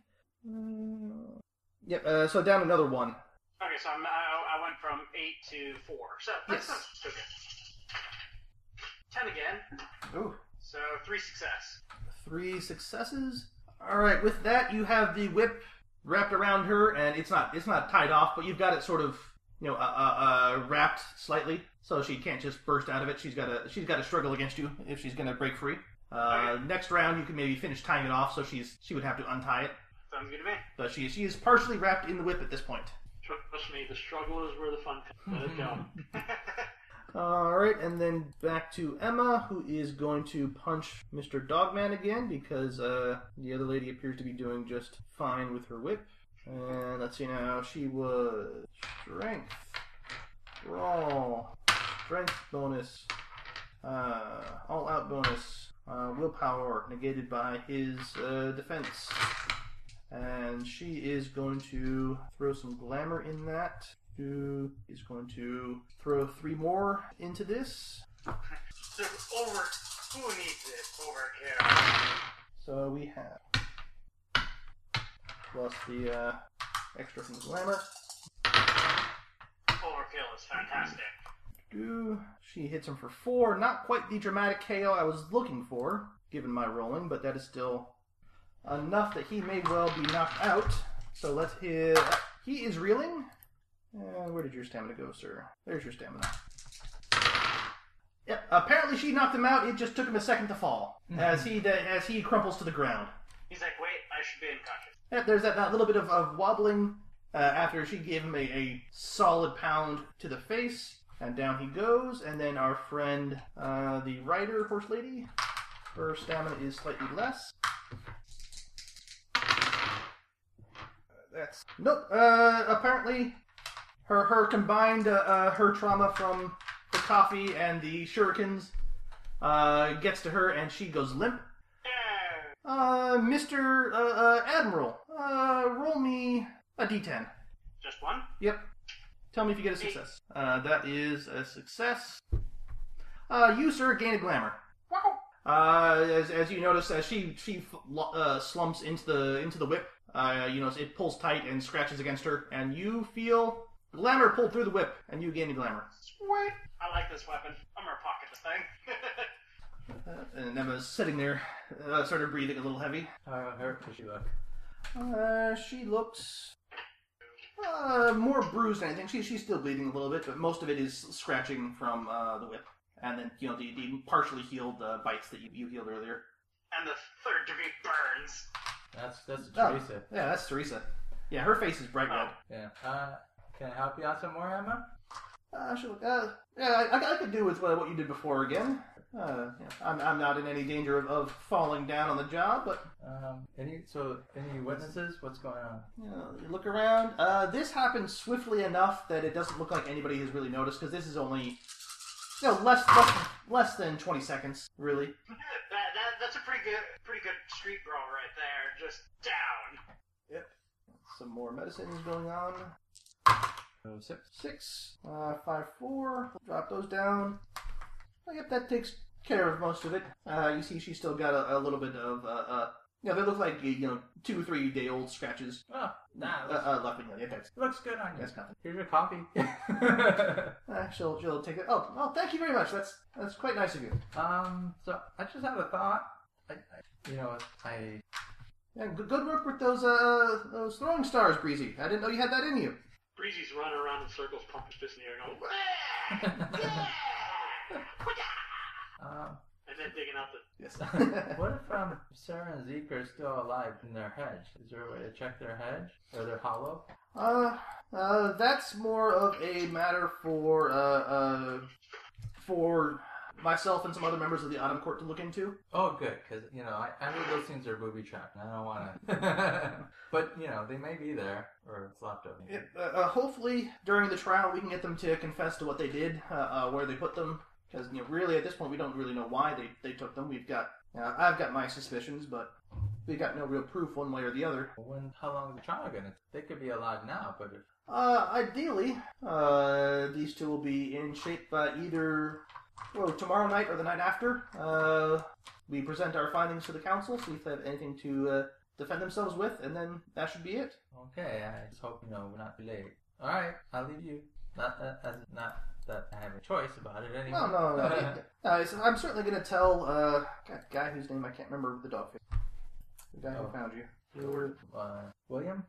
Uh, yep, uh, so down another one.
Okay, so I'm, I, I went from eight to four. So [laughs] that's
Yes.
not so good. Ten again.
Ooh.
So three success.
Three successes. All right, with that, you have the whip wrapped around her, and it's not it's not tied off, but you've got it sort of you know uh, uh, uh, wrapped slightly, so she can't just burst out of it. She's got to she's got to struggle against you if she's going to break free. Uh, Next round, you can maybe finish tying it off, so she's she would have to untie it,
Sounds good to me.
but she she is partially wrapped in the whip at this point.
Trust me, the struggle is where the fun comes. Let it
[laughs]
go.
All right, and then back to Emma, who is going to punch Mr. Dogman again because uh, the other lady appears to be doing just fine with her whip. And let's see now, she was strength, brawl, strength bonus, uh, all out bonus, uh, willpower negated by his uh, defense. And she is going to throw some glamour in that. Who is going to throw three more into this?
So over, who needs it? Overkill.
So we have plus the uh, extra from the glamour.
Overkill is fantastic.
Do she hits him for four? Not quite the dramatic KO I was looking for, given my rolling, but that is still enough that he may well be knocked out. So let's hit. He is reeling. Uh, where did your stamina go, sir? There's your stamina. Yep. Apparently she knocked him out. It just took him a second to fall as he as he crumples to the ground.
He's like, wait, I should be unconscious.
Yeah, there's that, that little bit of, of wobbling uh, after she gave him a, a solid pound to the face, and down he goes. And then our friend, uh, the rider horse lady, her stamina is slightly less. Uh, That's nope. Uh, apparently, her her combined uh, uh, her trauma from the coffee and the shurikens uh, gets to her, and she goes limp.
Yeah.
Uh, Mr. Uh, uh, Admiral, uh, roll me a d10.
Just one?
Yep. Tell me if you get a success. Uh, that is a success. Uh, you, sir, gain a glamour.
Wow.
Uh, as, as you notice, as she she f- lo- uh, slumps into the into the whip, uh, you know it pulls tight and scratches against her, and you feel glamour pulled through the whip, and you gain a glamour.
Sweet. I like this weapon. I'm gonna pocket this
[laughs]
thing.
Uh, and Emma's sitting there, uh, sort of breathing a little heavy.
How hurt does she look?
Uh, she looks uh, more bruised than anything. She, she's still bleeding a little bit, but most of it is scratching from uh, the whip. And then, you know, the, the partially healed uh, bites that you, you healed earlier.
and the third degree burns.
That's that's
Oh.
Teresa.
Yeah, that's Teresa. Yeah, her face is bright red.
Yeah. Uh, can I help you out some more, Emma?
Uh, she'll, uh, yeah, I, I, I could do with uh, what, what you did before again. Uh, yeah, I'm, I'm not in any danger of, of falling down on the job, but
Um, any so any witnesses? What's going on?
you, know, you look around. Uh, this happened swiftly enough that it doesn't look like anybody has really noticed because this is only, you know, less less, less than twenty seconds, really.
That, that that's a pretty good pretty good street brawl right there. Just down.
Some more medicines going on.
Oh, six.
Six, uh, five, four. Drop those down. Oh, yep, that takes care of most of it. Uh, you see, she's still got a, a little bit of, uh, uh, you know, they look like you know two, three day old scratches.
Oh, nah, it
uh,
looks,
uh, left and right. Yeah, that's
it looks good on you.
that's nothing.
Here's
[laughs]
your coffee. um,
Uh, she'll she'll take it. Oh, oh, thank you very much. That's that's quite nice of you.
Um, so I just have a thought. I, I, you know, I [laughs]
Yeah, good, good work with those uh those throwing stars, Breezy. I didn't know you had that in you.
Breezy's running around in circles, pumping his fist in the air, going, "Wah!"
[laughs]
[laughs]
um,
and then digging out the.
Yes.
[laughs] what if um, Sarah and Zeke are still alive in their hedge? Is there a way to check their hedge or their hollow?
[laughs] uh, uh, that's more of a matter for uh, uh for myself and some other members of the Autumn Court to look into.
Oh, good, because you know I, I know those things are booby trapped, and I don't want to. [laughs] but you know they may be there or it's left over.
It, uh, uh, hopefully, during the trial, we can get them to confess to what they did, uh, uh, where they put them. Because you know, really, at this point, we don't really know why they, they took them. We've got uh, I've got my suspicions, but we got no real proof one way or the other.
When how long is the trial gonna? They could be alive now, but if,
Uh, ideally, uh, these two will be in shape by either well, tomorrow night or the night after. Uh, we present our findings to the council, see if they have anything to uh, defend themselves with, and then that should be it.
okay, I just hope you know we're not too late. All right, I'll leave you. Not that as not that I have a choice about it anyway.
No, no, no. no it's- I'm certainly going to tell uh, God, guy whose name I can't remember with the dog face. The guy
Oh.
who found you.
[laughs] uh, William,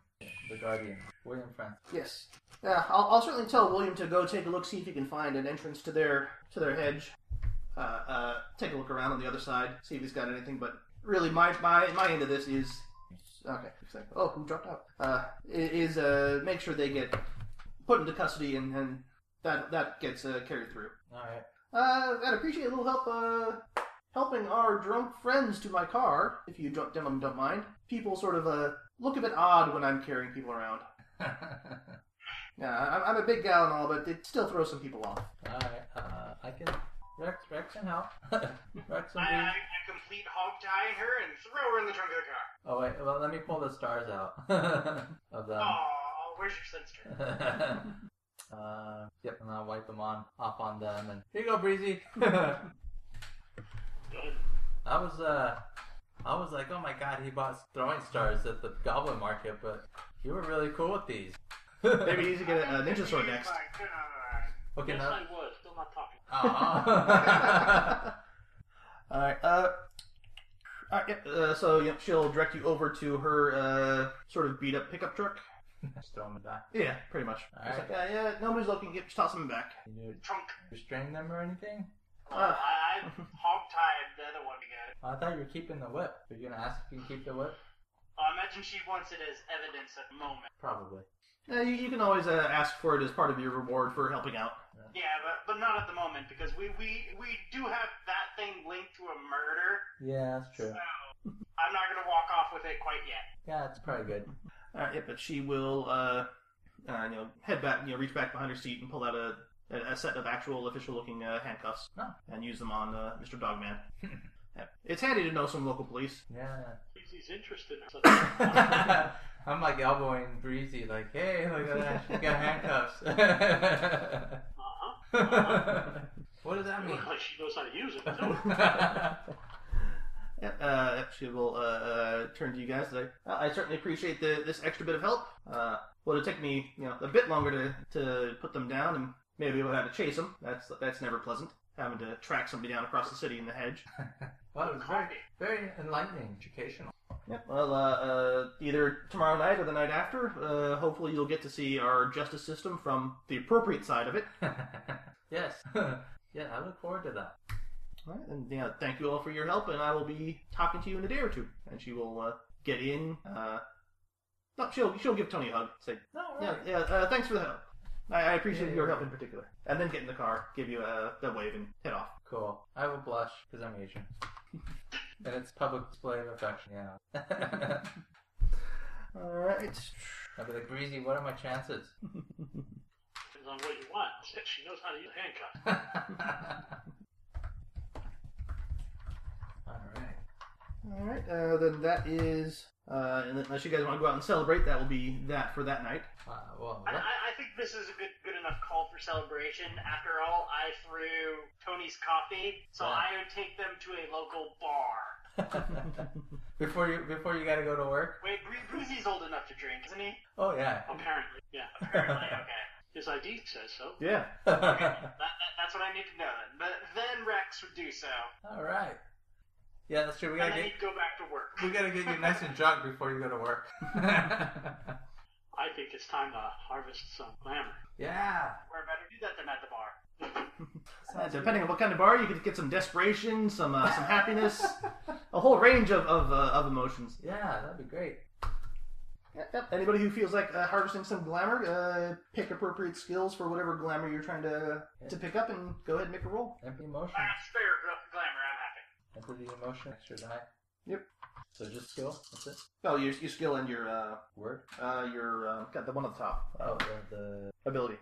the guardian, William Francis.
Yes. Yeah, I'll, I'll certainly tell William to go take a look, see if he can find an entrance to their to their hedge. Uh, uh, take a look around on the other side, see if he's got anything. But really, my my, my end of this is okay. it's like, Oh, who dropped out? Uh, i- is uh, make sure they get put into custody, and, and that that gets uh, carried through.
All [laughs] right,
Uh, I'd appreciate a little help uh, helping our drunk friends to my car, if you don't, gentlemen don't mind. People sort of uh, look a bit odd when I'm carrying people around.
all
Yeah, I- I'm a big gal and all, but it still throws some people off.
right. Uh, I can Rex, Rex can help. [laughs] Rex
I,
and
I, I complete hog tie her and throw her in the trunk of the car.
Oh wait, well let me pull the stars out [laughs] of them.
Oh, where's your sense turn?
um, [laughs] Uh, yep, and I'll wipe them on off on them. And here you go, Breezy. [laughs]
Good.
I was uh, I was like, oh my god, he bought throwing stars at the Goblin Market, but you were really cool with these.
Maybe he's gonna get a, a ninja sword next.
My God.
[laughs] Okay,
yes,
now. uh-huh.
I was. Still not talking.
Aw.
All right. Uh, all right yeah, uh, so yeah, she'll direct you over to her uh, sort of beat up pickup truck.
[laughs] Just throw them back.
Yeah, pretty much.
All
It's
right.
like, uh, yeah, yeah, nobody's looking. Just toss them back.
Can you
Trunk.
restrain them or anything?
Uh, I, I hog-tied the other one again.
I thought you were keeping the whip. Are you gonna ask if you can keep the whip?
I imagine she wants it as evidence at the moment.
Probably.
Yeah, you, you can always uh, ask for it as part of your reward for helping out.
Yeah, but but not at the moment because we we we do have that thing linked to a murder.
Yeah, that's true.
So I'm not gonna walk off with it quite yet.
Yeah, it's probably good.
All right, yeah, but she will, uh, uh, you know, head back, you know, reach back behind her seat and pull out a a, a set of actual official-looking uh, handcuffs
Oh.
and use them on uh, Mr. Dogman. [laughs] yeah. It's handy to know some local police.
He's interested. in
[laughs]
Yeah. [laughs] I'm like elbowing Breezy, like, hey, look at that. She got [laughs] handcuffs.
Uh-huh.
Uh-huh. [laughs] what does that
You
mean?
look like she knows how to use it. don't you?
yeah,
Yeah, uh, yeah, she will uh, uh, turn to you guys. Like, "Uh, I certainly appreciate the, this extra bit of help. Uh, well, it'll take me, you know, a bit longer to, to put them down, and maybe we'll have to chase them. That's that's never pleasant, having to track somebody down across the city in the hedge.
well, it was very, very enlightening, educational. [laughs]
Yep. Well, uh, uh, either tomorrow night or the night after, uh, hopefully you'll get to see our justice system from the appropriate side of it.
yes. [laughs] yeah, I look forward to that.
All right, and yeah, thank you all for your help, and I will be talking to you in a day or two. And she will uh, get in. Uh, no, she'll she'll give Tony a hug. Say,
No,
yeah, yeah, uh, thanks for the help. I, I appreciate your help in particular. And then get in the car, give you a, a wave, and head off.
Cool. I will blush because I'm [laughs] Asian. and it's public display of affection, yeah. [laughs]
All right.
I'll be like, Breezy, what are my chances? [laughs]
Depends on what you want. She knows how to use handcuffs.
All right.
All right. Uh, then that is. Uh, and unless you guys want to go out and celebrate, that will be that for that night.
Uh, well,
I,
that-
I, I think this is a good good enough call for celebration. After all, I threw Tony's coffee, so
Yeah.
I would take them to a local bar.
[laughs] before you before you gotta go to work.
Wait, Bree- Breezy's old enough to drink, isn't he?
Oh yeah.
Apparently, yeah. [laughs]
Apparently, okay.
His ID says so.
Yeah.
[laughs] All
That, that, that's what I need to know then. But then Rex would do so,
right. Yeah, that's true. We
and
gotta
then
get
he'd go back to work.
we gotta get you nice and drunk before you go to work. [laughs]
I think it's time to harvest some glamour.
yeah.
We're better do that than at the bar.
Uh, depending on what kind of bar, you could get some desperation, some uh, some [laughs] happiness, a whole range of of, uh, of emotions.
Yeah, that'd be great.
Yep. Anybody who feels like uh, harvesting some glamour, uh, pick appropriate skills for whatever glamour you're trying to to pick up, and go ahead and make a roll.
Empty emotion.
I got spare gl- glamour, I'm happy.
Empty the emotion. Extra die.
Yep.
So just skill. That's it.
Oh, your your skill and your uh,
Word.
uh, your uh, got the one at the top uh,
Oh, the, the
ability,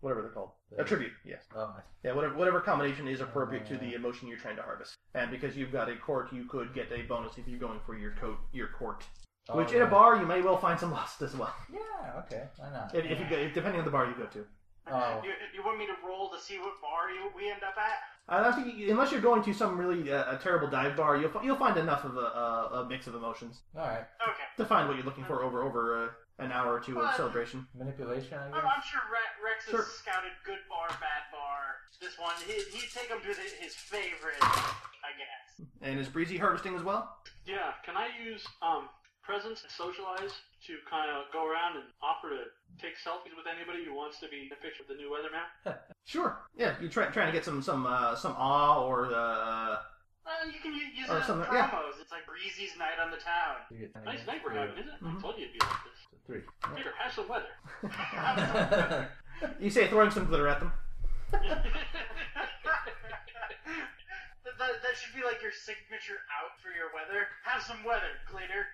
whatever they're called, attribute. Yes.
oh, I
Yeah. Whatever whatever combination is appropriate to
Uh.
the emotion you're trying to harvest. And because you've got a court, you could get a bonus if you're going for your coat your court.
Oh,
Which in
yeah.
a bar you may well find some [laughs] lust as well.
Yeah, okay. Why not?
If, if you go, depending on the bar you go to.
Oh.
You, you want me to roll to see what bar you, we end up at?
I don't think you, unless you're going to some really uh, a terrible dive bar, you'll fi- you'll find enough of a, a, a mix of emotions
Alright.
Okay.
to find what you're looking for over over uh, an hour or two of celebration.
Manipulation,
Oh,
I
I'm,
guess.
I'm sure Re- Rex
Sure.
has scouted good bar, bad bar. This one, he, he'd take him to the, his favorite, I guess.
And is Breezy harvesting as well?
Yeah, can I use um presence and socialize to kind of go around and offer to take selfies with anybody who wants to be in a picture with the new weatherman?
Sure. Yeah, you're try, trying to get some some uh, some awe or uh,
Well, you can u- use it
Or
as
something,
promos.
yeah.
It's like Breezy's night on the town.
You get-
Nice neighbor having, isn't it?
Mhm.
I told you it'd be like this.
Three.
[laughs] Here, have some weather.
you say throwing some glitter at them.
that, that, that should be like your signature out for your weather. Have some weather, glitter.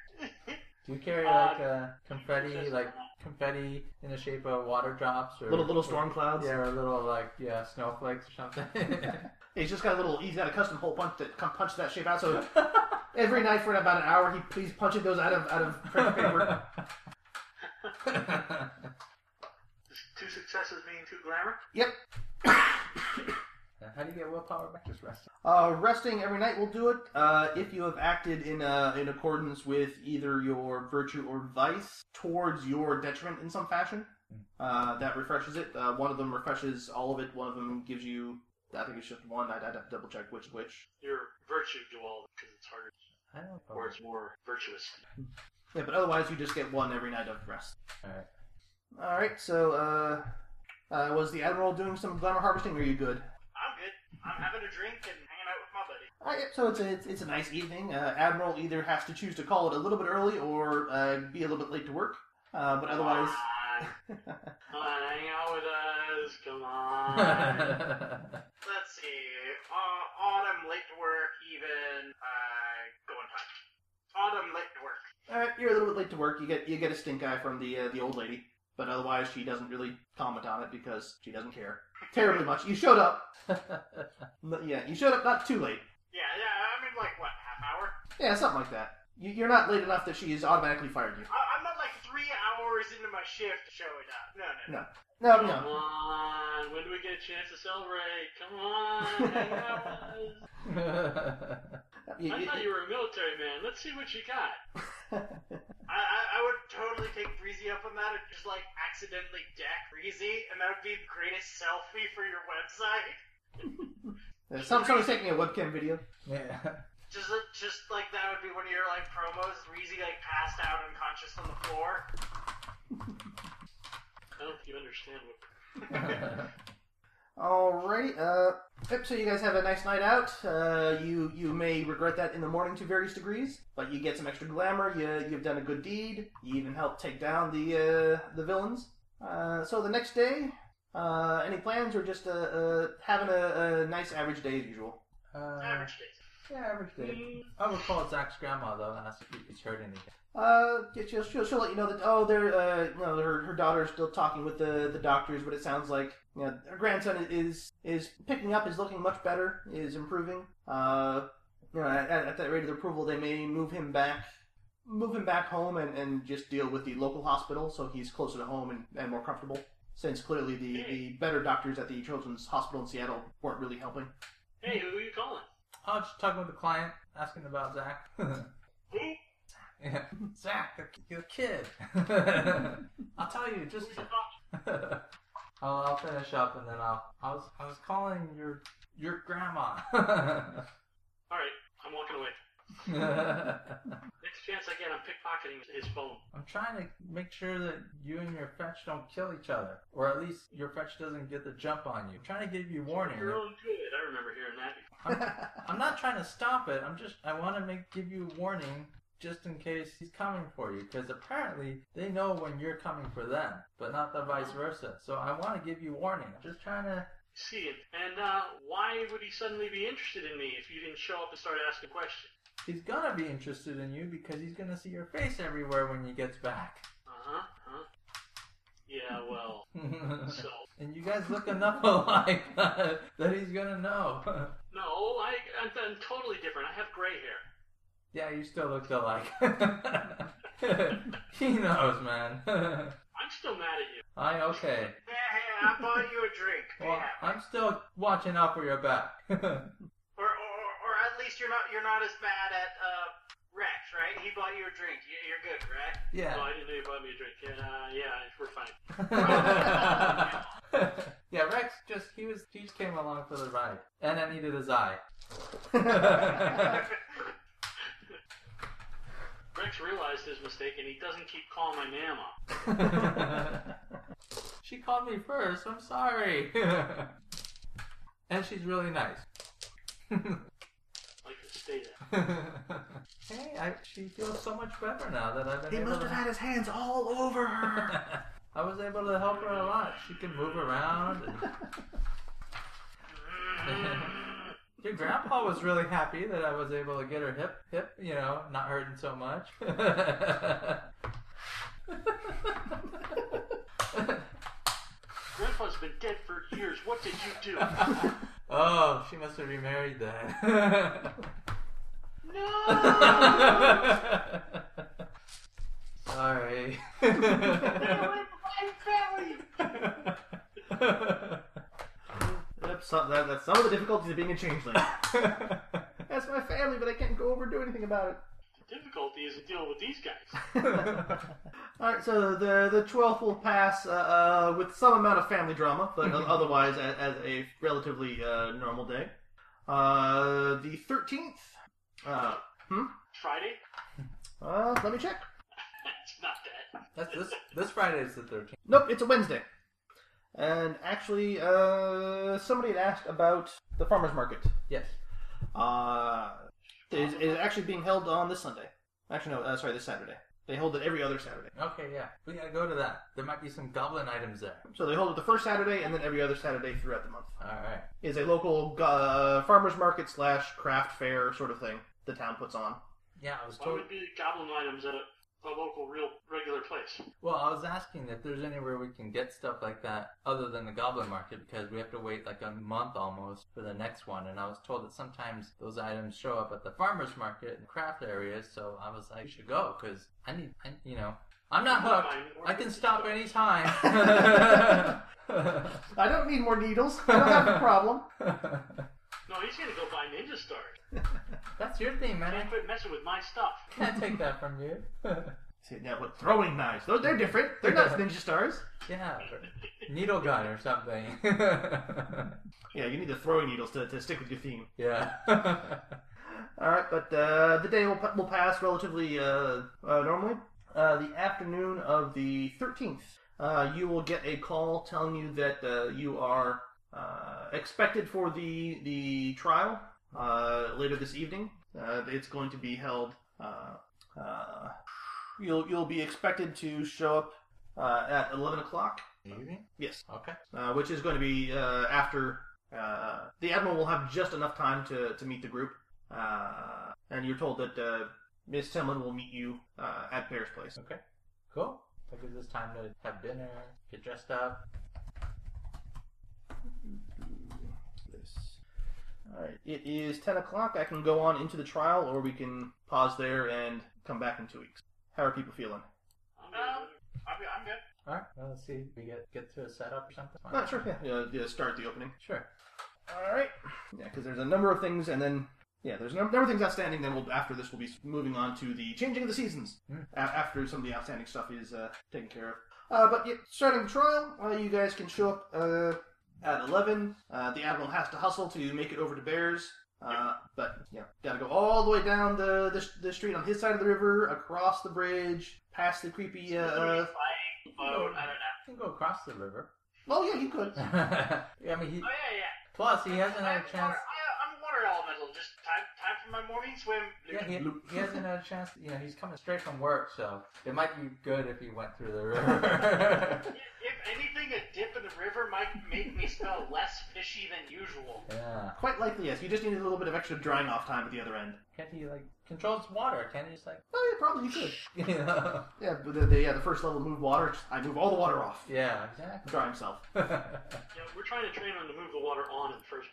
Do you carry
Uh,
like uh, confetti,
just-
like confetti in the shape of water drops or
Little little storm clouds.
Yeah, or little like yeah snowflakes or
[laughs]
something. [laughs]
He's just got a little. He's got a custom hole punch that come punch that shape out. So every night for about an hour, he he's punching those out
[laughs]
of out of print paper.
Two successes.
successes mean two glamour?
Now, How do you get willpower back? Just resting.
Uh, resting every night will do it. Uh, if you have acted in uh, in accordance with either your virtue or vice towards your detriment in some fashion, uh, that refreshes it. Uh, one of them refreshes all of it. One of them gives you. I think it's just one. I'd, I'd have to double check which is which.
Your virtue do all because it's harder
I don't know.
or it's more virtuous.
Yeah, but otherwise you just get one every night of rest.
[laughs]
Alright.
All right. So, uh, uh, was the admiral doing some glamour harvesting? Or are you good?
I'm good. I'm having a drink and hanging out with my buddy.
All right, Uh, so it's a, it's, it's a nice evening. Uh, Admiral either has to choose to call it a little bit early or uh, be a little bit late to work. Uh, but otherwise, [laughs]
Come on, hang out with us. Come on.
[laughs]
Let's see. Uh, autumn late to work, even uh, going hot. Autumn late to work.
uh, you're a little bit late to work. You get you get a stink eye from the uh, the old lady, but otherwise she doesn't really comment on it because she doesn't care terribly much. You showed up, N- yeah, you showed up not too late,
Yeah, yeah. I mean, like what, half hour?
yeah, something like that. You, you're not late enough that she has automatically fired you.
I, I'm not like three hours into my shift showing up. No, no, no.
No,
Come
no,
on. Uh, When do we get a chance to celebrate? Come on. Hang out with us.
You-
I
you-
thought you were a military man. Let's see what you got.
I, I, I would totally take Breezy up on that and just like accidentally deck Breezy, and that would be the greatest selfie for your website.
uh, some, someone's taking a webcam video.
[laughs] yeah. [laughs]
Just, just like that would be one of your like promos. Breezy like passed out unconscious on the floor.
I don't think you understand what. [laughs]
Alrighty, uh, yep, so you guys have a nice night out. Uh, you you may regret that in the morning to various degrees, but you get some extra glamour. You you've done a good deed. You even helped take down the uh, the villains. Uh, so the next day, uh, any plans or just uh, uh, having a, a nice average day as usual?
Uh,
Average days.
yeah, average day. I would call Zach's grandma though and ask if he's heard anything.
Uh, yeah, she'll, she'll, she'll let you know that oh, they're uh, you know, her her daughter's still talking with the the doctors, but it sounds like you know, her grandson is is picking up, is looking much better, is improving. Uh, you know, at, at that rate of approval, they may move him back, move him back home, and, and just deal with the local hospital, so he's closer to home and, and more comfortable. Since clearly the, the better doctors at the Children's Hospital in Seattle weren't really helping.
Hey, who are you calling?
I was just talking with the client, asking about Zach. [laughs]
Who?
yeah. [laughs] Zach, the, the kid. I'll tell you,
[laughs]
just.
Who's your boss?
I'll, I'll finish up and then I'll. I was I was calling your your grandma. [laughs]
All right, I'm walking away.
I'm
Next chance I get, I'm pickpocketing his phone.
trying to make sure that you and your fetch don't kill each other, or at least your fetch doesn't get the jump on you. I'm trying to give you warning.
You're all good. I remember hearing that. before.
I'm not trying to stop it. I'm just I want to make give you a warning just in case he's coming for you because apparently they know when you're coming for them, but not the vice versa. So I want to give you warning. I'm just trying to
See it. And uh, why would he suddenly be interested in me if you didn't show up and start asking questions?
He's gonna be interested in you because he's gonna see your face everywhere when he gets back.
Uh huh. Huh. Yeah.
[laughs]
Well.
and
so
you guys look enough [laughs] alike that, that he's gonna know. [laughs]
no, I I'm, I'm totally different. I have gray hair.
yeah, you still look alike. [laughs] he knows, man. [laughs]
I'm still mad at you.
I okay.
Yeah, hey, I bought you a drink. Be
Well,
happy.
I'm still watching out for your back. [laughs]
Or, or, or at least you're not you're not as bad at uh, Rex, right? He bought you a drink. You, you're good, right?
Oh,
yeah. [laughs]
I didn't know you bought me a drink. Yeah. Yeah. We're fine.
yeah, Rex just he was he just came along for the ride, and I needed his eye.
Rex realized his mistake and he doesn't keep calling my name up.
[laughs] she called me first. I'm sorry. [laughs] and she's really nice. [laughs]
Like to stay there.
hey, I, she feels so much better now that I've been
He
able
must have
to.
had his hands all over her.
I was able to help her a lot. She can move around. and- Your grandpa was really happy that I was able to get her hip, hip, you know, not hurting so much. [laughs]
Grandpa's been dead for years. What did you [laughs] do?
oh, she must have remarried then. [laughs]
No.
Sorry.
You're in my belly.
All [laughs]
Yep, so, that, [laughs] that's some of the difficulties of being a [laughs] changeling. That's my family, but I can't go over and do anything about
The difficulty is dealing with these guys.
it. All right, so the the twelfth will pass uh, uh, with some amount of family drama, but o- otherwise as, as a relatively uh, normal day. Uh, the thirteenth. Uh,
Friday?
uh, let me check.
it's not that.
That's this this Friday is the thirteenth.
Nope, it's a Wednesday. And actually, uh, somebody had asked about the farmers market.
Yes.
Uh, it is, it is actually being held on this Sunday. Actually, no, uh, sorry, this Saturday. They hold it every other Saturday.
Okay, yeah. We gotta go to that. There might be some goblin items there.
So they hold it the first Saturday and then every other Saturday throughout the month.
Alright.
It's a local uh, farmers market slash craft fair sort of thing the town puts on.
Yeah, I was
Why
told
would be goblin items at a, a local, real, regular place?
Well, I was asking if there's anywhere we can get stuff like that other than the Goblin Market because we have to wait like a month almost for the next one. And I was told that sometimes those items show up at the farmers market and craft areas. So I was like, we should go because I need, I, you know, I'm not hooked. I can stop any time.
[laughs]
I don't need more needles. I don't have a problem.
No, he's gonna go buy Ninja Stars.
[laughs] That's your thing, man.
Can't
I
quit messing with my stuff.
can't take that from you.
[laughs]
[laughs]
See, now with throwing knives, those they're different. They're not ninja stars.
yeah, needle gun or something. [laughs]
Yeah, you need the throwing needles to, to stick with your theme.
yeah. [laughs]
All right, but uh, the day will, pa- will pass relatively uh, uh, normally. Uh, the afternoon of the 13th, uh, you will get a call telling you that uh, you are uh, expected for the the trial uh, later this evening. Uh, it's going to be held. Uh, uh, you'll you'll be expected to show up uh, at 11 o'clock.
Evening?
Yes
Okay.
uh, which is going to be uh, after uh, the admiral will have just enough time to, to meet the group. Uh, and you're told that uh, Miss Timlin will meet you uh, at Bear's place.
Okay, cool. That gives us time to have dinner, get dressed up.
All right, it is ten o'clock. I can go on into the trial, or we can pause there and come back in two weeks. How are people feeling?
I'm
Um,
gonna-
I'm, I'm good.
All right, well, let's see if we get get to a setup or something.
Not Uh, sure. Yeah, yeah, yeah, start the opening.
Sure.
All right. Yeah, because there's a number of things, and then yeah, there's a number of things outstanding. Then we'll after this we'll be moving on to the changing of the seasons
Hmm.
a- after some of the outstanding stuff is uh, taken care of. Uh, but yeah, starting the trial, uh, you guys can show up uh, at eleven. Uh, the admiral has to hustle to make it over to Bears. Uh, but yeah, gotta go all the way down the, the the street on his side of the river, across the bridge, past the creepy. Uh, uh,
flying boat. I don't know.
You can go across the river. [laughs]
oh yeah, you could.
I mean, he,
Oh yeah, yeah.
plus he hasn't had a chance.
Water, I, I'm a water elemental. Just time, time for my morning swim.
Yeah, he, he hasn't had a chance. You know, he's coming straight from work, so it might be good if he went through the river. [laughs]
If anything, a dip in the river might make me [laughs] smell less fishy than usual.
yeah.
Quite likely, yes. You just needed a little bit of extra drying off time at the other end.
Can't he like controls water? Can't he just like? [laughs]
Oh yeah, probably you could.
You know?
Yeah, but the, the, yeah, the first level move water. just- I move all the water off.
Yeah.
Dry himself.
Exactly.
Yeah, we're trying to train him to move the water on at first.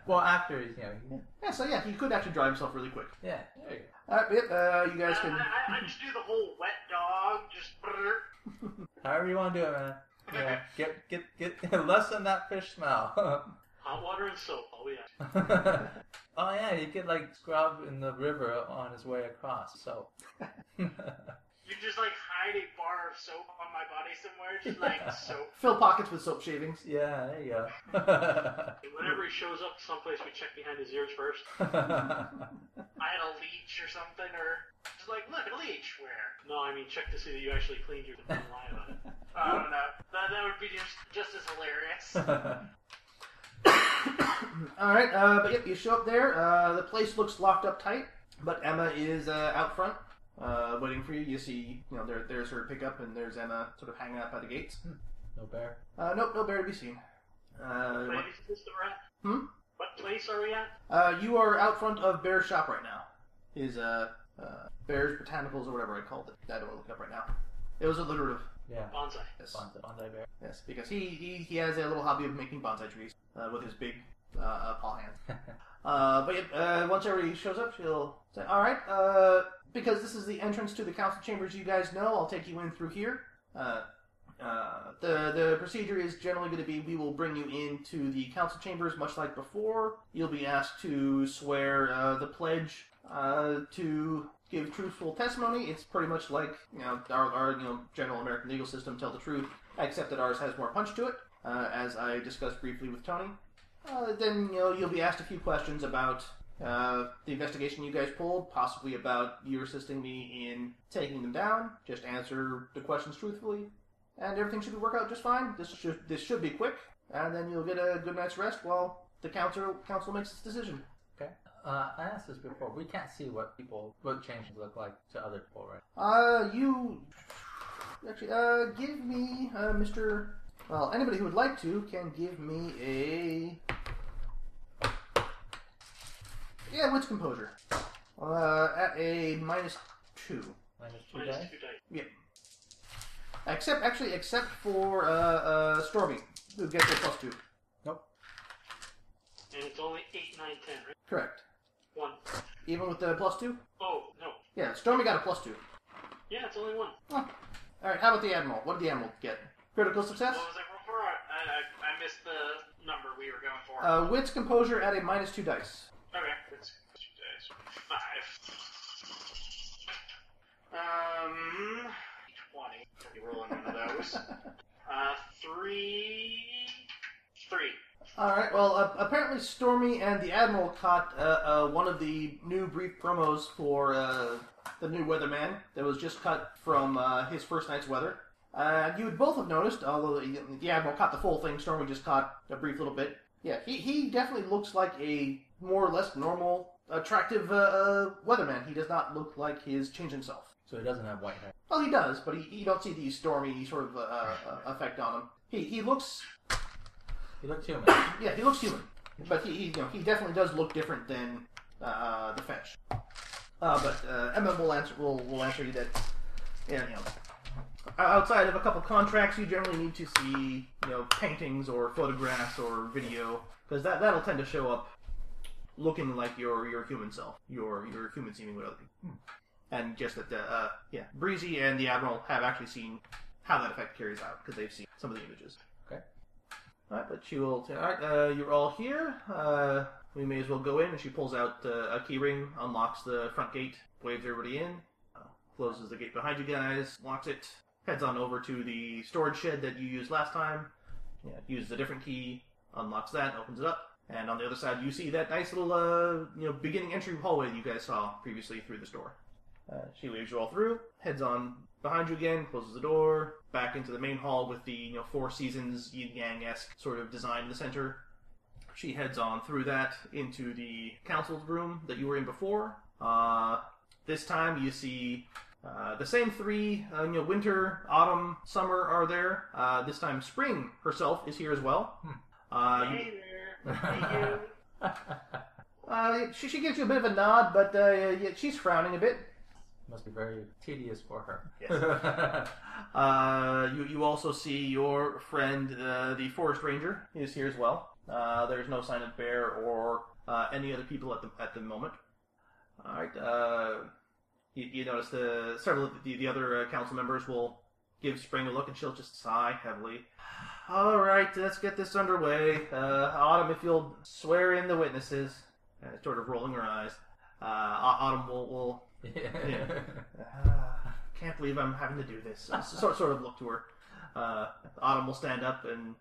[laughs] well, after he's you know, he-
Yeah, so yeah, he could actually dry himself really quick.
yeah. There you go.
All right, yep, uh, you
I,
guys can.
I, I just do the whole wet dog. Just brrr.
However you want to do it, man. Yeah, get get get [laughs] lessen that fish smell. [laughs]
hot water and soap. Oh yeah.
oh yeah, he could like scrub in the river on his way across. So [laughs]
You just like hide a bar of soap on my body somewhere. Just
[laughs]
like soap.
Fill pockets with soap shavings. [coughs]
yeah, there you go. [laughs]
Whenever he shows up someplace, we check behind his ears first. I had a leech or something, or just like, look, a leech. Where? No, I mean, check to see that you actually cleaned your fucking line on
[laughs]
it. I don't know. That, that would be just just as
[laughs]
hilarious.
All right, uh, but yep, you show up there. Uh, the place looks locked up tight, but Emma is uh, out front, uh, waiting for you. You see, you know, there, there's her pickup, and there's Emma sort of hanging out by the gates.
no bear.
Uh, nope, no bear to be seen. Uh,
Ladies, is this the rat?
Hmm?
What place are we at?
uh, you are out front of Bear's shop right now. His uh, uh, Bear's Botanicals or whatever I called it. I don't want to look it up right now. It was alliterative.
Yeah.
Bonsai.
Yes.
Bonsai, bonsai bear.
Yes, because he, he, he has a little hobby of making bonsai trees uh, with his big uh, uh, paw hands. uh, but yeah, uh, once everybody shows up, she'll say, "All right, uh, because this is the entrance to the council chambers. You guys know. I'll take you in through here." Uh, Uh, the the procedure is generally going to be: we will bring you into the council chambers, much like before. You'll be asked to swear uh, the pledge uh, to give truthful testimony. It's pretty much like you know our, our you know general American legal system: tell the truth, except that ours has more punch to it, uh, as I discussed briefly with Tony. Uh, then you know you'll be asked a few questions about uh, the investigation you guys pulled, possibly about you assisting me in taking them down. Just answer the questions truthfully, and everything should work out just fine. This should this should be quick, and then you'll get a good night's rest while the council council makes its decision.
Okay. Uh, I asked this before. We can't see what people, what changes look like to other people, right?
Uh, you actually uh give me uh Mr. Well, anybody who would like to can give me a yeah, wits composure. Uh, at a minus two.
Minus two
Minus
dice.
two dice.
Except actually, except for uh, uh Stormy, who gets a plus two.
And it's only 8, 9, 10, right?
Correct.
1.
Even with the plus two.
Oh, no.
Yeah, Stormy got a plus two.
Yeah, it's only 1. What
All right, how about the admiral? What did the admiral get? Critical success.
was I roll for? I, I, I missed the number we were going
Oh,
for.
Uh, wits composure at a minus two dice.
okay, that's two dice. 5. Um, 20. You rolling one of those. Uh, 3. 3.
All right. Well, uh, apparently Stormy and the Admiral caught uh, uh, one of the new brief promos for uh, the new Weatherman that was just cut from uh, his first night's weather. Uh, you would both have noticed, although the the Admiral caught the full thing, Stormy just caught a brief little bit. Yeah, he, he definitely looks like a more or less normal, attractive uh, uh, Weatherman. He does not look like his change himself.
So he doesn't have white hair.
Well, he does, but he, you don't see the stormy sort of uh, uh, effect on him. He, he looks
You look
[laughs]
human.
yeah, he looks human, but he, he you know he definitely does look different than uh, the fetch. Uh, but uh, Emma will answer will, will answer you that. Yeah, you know, o- outside of a couple contracts, you generally need to see you know paintings or photographs or video because that that'll tend to show up looking like your your human self, your your human seeming with other people. Hmm. And just that, the, uh, yeah, Breezy and the Admiral have actually seen how that effect carries out because they've seen some of the images. All right, but she will. All right, uh, you're all here. Uh, we may as well go in. And she pulls out uh, a key ring, unlocks the front gate, waves everybody in, uh, closes the gate behind you guys, locks it, heads on over to the storage shed that you used last time. Yeah, uses a different key, unlocks that, opens it up, and on the other side you see that nice little uh, you know beginning entry hallway that you guys saw previously through this door. Uh, she leaves you all through, heads on behind you again, closes the door, back into the main hall with the you know Four Seasons yin yang esque sort of design in the center. She heads on through that into the council room that you were in before. Uh, this time you see uh, the same three. Uh, you know, winter, autumn, summer are there. Uh, this time, spring herself is here as well. Uh, you-
Hey there. Hey, you.
uh, she, she gives you a bit of a nod, but uh, yeah, she's frowning a bit.
Must be very tedious for her. [laughs]
Uh, you, you also see your friend, uh, the forest ranger, is here as well. Uh, there's no sign of bear or uh, any other people at the at the moment. All right. Uh, you, you notice the several of the, the other uh, council members will give Spring a look, and she'll just sigh heavily. All right, let's get this underway. Uh, Autumn, if you'll swear in the witnesses, uh, sort of rolling her eyes. Uh, Au- Autumn will, will "Ah, [sighs] can't believe I'm having to do this. I sort, sort of look to her. Uh, Autumn will stand up and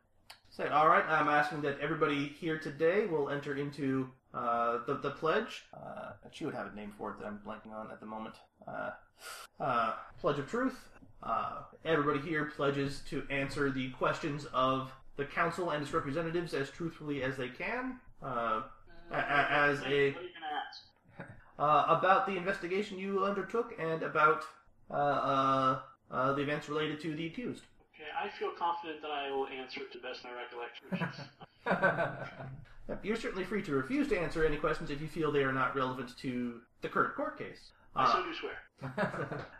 say, All right, I'm asking that everybody here today will enter into uh, the, the pledge. Uh, and she would have a name for it that I'm blanking on at the moment. Uh, uh, pledge of Truth. Uh, everybody here pledges to answer the questions of the council and its representatives as truthfully as they can. Uh, a- a- as a
What are you going to ask?
uh, about the investigation you undertook and about uh, uh, uh, the events related to the accused.
Okay, I feel confident that I will answer to the best of my recollection,
[laughs]
which is
Yep, You're certainly free to refuse to answer any questions if you feel they are not relevant to the current court case.
I
Uh,
so do swear.
all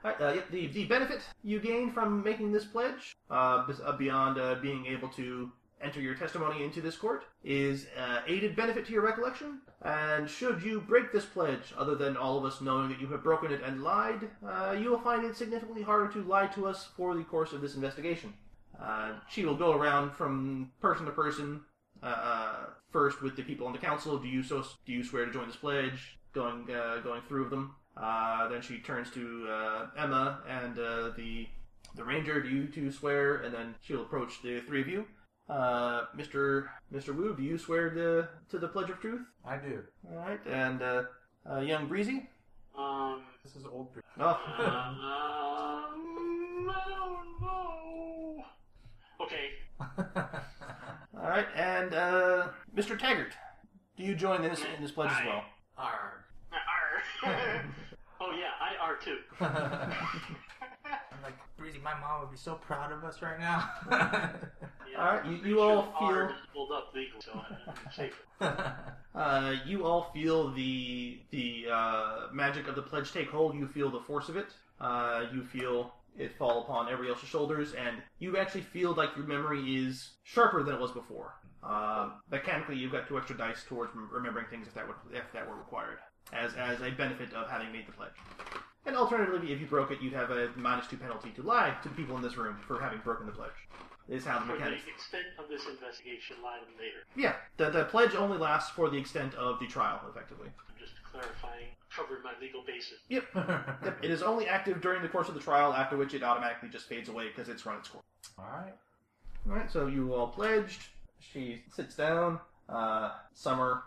right, uh, yep, the, the benefit you gain from making this pledge, uh, bes- uh, beyond uh, being able to enter your testimony into this court, is uh, aided benefit to your recollection. And should you break this pledge, other than all of us knowing that you have broken it and lied, uh, you will find it significantly harder to lie to us for the course of this investigation. Uh, she will go around from person to person. Uh, uh, first with the people on the council. Do you so? Do you swear to join this pledge? Going uh, going through them. Uh, then she turns to uh, Emma and uh, the the ranger. Do you two swear? And then she'll approach the three of you. Uh, Mr. Mr. Wu, do you swear to, to the pledge of truth?
[laughs] I do.
All right, and uh, uh, young Breezy. [laughs]
Um,
This is old.
Oh,
um, I don't know. Okay,
[laughs]
all right, and uh, Mr. Taggart, do you join in this in this pledge as well?
Arg.
R. [laughs] oh yeah, I R too.
[laughs] I'm like Breezy. My mom would be so proud of us right [laughs] now.
Yeah,
All right, you-
I'm
you
pretty
all
sure R
feel-
is pulled up legal, so I'm safe.
Uh, you all feel the the uh, magic of the pledge take hold. You feel the force of it. Uh, you feel it fall upon everybody else's shoulders, and you actually feel like your memory is sharper than it was before. Uh, mechanically, you've got two extra dice towards rem- remembering things if that would if that were required, as as a benefit of having made the pledge. And alternatively, if you broke it, you'd have a minus two penalty to lie to the people in this room for having broken the pledge. Is how the
For the
mechanics.
extent of this investigation, lie to me later.
Yeah, the, the pledge only lasts for the extent of the trial, effectively.
I'm just clarifying, covering my legal
[laughs]
bases.
Yep, it is only active during the course of the trial, after which it automatically just fades away because it's run its course.
All right. [laughs]
All right, so you all pledged. She sits down. Uh, Summer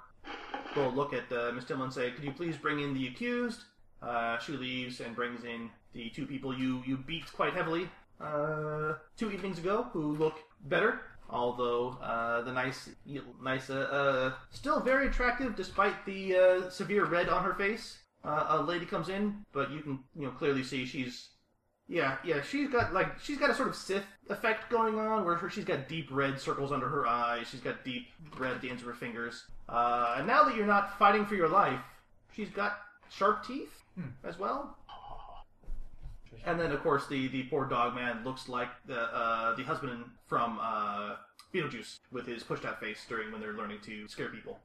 will look at uh, Miss Tillman and say, "Could you please bring in the accused?" Uh, she leaves and brings in the two people you you beat quite heavily uh, two evenings ago, who look better. Although uh, the nice, nice, uh, uh, still very attractive despite the uh, severe red on her face. Uh, a lady comes in, but you can you know clearly see she's yeah, yeah, she's got like she's got a sort of Sith effect going on, where her, she's got deep red circles under her eyes. She's got deep red at the ends of her fingers. Uh, and now that you're not fighting for your life, she's got sharp teeth as well. And then, of course, the, the poor dog man looks like the uh, the husband from uh, Beetlejuice with his pushed out face during when they're learning to scare people.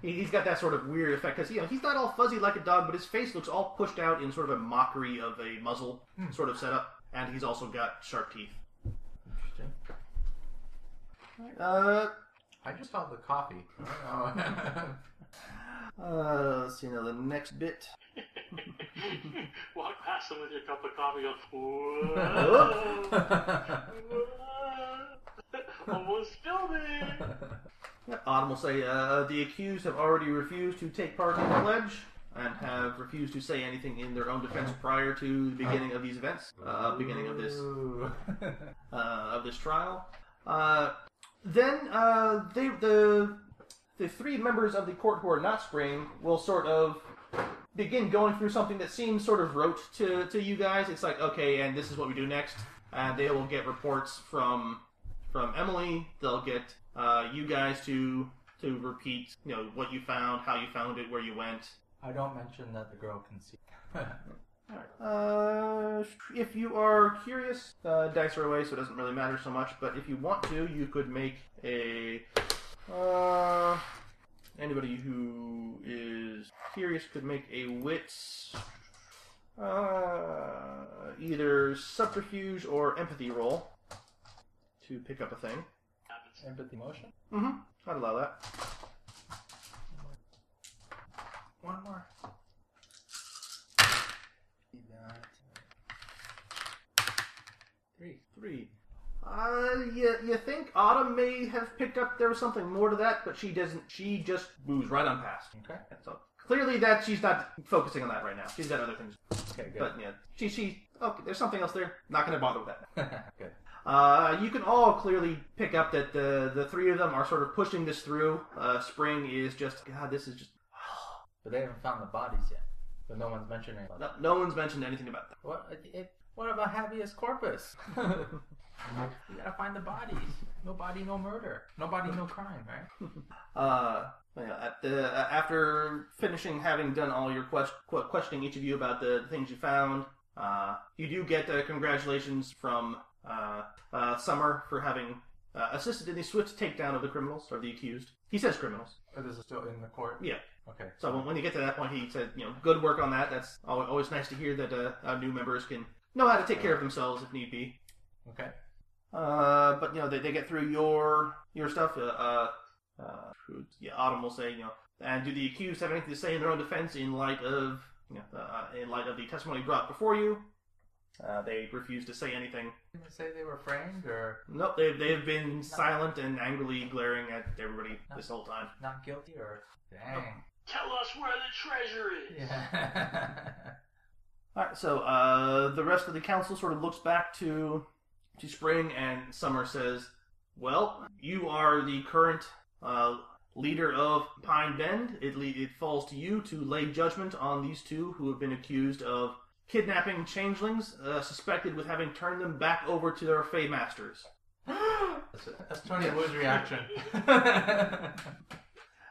He- He's got that sort of weird effect because you know he's not all fuzzy like a dog, but his face looks all pushed out in sort of a mockery of a muzzle sort of setup, and he's also got sharp teeth.
Interesting.
Uh,
I just saw the coffee.
uh, let's see now the next bit.
Walk past them with your cup of coffee, go,
Oh.
whoa,
[laughs]
[laughs]
whoa, [laughs] almost spilled it.
Yep. Autumn will say uh, the accused have already refused to take part in the pledge and have refused to say anything in their own defense prior to the beginning of these events, uh, beginning of this
Ooh. [laughs]
uh, of this trial. Uh, then uh, they, the the three members of the court who are not spring will sort of begin going through something that seems sort of rote to, to you guys. It's like okay, and this is what we do next. And they will get reports from from Emily. They'll get uh, you guys to to repeat you know what you found, how you found it, where you went,
I don't mention that the girl can see.
Uh, if you are curious, uh, dice are away, so it doesn't really matter so much. But if you want to, you could make a. Uh, anybody who is curious could make a wits. Uh, either subterfuge or empathy roll to pick up a thing.
Happens.
Empathy motion.
Mm-hmm. I'd allow that.
One more. Three.
Three. Uh, you, you think Autumn may have picked up there was something more to that, but she doesn't. She just moves right on past.
Okay.
So clearly, that she's not focusing on that right now. She's got other things.
Okay. Good.
But yeah, she she okay. There's something else there. Not going to bother with that.
[laughs] good.
Uh, you can all clearly pick up that the the three of them are sort of pushing this through. Uh, Spring is just God. This is just
But they haven't found the bodies yet. But no one's mentioning about
no, no one's mentioned anything about that.
What? It, what about habeas corpus? [laughs] we gotta find the bodies. No body, no murder. No body, no crime, right?
Uh, well, yeah, at the, uh, after finishing having done all your quest, qu- questioning each of you about the, things you found, uh, you do get uh, congratulations from uh, uh, Summer for having uh, assisted in the swift takedown of the criminals or the accused. He says criminals.
Oh, this is still in the court.
Yeah.
Okay.
So when, when you get to that point, he said, you know, good work on that. That's al- always nice to hear that uh, uh, new members can know how to take care of themselves if need be.
Okay.
Uh, but you know they, they get through your your stuff. Uh, uh, uh, yeah, Autumn will say you know, and do the accused have anything to say in their own defense in light of you know, uh, in light of the testimony brought before you? Uh, they refuse to say anything.
Didn't they say they were framed or
Nope, they they've been silent and angrily glaring at everybody this whole time.
not guilty or dang?
Tell us where the treasure is.
[laughs] Yeah.
All right, so uh, the rest of the council sort of looks back to to Spring, and Summer says, "Well, you are the current uh, leader of Pine Bend. It le- it falls to you to lay judgment on these two who have been accused of kidnapping changelings, uh, suspected with having turned them back over to their Fey masters."
that's, that's Tony Wood's reaction.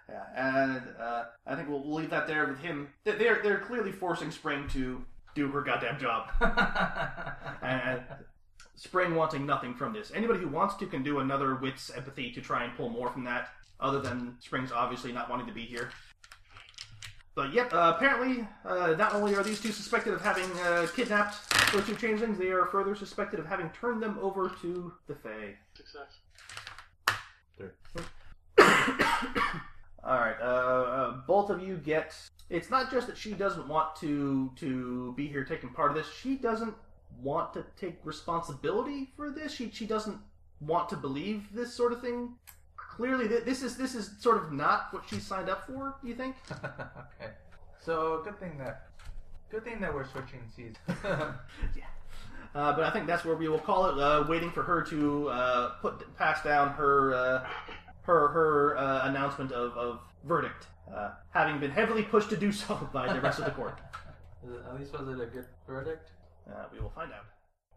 Yeah, and uh, I think we'll leave that there with him. They- They're they're clearly forcing Spring to do her goddamn job. and Spring wanting nothing from this. Anybody who wants to can do another wits empathy to try and pull more from that, other than Spring's obviously not wanting to be here. But yep, uh, apparently, uh, not only are these two suspected of having uh, kidnapped those two changelings, they are further suspected of having turned them over to the Fae.
Success.
All right, uh, uh, both of you get. It's not just that she doesn't want to to be here taking part of this. She doesn't want to take responsibility for this. She she doesn't want to believe this sort of thing. Clearly, th- this is this is sort of not what she signed up for. Do you think?
okay. So good thing that good thing that we're switching seasons. [laughs]
Uh, but I think that's where we will call it. Uh, waiting for her to uh, put pass down her uh, her her uh, announcement of, of verdict, uh, having been heavily pushed to do so [laughs] by the rest of the court.
Is it- At least was it a good verdict?
Uh, we will find out.